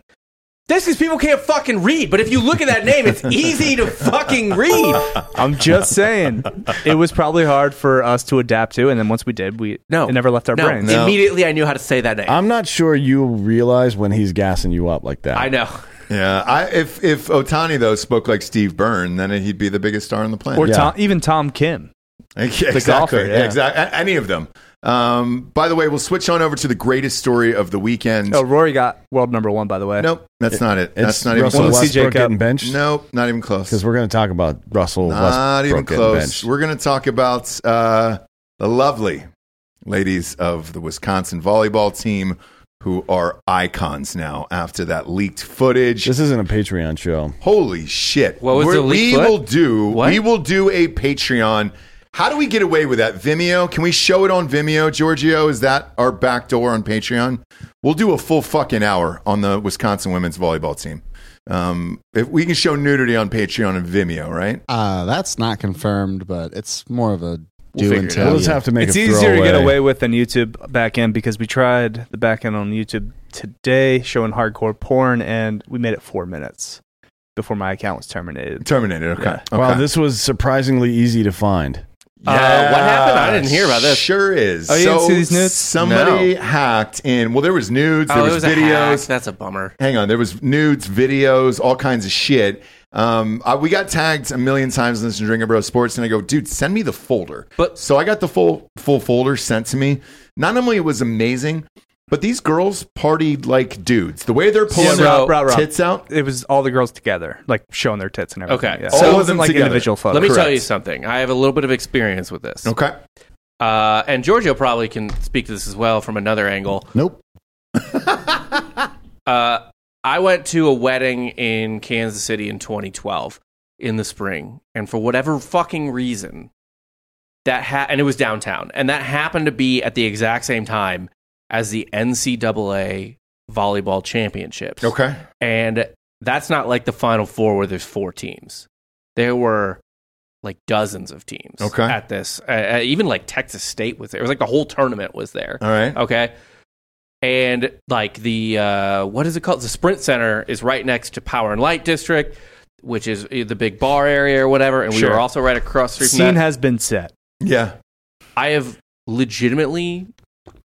Speaker 5: That's because people can't fucking read. But if you look at that name, it's easy to fucking read.
Speaker 4: I'm just saying, it was probably hard for us to adapt to, and then once we did, we
Speaker 5: No,
Speaker 4: it never left our
Speaker 5: no.
Speaker 4: brains.
Speaker 5: Immediately, I knew how to say that name.
Speaker 3: I'm not sure you realize when he's gassing you up like that.
Speaker 5: I know.
Speaker 2: Yeah, I, if if Otani though spoke like Steve Byrne, then he'd be the biggest star on the planet.
Speaker 4: Or
Speaker 3: Yeah.
Speaker 4: Tom, even Tom Kim.
Speaker 2: Okay,
Speaker 4: The
Speaker 2: exactly.
Speaker 4: golfer, yeah.
Speaker 2: Exactly. Any of them. Um, by the way, we'll switch on over to the greatest story of the weekend.
Speaker 4: Oh, Rory got world number one, by the way.
Speaker 2: nope, that's not it.
Speaker 3: It's
Speaker 2: That's not even
Speaker 3: Russell
Speaker 2: close.
Speaker 4: Westbrook
Speaker 3: Westbrook getting
Speaker 4: up.
Speaker 3: benched
Speaker 2: Nope, not even
Speaker 3: because
Speaker 2: close.
Speaker 3: we're going to talk about Russell
Speaker 2: Not
Speaker 3: Westbrook
Speaker 2: even
Speaker 3: getting
Speaker 2: close.
Speaker 3: benched.
Speaker 2: We're going to talk about uh, the lovely ladies of the Wisconsin volleyball team who are icons now after that leaked footage.
Speaker 3: This isn't a Patreon show.
Speaker 2: Holy shit!
Speaker 5: What was
Speaker 2: We're-
Speaker 5: the leak
Speaker 2: we
Speaker 5: foot?
Speaker 2: will do?
Speaker 5: What?
Speaker 2: We will do a Patreon. How do we get away with that? Vimeo? Can we show it on Vimeo, Giorgio? Is that our back door on Patreon? We'll do a full fucking hour on the Wisconsin women's volleyball team. Um, if we can show nudity on Patreon and Vimeo, right?
Speaker 7: Uh, that's not confirmed, but it's more of a do
Speaker 2: figure it
Speaker 7: until.
Speaker 2: out.
Speaker 3: We'll just
Speaker 7: you-
Speaker 3: have to make
Speaker 4: it's
Speaker 3: a
Speaker 4: easier to get
Speaker 3: throwaway.
Speaker 4: away with than YouTube back end because we tried the back end on YouTube today showing hardcore porn, and we made it four minutes before my account was terminated.
Speaker 2: Terminated. Okay.
Speaker 4: Yeah.
Speaker 2: okay.
Speaker 3: Wow, this was surprisingly easy to find.
Speaker 5: Uh, what happened? I didn't hear about this.
Speaker 2: Sure is.
Speaker 4: Oh, you
Speaker 2: so
Speaker 4: didn't see these nudes?
Speaker 2: somebody hacked in. Well, there was nudes.
Speaker 5: Oh,
Speaker 2: there was,
Speaker 5: it was a hack.
Speaker 2: videos.
Speaker 5: That's a bummer.
Speaker 2: hang on there was nudes videos all kinds of shit um, I, we got tagged a million times in this in Drinker Bro Sports, and I go, dude, send me the folder.
Speaker 5: But-
Speaker 2: so I got the full full folder sent to me. Not only it was amazing, but these girls partied like dudes. The way they're pulling
Speaker 5: So-
Speaker 2: their
Speaker 5: Rob,
Speaker 4: Rob, Rob.
Speaker 2: tits out,
Speaker 4: It was all the girls together, like showing their tits and everything.
Speaker 5: Okay.
Speaker 4: yeah.
Speaker 5: All
Speaker 4: so it
Speaker 2: of
Speaker 4: wasn't
Speaker 2: them
Speaker 4: like
Speaker 2: together.
Speaker 4: individual photos.
Speaker 5: Let me tell
Speaker 2: Correct.
Speaker 5: you something. I have a little bit of experience with this.
Speaker 2: okay,
Speaker 5: Uh, and Giorgio probably can speak to this as well from another angle.
Speaker 7: Nope.
Speaker 5: Uh, I went to a wedding in Kansas City in 2012 in the spring, and for whatever fucking reason, that ha- and it was downtown, and that happened to be at the exact same time as the NCAA volleyball championships.
Speaker 2: okay,
Speaker 5: and that's not like the Final Four where there's four teams. There were like dozens of teams
Speaker 2: Okay.
Speaker 5: at this. Uh, uh, even like Texas State was there. It was like the whole tournament was there.
Speaker 2: all right,
Speaker 5: Okay. And like the uh, what is it called? The Sprint Center is right next to Power and Light District, which is uh, the big bar area or whatever. And we
Speaker 4: Sure.
Speaker 5: were also right across the street. From
Speaker 4: Scene
Speaker 5: that.
Speaker 4: has been set.
Speaker 2: yeah,
Speaker 5: I have legitimately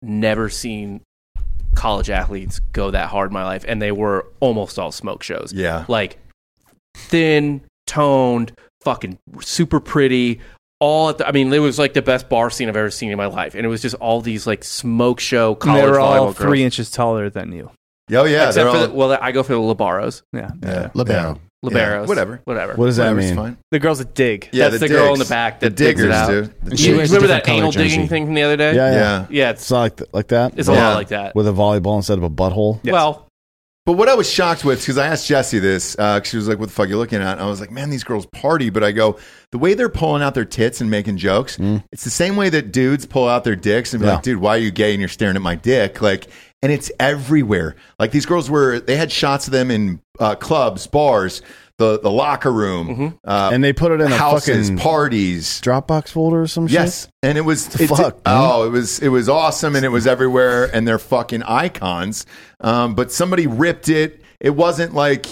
Speaker 5: never seen college athletes go that hard in my life, and they were almost all smoke shows
Speaker 2: yeah,
Speaker 5: like thin, toned, fucking super pretty. All at the, I mean, it was like the best bar scene I've ever seen in my life, and it was just all these like smoke show
Speaker 4: And
Speaker 5: college
Speaker 4: They were all
Speaker 5: volleyball
Speaker 4: three
Speaker 5: girls.
Speaker 4: inches taller than you.
Speaker 2: oh yeah,
Speaker 5: Except
Speaker 2: they're
Speaker 5: for
Speaker 2: all-
Speaker 5: the, well, I go for the Libaros,
Speaker 4: Yeah.
Speaker 2: yeah,
Speaker 7: Libero.
Speaker 5: Liberos,
Speaker 2: whatever.
Speaker 5: whatever.
Speaker 3: What does that
Speaker 2: Whatever's
Speaker 3: mean?
Speaker 2: fine.
Speaker 4: The girls that dig.
Speaker 2: Yeah,
Speaker 5: That's the, girl in the
Speaker 2: digs.
Speaker 5: back
Speaker 2: the
Speaker 5: that digs
Speaker 2: diggers,
Speaker 5: it out.
Speaker 2: dude. The
Speaker 7: And she
Speaker 5: You
Speaker 7: wears a
Speaker 2: diggers.
Speaker 5: remember
Speaker 7: different
Speaker 5: that
Speaker 7: color
Speaker 5: anal
Speaker 7: jersey.
Speaker 5: digging thing from the other day?
Speaker 3: Yeah, yeah.
Speaker 2: yeah,
Speaker 5: yeah.
Speaker 3: It's
Speaker 5: It's
Speaker 3: not like, th- like that
Speaker 5: it's a
Speaker 2: Yeah.
Speaker 5: lot like that.
Speaker 3: with a volleyball instead of a butthole.
Speaker 4: Yes.
Speaker 5: Well,
Speaker 2: But what I was shocked with, because I asked Jesse this, uh, 'cause she was like, "What the fuck are you looking at?" And I was like, "Man, these girls party." But I go, the way they're pulling out their tits and making jokes, it's the same way that dudes pull out their dicks and be
Speaker 3: Yeah.
Speaker 2: like, "Dude, why are you gay and you're staring at my dick?" Like, and it's everywhere. Like these girls were, they had shots of them in uh, clubs, bars, the the locker room,
Speaker 5: Mm-hmm.
Speaker 2: uh,
Speaker 3: And they put it in a
Speaker 2: houses,
Speaker 3: fucking
Speaker 2: parties.
Speaker 3: Dropbox folder or some
Speaker 2: Yes, and it was it-
Speaker 3: fuck,
Speaker 2: oh, it was it was awesome, and it was everywhere, and they're fucking icons. Um, but somebody ripped it. It wasn't like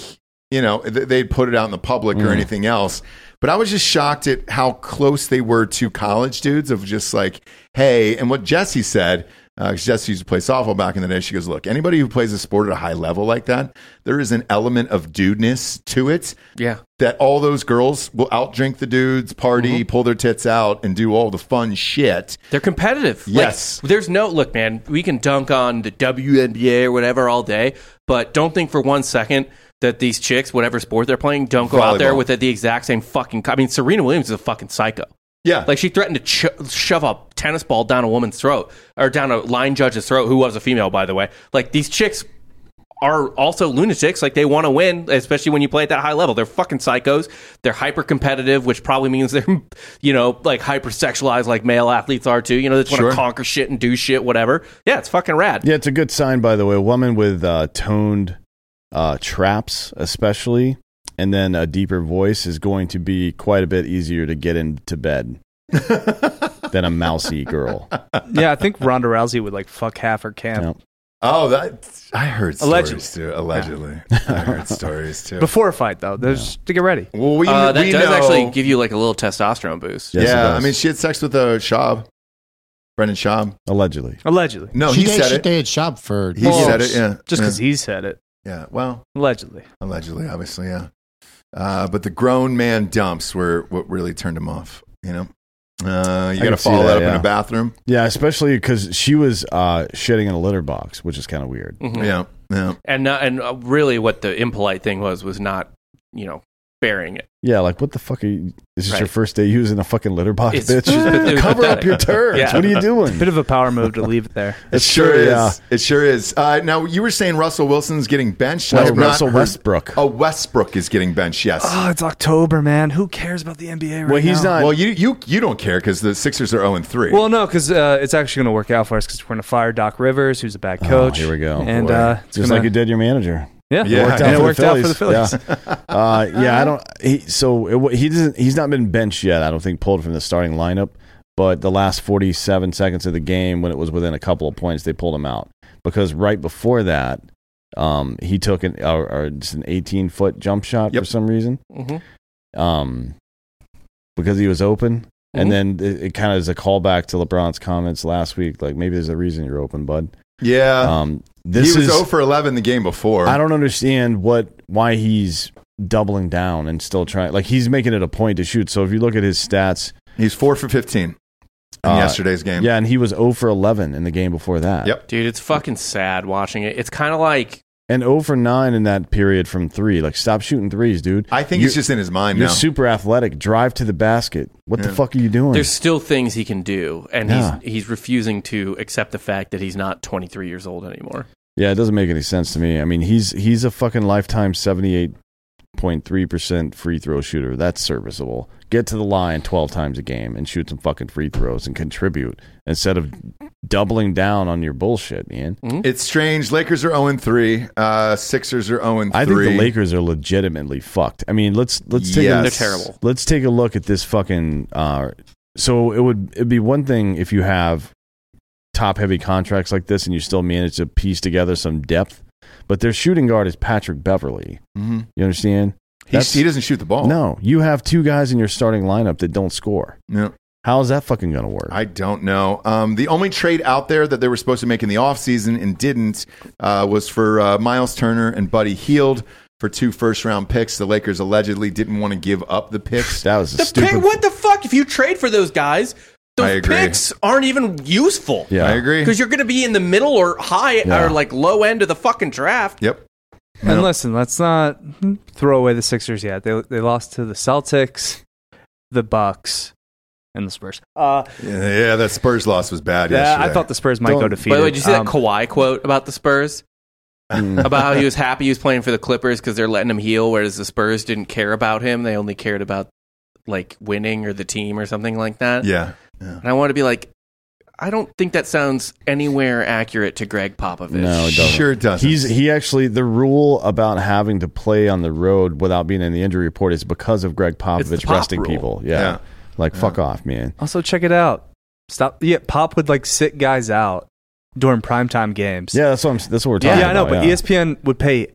Speaker 2: you know th- they'd put it out in the public
Speaker 3: Mm.
Speaker 2: or anything else. But I was just shocked at how close they were to college dudes of just like, hey, and what Jesse said. Uh, 'cause Jesse used to play softball back in the day. She goes, look, anybody who plays a sport at a high level like that, there is an element of dudeness to it
Speaker 5: yeah.
Speaker 2: that all those girls will outdrink the dudes,
Speaker 5: Mm-hmm.
Speaker 2: party, pull their tits out, and do all the fun shit.
Speaker 5: They're competitive. Like,
Speaker 2: Yes.
Speaker 5: there's no look, man. We can dunk on the WNBA or whatever all day, but don't think for one second that these chicks, whatever sport they're playing, don't go out there
Speaker 2: Volleyball.
Speaker 5: with the exact same fucking. I mean, Serena Williams is a fucking psycho.
Speaker 2: Yeah,
Speaker 5: Like she threatened to ch- shove a tennis ball down a woman's throat or down a line judge's throat, who was a female, by the way. Like these chicks are also lunatics. Like they want to win, especially when you play at that high level. They're fucking psychos. They're hyper competitive, which probably means they're, you know, like hyper sexualized, like male athletes are too. You know, they just want
Speaker 2: Sure.
Speaker 5: to conquer shit and do shit, whatever. Yeah, it's fucking rad.
Speaker 3: Yeah, it's a good sign, by the way. A woman with uh, toned uh, traps, especially, and then a deeper voice is going to be quite a bit easier to get into bed than a mousy girl.
Speaker 4: Yeah, I think Ronda Rousey would like fuck half her camp.
Speaker 3: Yep.
Speaker 2: Oh, that I heard
Speaker 4: Allegedly.
Speaker 2: stories too. Allegedly, I heard stories too.
Speaker 4: Before a fight, though, there's to get ready.
Speaker 2: well, we,
Speaker 5: Uh, that
Speaker 2: we
Speaker 5: does
Speaker 2: know-
Speaker 5: actually give you like a little testosterone boost.
Speaker 3: Yes, it
Speaker 2: yeah, I
Speaker 3: does.
Speaker 2: mean, she had sex with uh, Schaub, Brendan Schaub.
Speaker 3: Allegedly.
Speaker 4: Allegedly.
Speaker 2: No,
Speaker 7: she
Speaker 2: he
Speaker 7: dated,
Speaker 2: said
Speaker 7: she
Speaker 2: it.
Speaker 7: dated Shop for.
Speaker 2: He
Speaker 4: Well,
Speaker 2: said it. Yeah,
Speaker 4: Just because
Speaker 2: yeah.
Speaker 4: he said it.
Speaker 2: yeah. Well,
Speaker 4: Allegedly.
Speaker 2: allegedly, obviously, yeah. Uh, but the grown man dumps were what really turned him off. You know, uh, you got
Speaker 3: I
Speaker 2: to
Speaker 3: can see
Speaker 2: follow that,
Speaker 3: that,
Speaker 2: up in
Speaker 3: yeah.
Speaker 2: a bathroom.
Speaker 3: Yeah, especially because she was uh, shitting in a litter box, which is kind of weird.
Speaker 5: Mhm.
Speaker 2: Yeah, yeah.
Speaker 5: And not, and uh, really, what the impolite thing was was not you know bearing it.
Speaker 3: Yeah, like what the fuck are you? Is this your
Speaker 5: Right.
Speaker 3: first day using a fucking litter box,
Speaker 5: It's-
Speaker 3: bitch?
Speaker 5: it was
Speaker 3: Cover up
Speaker 5: pathetic.
Speaker 3: your turds.
Speaker 5: Yeah.
Speaker 3: What are you doing?
Speaker 4: Bit of a power move to leave it there.
Speaker 2: It
Speaker 3: It's
Speaker 2: sure
Speaker 3: true,
Speaker 2: is.
Speaker 3: yeah.
Speaker 2: It sure is. Uh, now you were saying Russell Wilson's getting benched. I
Speaker 3: Well,
Speaker 2: have not
Speaker 3: Russell
Speaker 2: heard-
Speaker 3: Westbrook.
Speaker 2: Oh, Westbrook is getting benched. Yes.
Speaker 4: Oh, it's October, man. Who cares about the NBA right
Speaker 3: well, he's
Speaker 4: now?
Speaker 3: not.
Speaker 2: well, you you you don't care because the Sixers are zero and three.
Speaker 4: Well, no, because uh, it's actually going to work out for us because we're going to fire Doc Rivers, who's a bad
Speaker 3: Oh,
Speaker 4: coach.
Speaker 3: here we go.
Speaker 4: And
Speaker 2: Boy.
Speaker 4: uh, it's
Speaker 3: just
Speaker 4: gonna,
Speaker 3: like you did your manager.
Speaker 4: yeah,
Speaker 2: Yeah.
Speaker 4: worked out,
Speaker 2: And
Speaker 4: it worked out for the Phillies.
Speaker 3: Yeah, uh,
Speaker 2: Uh-huh.
Speaker 3: yeah I don't. He, so it, wa- he doesn't. He's not been benched yet. I don't think pulled from the starting lineup. But the last 47 seconds of the game, when it was within a couple of points, they pulled him out because right before that, um, he took an or, or just an 18 foot jump shot
Speaker 2: Yep.
Speaker 3: for some reason.
Speaker 2: Mm-hmm.
Speaker 5: Mhm.
Speaker 3: Um, because he was open.
Speaker 5: Mhm.
Speaker 3: And
Speaker 2: Mm-hmm.
Speaker 3: then it, it kind of is a callback to LeBron's comments last week. Like maybe there's a reason you're open, bud.
Speaker 2: yeah.
Speaker 3: Um, this
Speaker 2: Uh, he was
Speaker 3: is
Speaker 2: zero for eleven the game before.
Speaker 3: I don't understand what why he's doubling down and still trying. Like he's making it a point to shoot. So if you look at his stats,
Speaker 2: He's four for fifteen in
Speaker 3: Uh,
Speaker 2: yesterday's game.
Speaker 3: yeah, and he was 0 for 11 in the game before that.
Speaker 2: Yep.
Speaker 5: Dude, it's fucking sad watching it. It's kind of like
Speaker 3: And 0 for 9 in that period from 3. Like stop shooting threes, dude.
Speaker 2: I think
Speaker 3: You're-
Speaker 2: it's just in his mind
Speaker 3: You're
Speaker 2: now.
Speaker 3: super athletic. Drive to the basket. What
Speaker 2: Yeah.
Speaker 3: the fuck are you doing?
Speaker 5: there's still things he can do, and
Speaker 3: Yeah.
Speaker 5: he's he's refusing to accept the fact that he's not 23 years old anymore.
Speaker 3: yeah, it doesn't make any sense to me. I mean, he's he's a fucking lifetime 78.3% free throw shooter. That's serviceable. Get to the line 12 times a game and shoot some fucking free throws and contribute instead of doubling down on your bullshit, man.
Speaker 2: It's strange. Lakers are zero and three. Uh, Sixers are zero and three.
Speaker 3: I think the Lakers are legitimately fucked. I mean, let's let's take
Speaker 2: Yes.
Speaker 3: a,
Speaker 5: They're terrible.
Speaker 3: Let's take a look at this fucking. Uh, so it would it'd be one thing if you have top heavy contracts like this and you still manage to piece together some depth, but their shooting guard is Patrick Beverly.
Speaker 5: Mm-hmm.
Speaker 2: Mhm.
Speaker 3: You understand?
Speaker 2: He,
Speaker 3: That's-
Speaker 2: he doesn't shoot the ball.
Speaker 3: No, you have two guys in your starting lineup that don't score.
Speaker 2: No.
Speaker 3: How is that fucking gonna work?
Speaker 2: I don't know. Um, the only trade out there that they were supposed to make in the offseason and didn't uh, was for uh, Miles Turner and Buddy Heald for two first round picks. The Lakers allegedly didn't want to give up the picks.
Speaker 3: that was a
Speaker 5: The
Speaker 3: stupid.
Speaker 5: pick, what the fuck? If you trade for those guys,
Speaker 2: I
Speaker 5: those
Speaker 2: agree.
Speaker 5: picks aren't even useful.
Speaker 3: yeah,
Speaker 2: I agree.
Speaker 5: Because you're going to be in the middle or high
Speaker 3: Yeah.
Speaker 5: or like low end of the fucking draft.
Speaker 2: Yep.
Speaker 4: And listen, let's not throw away the Sixers yet. They they lost to the Celtics, the Bucks, and the Spurs. Uh,
Speaker 2: Yeah, that Spurs loss was bad.
Speaker 4: yeah, I
Speaker 2: yesterday.
Speaker 4: thought the Spurs might
Speaker 3: Don't-
Speaker 4: go
Speaker 3: By the
Speaker 4: defeated.
Speaker 5: By the way, did you see
Speaker 4: Um,
Speaker 5: that Kawhi quote about the Spurs? about how he was happy he was playing for the Clippers because they're letting him heal, whereas the Spurs didn't care about him. They only cared about like winning or the team or something like that.
Speaker 2: Yeah.
Speaker 5: And I want to be like, I don't think that sounds anywhere accurate to Greg Popovich.
Speaker 3: No, Oh, it doesn't.
Speaker 2: Sure doesn't.
Speaker 3: He's he actually the rule about having to play on the road without being in the injury report is because of Greg
Speaker 5: It's the
Speaker 3: Popovich
Speaker 5: Pop
Speaker 3: resting
Speaker 5: rule.
Speaker 3: people. Yeah.
Speaker 2: Yeah.
Speaker 3: Like fuck off, man.
Speaker 4: also check it out. Stop. Yeah, Pop would like sit guys out during primetime games.
Speaker 3: Yeah, that's what I'm that's what we're
Speaker 4: yeah, Mm-hmm.
Speaker 3: talking
Speaker 4: I know.
Speaker 3: about.
Speaker 4: But E
Speaker 3: yeah.
Speaker 4: ESPN would pay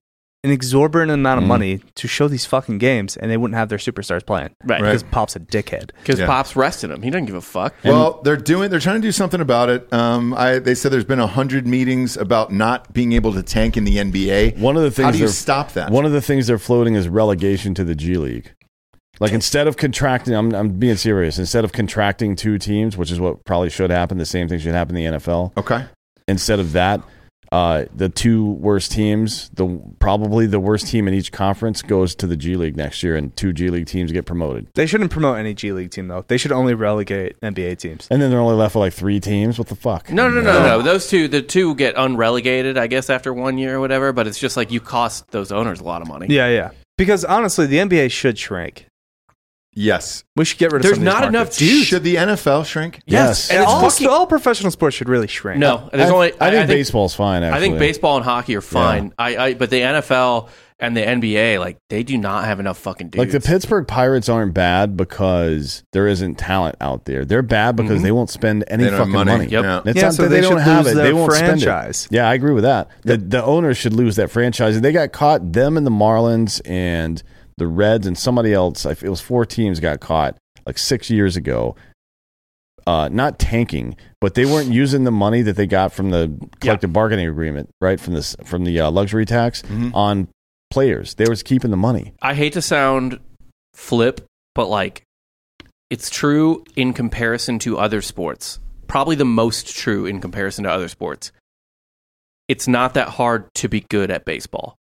Speaker 4: an exorbitant amount of
Speaker 3: Mhm.
Speaker 4: money to show these fucking games, and they wouldn't have their superstars playing.
Speaker 5: Right.
Speaker 4: Because Pop's a dickhead.
Speaker 5: Because
Speaker 2: Yeah.
Speaker 5: Pop's resting him. He doesn't give a fuck.
Speaker 2: Well, they're doing. They're trying to do something about it. Um, I, they said there's been hundred meetings about not being able to tank in the NBA.
Speaker 3: one of the things
Speaker 2: How do you
Speaker 3: they're-
Speaker 2: stop that?
Speaker 3: One of the things they're floating is relegation to the G League. Like instead of contracting, I'm, I'm being serious. Instead of contracting two teams, which is what probably should happen, the same thing should happen in the NFL.
Speaker 2: okay.
Speaker 3: instead of that, uh, the two worst teams, the probably the worst team in each conference goes to the G League next year, and two G League teams get promoted.
Speaker 4: They shouldn't promote any G League team though. They should only relegate NBA teams.
Speaker 3: And then they're only left with like three teams. What the fuck?
Speaker 5: No, no, no, no. Those two, the two get unrelegated, I guess, after one year or whatever. But it's just like you cost those owners a lot of money.
Speaker 4: Yeah, yeah. Because honestly, the NBA should shrink.
Speaker 2: Yes.
Speaker 4: We should get rid of.
Speaker 5: There's
Speaker 4: some of these
Speaker 5: not enough
Speaker 4: markets.
Speaker 5: dudes.
Speaker 2: Should the NFL shrink?
Speaker 3: Yes.
Speaker 5: and
Speaker 4: And
Speaker 5: it's
Speaker 4: all,
Speaker 5: fucking-
Speaker 4: all professional sports should really shrink.
Speaker 5: no. There's
Speaker 3: I,
Speaker 5: only.
Speaker 3: I think baseball's fine. Actually,
Speaker 5: I think baseball and hockey are fine. I, I but the NFL and the NBA, like they do not have enough fucking dudes.
Speaker 3: Like the Pittsburgh Pirates aren't bad because there isn't talent out there. They're bad because they won't spend any
Speaker 2: They don't have
Speaker 3: fucking
Speaker 2: money.
Speaker 3: money.
Speaker 5: Yep.
Speaker 2: Yeah.
Speaker 3: It's
Speaker 4: Yeah,
Speaker 3: not
Speaker 4: so
Speaker 3: that
Speaker 4: they
Speaker 3: they,
Speaker 4: should
Speaker 3: don't have
Speaker 4: lose
Speaker 3: it.
Speaker 4: their
Speaker 3: They won't
Speaker 4: franchise.
Speaker 3: spend it. Yeah, I agree with that. The, the owners should lose that franchise. They got caught. Them and the Marlins and the Reds and somebody else. I- It was four teams got caught like six years ago. Uh, not tanking, but they weren't using the money that they got from the collective bargaining agreement, right? From this, from the uh, luxury tax on players. They was keeping the money.
Speaker 5: I hate to sound flip, but like it's true in comparison to other sports. Probably the most true in comparison to other sports. It's not that hard to be good at baseball.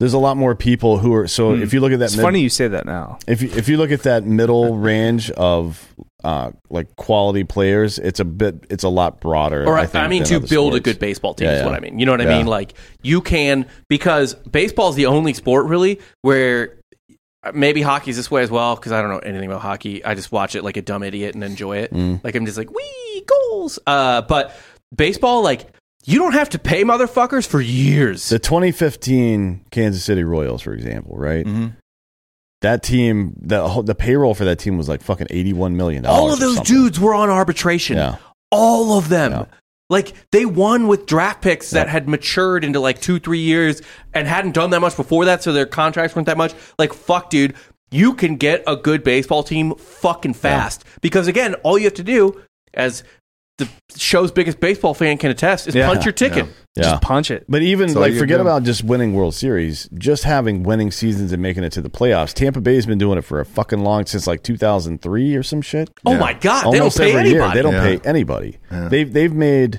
Speaker 3: There's a lot more people who are. So
Speaker 4: Hmm.
Speaker 3: if you look at that,
Speaker 4: It's
Speaker 3: mid-
Speaker 4: funny you say that now.
Speaker 3: if you, if you look at that middle range of uh, like quality players, it's a bit it's a lot broader.
Speaker 5: Or I,
Speaker 3: I, think,
Speaker 5: I mean
Speaker 3: than
Speaker 5: to
Speaker 3: other
Speaker 5: build a
Speaker 3: sports.
Speaker 5: good baseball team
Speaker 3: Yeah,
Speaker 5: is what
Speaker 3: yeah.
Speaker 5: I mean. You know what I
Speaker 3: Yeah.
Speaker 5: mean? Like you can because baseball is the only sport really where uh, maybe hockey's this way as well because I don't know anything about hockey. I just watch it like a dumb idiot and enjoy it.
Speaker 3: Mm.
Speaker 5: Like I'm just like wee goals. Uh, but baseball like you don't have to pay motherfuckers for years.
Speaker 3: The 2015 Kansas City Royals, for example, right?
Speaker 5: Mm-hmm.
Speaker 3: That team, the whole- the payroll for that team was like fucking 81 million dollars.
Speaker 5: All of those dudes were on arbitration.
Speaker 3: Yeah.
Speaker 5: All of them.
Speaker 3: Yeah.
Speaker 5: Like they won with draft picks that
Speaker 3: Yeah.
Speaker 5: had matured into like two, three years and hadn't done that much before that, so their contracts weren't that much. Like, fuck, dude, you can get a good baseball team fucking fast. Because again, all you have to do, as the show's biggest baseball fan can attest, is
Speaker 4: Yeah.
Speaker 5: punch your ticket.
Speaker 3: Yeah.
Speaker 4: Just punch it.
Speaker 3: But even
Speaker 2: That's all
Speaker 3: like
Speaker 2: you
Speaker 3: forget
Speaker 2: do.
Speaker 3: about just winning World Series, just having winning seasons and making it to the playoffs. Tampa Bay's been doing it for a fucking long since like 2003 or some shit.
Speaker 5: Oh
Speaker 2: Yeah.
Speaker 5: my god, they don't
Speaker 3: Almost
Speaker 5: pay
Speaker 3: every
Speaker 5: anybody.
Speaker 3: year, they don't
Speaker 2: Yeah.
Speaker 3: pay anybody.
Speaker 2: Yeah.
Speaker 3: They've they've made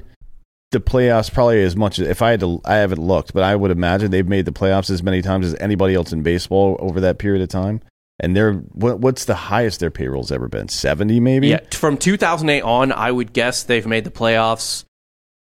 Speaker 3: the playoffs probably as much as if I had to. I haven't looked, but I would imagine they've made the playoffs as many times as anybody else in baseball over that period of time. And they're what, what's the highest their payroll's ever been? Seventy, maybe.
Speaker 5: Yeah, t- from 2008 on, I would guess they've made the playoffs.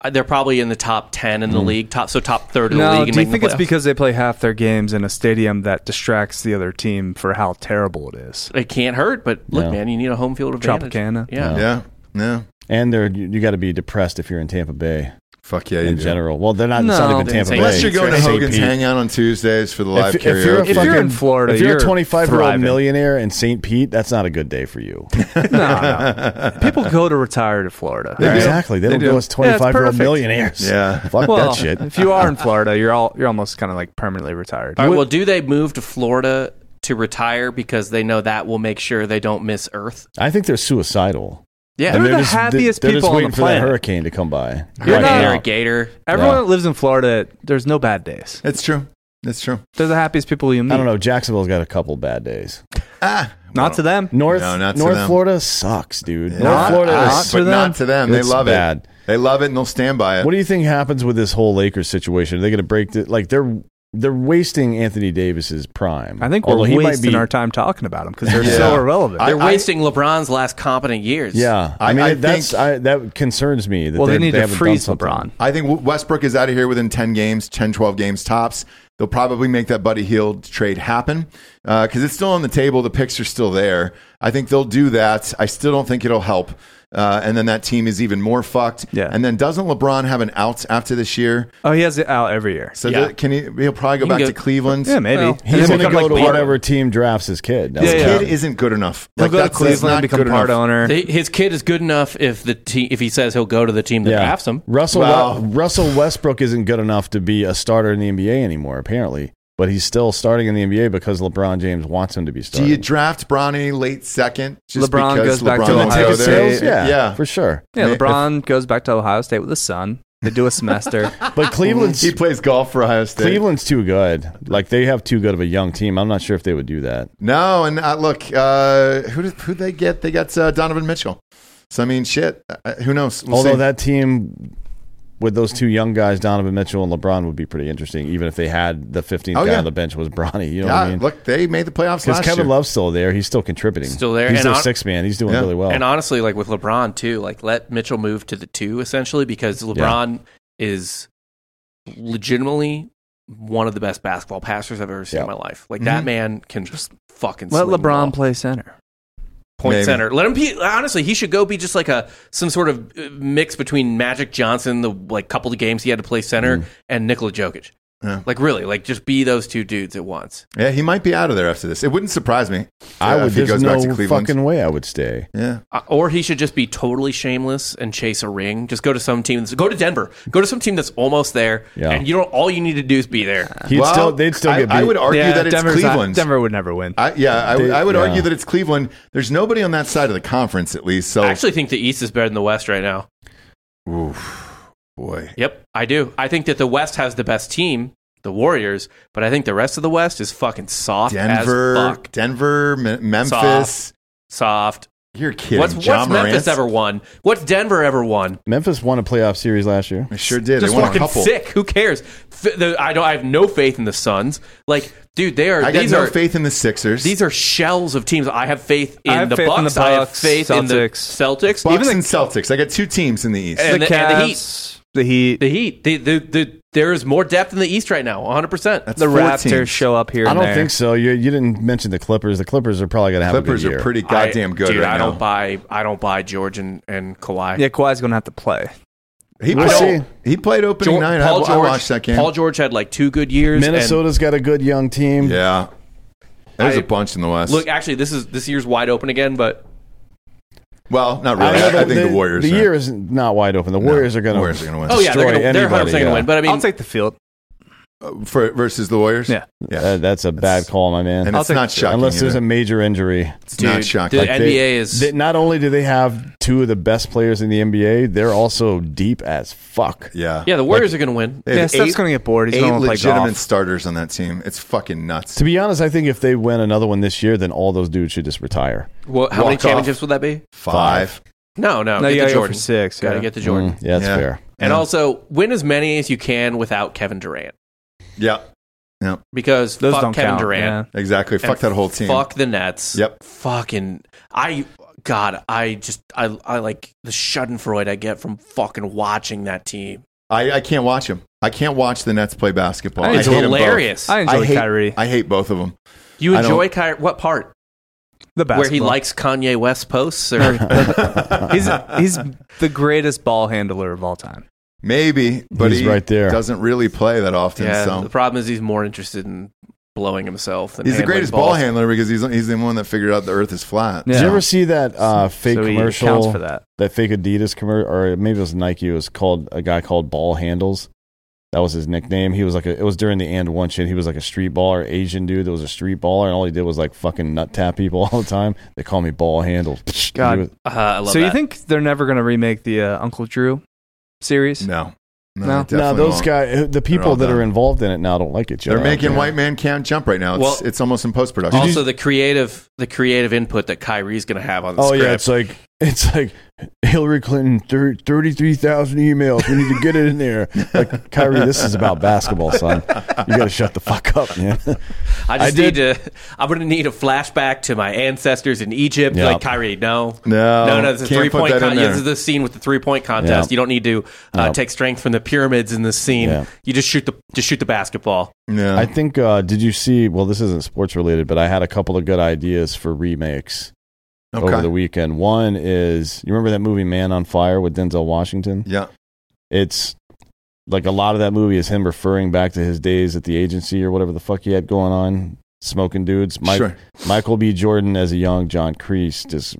Speaker 5: Uh, They're probably in the top 10 in the league, top so top third of the
Speaker 4: No,
Speaker 5: league. and
Speaker 4: do you
Speaker 5: making
Speaker 4: think
Speaker 5: the
Speaker 4: it's
Speaker 5: playoffs.
Speaker 4: because they play half their games in a stadium that distracts the other team for how terrible it is?
Speaker 5: it can't hurt? But look,
Speaker 3: No.
Speaker 5: man, you need a home field advantage.
Speaker 4: Tropicana.
Speaker 5: Yeah.
Speaker 3: uh,
Speaker 2: Yeah. Yeah.
Speaker 3: And they're you, you got to be depressed if you're in Tampa Bay
Speaker 2: Fuck yeah, you
Speaker 3: in
Speaker 2: do.
Speaker 3: general. Well, they're not. it's
Speaker 4: No,
Speaker 3: not even
Speaker 4: they-
Speaker 3: Tampa
Speaker 5: they-
Speaker 3: Bay.
Speaker 2: Unless you're
Speaker 5: It's
Speaker 2: going to
Speaker 5: right.
Speaker 2: Hogan's
Speaker 3: St. Pete.
Speaker 2: Hangout on Tuesdays for the live
Speaker 3: if, if you're,
Speaker 2: karaoke.
Speaker 3: a
Speaker 4: If you're
Speaker 3: fucking-
Speaker 4: in Florida,
Speaker 3: if you're,
Speaker 4: you're
Speaker 3: a 25 year old
Speaker 4: thriving.
Speaker 3: millionaire in St. Pete, that's not a good day for you.
Speaker 4: no, no. People go to retire to Florida.
Speaker 2: They do.
Speaker 3: Exactly. They,
Speaker 2: They
Speaker 3: don't
Speaker 2: do.
Speaker 3: go as
Speaker 4: Yeah, it's
Speaker 3: 25 year old
Speaker 4: perfect.
Speaker 3: millionaires.
Speaker 2: Yeah.
Speaker 3: Fuck
Speaker 4: Well,
Speaker 3: that shit.
Speaker 4: if you are in Florida, you're all you're almost kind of like permanently retired.
Speaker 5: All right. Well, do they move to Florida to retire because they know that will make sure they don't miss Earth?
Speaker 3: I think they're suicidal.
Speaker 5: Yeah.
Speaker 3: And
Speaker 4: They're the happiest
Speaker 3: they're just
Speaker 4: people on
Speaker 3: waiting
Speaker 4: the
Speaker 3: for that
Speaker 4: planet.
Speaker 3: hurricane to come by.
Speaker 4: You're
Speaker 5: Like
Speaker 4: not-
Speaker 3: now.
Speaker 5: Eric Gator.
Speaker 4: Everyone
Speaker 3: Yeah.
Speaker 4: that lives in Florida, there's no bad days.
Speaker 2: That's true. That's true.
Speaker 4: They're the happiest people you meet.
Speaker 3: I don't know. Jacksonville's got a couple bad days.
Speaker 2: Ah,
Speaker 4: Not to them.
Speaker 3: North
Speaker 2: No, not to
Speaker 3: North
Speaker 2: them.
Speaker 3: Florida sucks, dude. North
Speaker 2: not
Speaker 3: Florida.
Speaker 2: us,
Speaker 3: is-
Speaker 2: but
Speaker 4: to them.
Speaker 2: not to them. They
Speaker 3: It's
Speaker 2: love
Speaker 3: bad.
Speaker 2: it. They love it, and they'll stand by it.
Speaker 3: What do you think happens with this whole Lakers situation? Are they going to break the like they're they're wasting Anthony Davis's prime.
Speaker 4: I think
Speaker 3: Although
Speaker 4: we're
Speaker 3: he might
Speaker 4: wasting
Speaker 3: be-
Speaker 4: our time talking about them because they're
Speaker 2: Yeah.
Speaker 4: so irrelevant.
Speaker 2: I-
Speaker 5: They're wasting LeBron's last competent years.
Speaker 3: Yeah,
Speaker 2: I-
Speaker 3: I mean
Speaker 2: I
Speaker 3: that's
Speaker 2: think-
Speaker 3: I, that concerns me. That
Speaker 4: well, they,
Speaker 3: they're-
Speaker 4: need to
Speaker 3: haven't done
Speaker 4: freeze
Speaker 3: something.
Speaker 4: LeBron.
Speaker 2: I think W- Westbrook is out of here within 10 games, 10, 12 games tops. They'll probably make that Buddy Heald trade happen because it's still on the table. The picks are still there. I think they'll do that. I still don't think it'll help. Uh, and then that team is even more fucked.
Speaker 4: Yeah.
Speaker 2: And then doesn't LeBron have an out after this year?
Speaker 4: Oh, he has it out every year.
Speaker 2: So
Speaker 5: Yeah.
Speaker 2: that- can he? He'll probably go
Speaker 5: You
Speaker 2: back
Speaker 5: can
Speaker 2: to
Speaker 5: go-
Speaker 2: Cleveland.
Speaker 4: Yeah, maybe.
Speaker 5: Well,
Speaker 4: And
Speaker 3: He's
Speaker 4: then
Speaker 3: going to
Speaker 4: become,
Speaker 3: go
Speaker 4: like,
Speaker 3: to
Speaker 4: part-
Speaker 3: whatever team drafts his kid. That's
Speaker 4: Yeah,
Speaker 3: what
Speaker 2: This
Speaker 4: yeah.
Speaker 2: kid isn't good enough.
Speaker 4: He'll
Speaker 2: Like,
Speaker 4: go to
Speaker 2: that's- that's
Speaker 4: Cleveland,
Speaker 2: not
Speaker 4: become
Speaker 2: good
Speaker 4: part
Speaker 2: enough.
Speaker 4: owner.
Speaker 5: They- His kid is good enough if the te- if he says he'll go to the team that
Speaker 3: Yeah.
Speaker 5: drafts him.
Speaker 3: Russell
Speaker 2: Well-
Speaker 3: Russell Westbrook isn't good enough to be a starter in the NBA anymore, apparently. But he's still starting in the NBA because LeBron James wants him to be
Speaker 2: Do
Speaker 3: starting.
Speaker 2: you draft Bronny late second? Just
Speaker 4: LeBron
Speaker 2: because
Speaker 4: goes back to
Speaker 2: LeBron will
Speaker 4: Ohio
Speaker 2: go
Speaker 3: ticket
Speaker 4: State.
Speaker 2: there?
Speaker 3: sales? Yeah,
Speaker 2: yeah.
Speaker 3: for sure.
Speaker 4: yeah,
Speaker 2: If-
Speaker 4: LeBron goes back to Ohio State with his son. They do a semester.
Speaker 3: But Cleveland's
Speaker 2: He plays golf for Ohio State.
Speaker 3: Cleveland's too good. Like they have too good of a young team. I'm not sure if they would do that.
Speaker 2: No, and uh, look, uh, who did who they get? They got uh, Donovan Mitchell. So I mean, shit. Uh, who knows? We'll
Speaker 3: Although
Speaker 2: see.
Speaker 3: that team with those two young guys, Donovan Mitchell and LeBron, would be pretty interesting. Even if they had the 15th
Speaker 2: Oh,
Speaker 3: guy
Speaker 2: yeah.
Speaker 3: on the bench was Bronny. You know
Speaker 2: yeah,
Speaker 3: what I mean?
Speaker 2: look, they made the playoffs
Speaker 3: Because
Speaker 2: last
Speaker 3: Kevin
Speaker 2: year.
Speaker 3: Love's still there. He's still contributing.
Speaker 5: Still there.
Speaker 3: He's
Speaker 5: And
Speaker 3: a
Speaker 5: on-
Speaker 3: six man. He's doing
Speaker 2: Yeah.
Speaker 3: really well.
Speaker 5: And honestly, like with LeBron too, like let Mitchell move to the two essentially because LeBron is legitimately one of the best basketball passers I've ever seen
Speaker 3: Yeah.
Speaker 5: in my life.
Speaker 2: Mm-hmm.
Speaker 5: Like that man can just fucking
Speaker 4: Let
Speaker 5: sling the ball.
Speaker 4: LeBron play center.
Speaker 5: point
Speaker 2: Maybe.
Speaker 5: center. Let him be honestly, he should go be just like a some sort of uh, mix between Magic Johnson, the like couple of games he had to play center, and Nikola
Speaker 2: Mm.
Speaker 5: Jokic.
Speaker 2: Yeah.
Speaker 5: Like really, like just be those two dudes at once.
Speaker 2: Yeah, he might be out of there after this. It wouldn't surprise me.
Speaker 3: I
Speaker 2: uh,
Speaker 3: would.
Speaker 2: if he
Speaker 3: There's
Speaker 2: goes back to
Speaker 3: no
Speaker 2: Cleveland.
Speaker 3: fucking way I would stay.
Speaker 2: yeah.
Speaker 5: Uh, or he should just be totally shameless and chase a ring. Just go to some team. That's, go to Denver. Go to some team that's almost there,
Speaker 3: Yeah.
Speaker 5: and you don't. All you need to do is be there.
Speaker 3: He'd
Speaker 2: Well,
Speaker 3: still. They'd still
Speaker 2: I,
Speaker 3: get beat.
Speaker 2: I would argue
Speaker 4: Yeah,
Speaker 2: that it's
Speaker 4: Denver's not-
Speaker 2: Cleveland.
Speaker 4: Denver would never win.
Speaker 2: I, yeah, I, would- I would
Speaker 3: They-
Speaker 2: argue
Speaker 3: yeah.
Speaker 2: that it's Cleveland. There's nobody on that side of the conference, at least. So,
Speaker 5: I actually think the East is better than the West right now.
Speaker 2: Oof, boy,
Speaker 5: Yep, I do. I think that the West has the best team, the Warriors, but I think the rest of the West is fucking soft
Speaker 2: Denver,
Speaker 5: as fuck.
Speaker 2: Denver, M- Memphis.
Speaker 5: Soft. Soft.
Speaker 2: You're kidding.
Speaker 5: what's what's
Speaker 2: John
Speaker 5: Memphis
Speaker 2: Morant?
Speaker 5: ever won? What's Denver ever won?
Speaker 3: Memphis won a playoff series last year.
Speaker 2: They sure did.
Speaker 5: Just
Speaker 2: they won a
Speaker 5: fucking
Speaker 2: couple.
Speaker 5: sick. Who cares? F- the, I don't. I have no faith in the Suns. Like, dude, they are.
Speaker 2: I got
Speaker 5: these
Speaker 2: no
Speaker 5: are
Speaker 2: faith in the Sixers.
Speaker 5: These are shells of teams. I have faith in,
Speaker 4: I have
Speaker 5: the,
Speaker 4: faith in
Speaker 5: Bucks.
Speaker 4: the
Speaker 5: I have
Speaker 4: Bucks,
Speaker 5: faith in the
Speaker 4: Celtics.
Speaker 5: Celtics.
Speaker 2: Bucks
Speaker 5: Even the, Eh,
Speaker 2: and Celtics. I got two teams in the East.
Speaker 5: and the- and the Heat.
Speaker 4: Cavs, the Heat,
Speaker 5: the Heat. The, the, the, there is more depth in the East right now. 100. percent
Speaker 2: That's
Speaker 4: the
Speaker 2: four
Speaker 4: Raptors
Speaker 2: teams.
Speaker 4: show up here.
Speaker 3: I
Speaker 4: and
Speaker 3: don't
Speaker 4: there.
Speaker 3: think so. You you didn't mention the Clippers. The Clippers are probably going to have
Speaker 2: Clippers
Speaker 3: a good
Speaker 2: are
Speaker 3: year.
Speaker 2: pretty goddamn good
Speaker 5: Dude,
Speaker 2: right
Speaker 5: I
Speaker 2: now.
Speaker 5: don't buy. I don't buy George and, and Kawhi.
Speaker 4: Yeah, Kawhi's gonna have to play.
Speaker 2: He
Speaker 3: We'll
Speaker 2: played,
Speaker 3: see.
Speaker 2: he played opening
Speaker 5: Geor-
Speaker 2: night. I- I, watched that game.
Speaker 5: Paul George had like two good years. and-
Speaker 3: Minnesota's got a good young team.
Speaker 2: yeah, there's a
Speaker 5: I-
Speaker 2: bunch in the West.
Speaker 5: look, actually, this is this year's wide open again. But
Speaker 2: well, not really.
Speaker 3: don't
Speaker 2: I,
Speaker 3: know,
Speaker 2: I think the, Warriors.
Speaker 3: The
Speaker 2: are-
Speaker 3: year is not wide open. The
Speaker 2: no,
Speaker 3: Warriors are going to.
Speaker 2: Warriors are going to win.
Speaker 5: oh yeah, they're,
Speaker 3: Destroy
Speaker 5: gonna, they're 100
Speaker 3: anybody, uh,
Speaker 5: going to
Speaker 3: yeah.
Speaker 5: win. But I
Speaker 4: I
Speaker 5: mean,
Speaker 4: will take the field.
Speaker 2: for versus the Warriors.
Speaker 4: Yeah.
Speaker 2: yeah.
Speaker 3: that's a bad call, my man.
Speaker 2: and
Speaker 4: I'll
Speaker 2: it's
Speaker 4: take
Speaker 2: not
Speaker 4: the shot.
Speaker 2: shocking.
Speaker 3: Uh, Unless there's
Speaker 2: either.
Speaker 3: a major injury,
Speaker 2: it's
Speaker 5: dude,
Speaker 2: not shocking.
Speaker 5: The
Speaker 3: Like,
Speaker 5: NBA
Speaker 3: they-
Speaker 5: is
Speaker 3: they- not only do they have two of the best players in the NBA, they're also deep as fuck.
Speaker 2: yeah,
Speaker 5: yeah. The Warriors are going to win.
Speaker 2: They
Speaker 4: Yeah,
Speaker 2: have
Speaker 4: Steph's
Speaker 2: eight-
Speaker 4: gonna get bored. He's
Speaker 2: eight
Speaker 4: gonna wanna play
Speaker 2: legitimate
Speaker 4: golf.
Speaker 2: starters on that team. It's fucking nuts.
Speaker 3: To be honest, I think if they win another one this year, then all those dudes should just retire.
Speaker 5: Well, how many
Speaker 2: Walk off.
Speaker 5: championships would that be?
Speaker 2: Five.
Speaker 5: No, no.
Speaker 4: No,
Speaker 5: get
Speaker 4: you
Speaker 5: the
Speaker 4: gotta go
Speaker 5: Jordan.
Speaker 4: for six.
Speaker 5: Gotta
Speaker 4: yeah.
Speaker 5: get the Jordan.
Speaker 3: Mm, yeah, that's
Speaker 2: Yeah.
Speaker 3: fair.
Speaker 5: And
Speaker 2: Yeah.
Speaker 5: also win as many as you can without Kevin Durant
Speaker 2: Yeah,
Speaker 5: because
Speaker 4: Those
Speaker 5: fuck
Speaker 4: don't
Speaker 5: Kevin
Speaker 4: count.
Speaker 5: Durant.
Speaker 2: exactly. Fuck
Speaker 5: And
Speaker 2: that whole team.
Speaker 5: Fuck the Nets.
Speaker 2: Yep.
Speaker 5: Fucking I God, I just I I like the Schadenfreude I get from fucking watching that team.
Speaker 2: I, I can't watch them. I can't watch the Nets play basketball.
Speaker 4: I
Speaker 2: I
Speaker 5: It's
Speaker 2: hate 'em both.
Speaker 5: hilarious.
Speaker 4: Yeah. I enjoy
Speaker 2: I hate,
Speaker 4: Kyrie.
Speaker 2: I hate both of them.
Speaker 5: you
Speaker 2: I don't-
Speaker 5: enjoy Kyrie what part?
Speaker 4: the basketball.
Speaker 5: Where he likes Kanye West posts or
Speaker 4: he's he's the greatest ball handler of all time.
Speaker 2: Maybe, but
Speaker 3: He's
Speaker 2: he
Speaker 3: right there.
Speaker 2: doesn't really play that often.
Speaker 5: yeah, the
Speaker 2: so
Speaker 5: problem is he's more interested in blowing himself than
Speaker 2: he's the
Speaker 5: handling
Speaker 2: greatest ball
Speaker 5: balls.
Speaker 2: handler because he's he's the one that figured out the Earth is flat.
Speaker 4: Yeah.
Speaker 3: Did you ever see that uh, fake
Speaker 4: so he
Speaker 3: commercial?
Speaker 4: counts for that.
Speaker 3: fake Adidas commercial, or maybe it was Nike. It was called a guy called Ball Handles. That was his nickname. He was like a, it was during the and one shit. He was like a street baller, Asian dude that was a street baller, and all he did was like fucking nut tap people all the time. They call me Ball Handles.
Speaker 4: God.
Speaker 3: He was-
Speaker 5: Uh, I love
Speaker 4: So you
Speaker 5: that.
Speaker 4: think they're never gonna remake the uh, Uncle Drew series?
Speaker 2: No, no,
Speaker 4: No.
Speaker 2: definitely
Speaker 3: no, those
Speaker 2: won't.
Speaker 3: guys, the
Speaker 2: all
Speaker 3: people that
Speaker 2: done.
Speaker 3: are involved in it now don't like it.
Speaker 2: They're making white man count jump right now. It's,
Speaker 5: Well-
Speaker 2: it's almost in post production.
Speaker 5: also the creative the creative input that Kyrie's going to have on the
Speaker 3: Oh
Speaker 5: script.
Speaker 3: yeah, it's like it's like Hillary Clinton thir- thirty three thousand emails. We need to get it in there. Like Kyrie, this is about basketball, son. You got to shut the fuck up, man.
Speaker 5: I
Speaker 3: I
Speaker 5: just need to. I'm gonna need a flashback to my ancestors in Egypt.
Speaker 3: Yeah.
Speaker 5: Like Kyrie, no,
Speaker 2: No,
Speaker 5: no, no. This is
Speaker 2: can't
Speaker 5: three
Speaker 2: put
Speaker 5: point.
Speaker 2: that in
Speaker 5: Con- yeah,
Speaker 2: there.
Speaker 5: this is the scene with the three point contest.
Speaker 3: Yeah.
Speaker 5: You don't need to uh,
Speaker 3: Yeah.
Speaker 5: take strength from the pyramids in this scene.
Speaker 3: Yeah.
Speaker 5: You just shoot the just shoot the basketball.
Speaker 2: no.
Speaker 3: I think. Uh, did you see? Well, this isn't sports related, but I had a couple of good ideas for remakes over
Speaker 2: okay.
Speaker 3: the weekend. One is you remember that movie Man on Fire with Denzel Washington?
Speaker 2: yeah,
Speaker 3: It's like a lot of that movie is him referring back to his days at the agency or whatever the fuck he had going on, smoking dudes. Mike,
Speaker 2: sure.
Speaker 3: Michael B. Jordan as a young John Creese just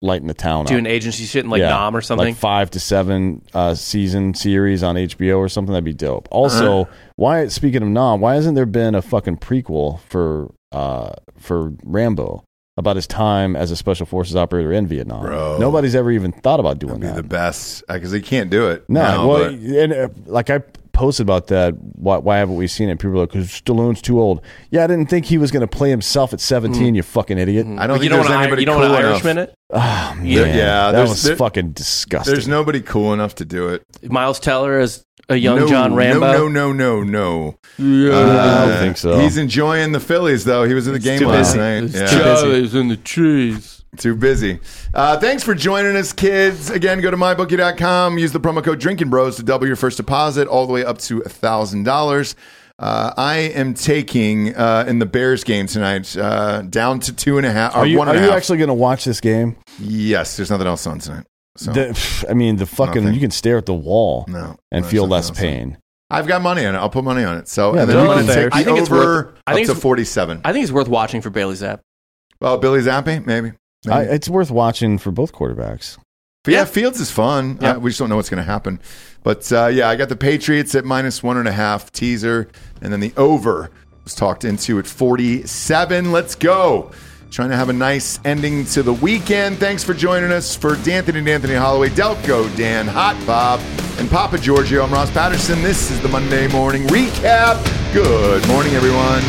Speaker 3: lighting the town
Speaker 5: Doing
Speaker 3: up.
Speaker 5: agency shit in like
Speaker 3: Yeah.
Speaker 5: Nom or something.
Speaker 3: Like five to seven uh, season series on HBO or something. That'd be dope. Also,
Speaker 2: Uh-huh.
Speaker 3: why speaking of Nom, why hasn't there been a fucking prequel for uh, for Rambo about his time as a special forces operator in Vietnam?
Speaker 2: Bro.
Speaker 3: Nobody's ever even thought about doing
Speaker 2: That'd be
Speaker 3: that.
Speaker 2: the best because they can't do it.
Speaker 3: No,
Speaker 2: now,
Speaker 3: well,
Speaker 2: but-
Speaker 3: and uh, like I posted about that. Why, why haven't we seen it? People are like, because Stallone's too old. Yeah, I didn't think he was going to play himself at
Speaker 2: Mm.
Speaker 3: 17, you fucking idiot.
Speaker 2: I don't
Speaker 5: you
Speaker 2: think
Speaker 5: don't
Speaker 2: there's
Speaker 5: want
Speaker 2: anybody
Speaker 5: you don't want
Speaker 2: cool
Speaker 5: an
Speaker 2: enough.
Speaker 5: Irishman in it.
Speaker 3: Oh, man.
Speaker 2: There- yeah,
Speaker 3: that
Speaker 2: there's-
Speaker 3: was
Speaker 2: there-
Speaker 3: fucking disgusting.
Speaker 2: there's nobody cool enough to do it.
Speaker 5: Miles Teller as a young
Speaker 2: No,
Speaker 5: John Rambo.
Speaker 2: No, no, no, no, no.
Speaker 3: I don't think so.
Speaker 2: He's enjoying the Phillies though. He was in the game
Speaker 4: too
Speaker 2: last
Speaker 4: busy.
Speaker 2: night.
Speaker 5: It's
Speaker 2: Yeah.
Speaker 5: Joe is in the trees.
Speaker 2: Too busy. Uh, thanks for joining us, kids. Again, go to mybookie.com. Use the promo code Drinking Bros to double your first deposit, all the way up to thousand dollars. Uh, I am taking uh, in the Bears game tonight, uh, down to two and a half or
Speaker 3: Are you,
Speaker 2: one and
Speaker 3: are
Speaker 2: a
Speaker 3: you
Speaker 2: half.
Speaker 3: actually going to watch this game?
Speaker 2: yes, there's nothing else on tonight. So
Speaker 3: The- pff, I mean, the fucking
Speaker 2: Nothing.
Speaker 3: you can stare at the wall
Speaker 2: no,
Speaker 3: and
Speaker 2: no,
Speaker 3: feel
Speaker 2: there's nothing
Speaker 3: less
Speaker 2: else on.
Speaker 3: pain.
Speaker 2: I've got money on it. I'll put money on it. So and
Speaker 3: they're
Speaker 2: then we
Speaker 3: not
Speaker 2: can
Speaker 3: fair.
Speaker 2: take
Speaker 5: I
Speaker 2: the
Speaker 5: think it's
Speaker 2: over
Speaker 5: worth- I think
Speaker 2: up to
Speaker 5: it's-
Speaker 2: 47.
Speaker 5: I think it's worth watching for Bailey Zapp.
Speaker 2: well, Billy Zappi, maybe. maybe.
Speaker 3: I, it's worth watching for both quarterbacks.
Speaker 2: But yeah,
Speaker 5: Yeah.
Speaker 2: Fields is fun.
Speaker 5: Yeah.
Speaker 2: Uh, we just don't know what's going to happen. But uh, yeah, I got the Patriots at minus one and a half teaser, and then the over was talked into at 47. Let's go. Trying to have a nice ending to the weekend. Thanks for joining us for D'Anthony and Anthony Holloway, Delco, Dan, Hot Bob, and Papa Giorgio. I'm Ross Patterson. This is the Monday Morning Recap. Good morning, everyone.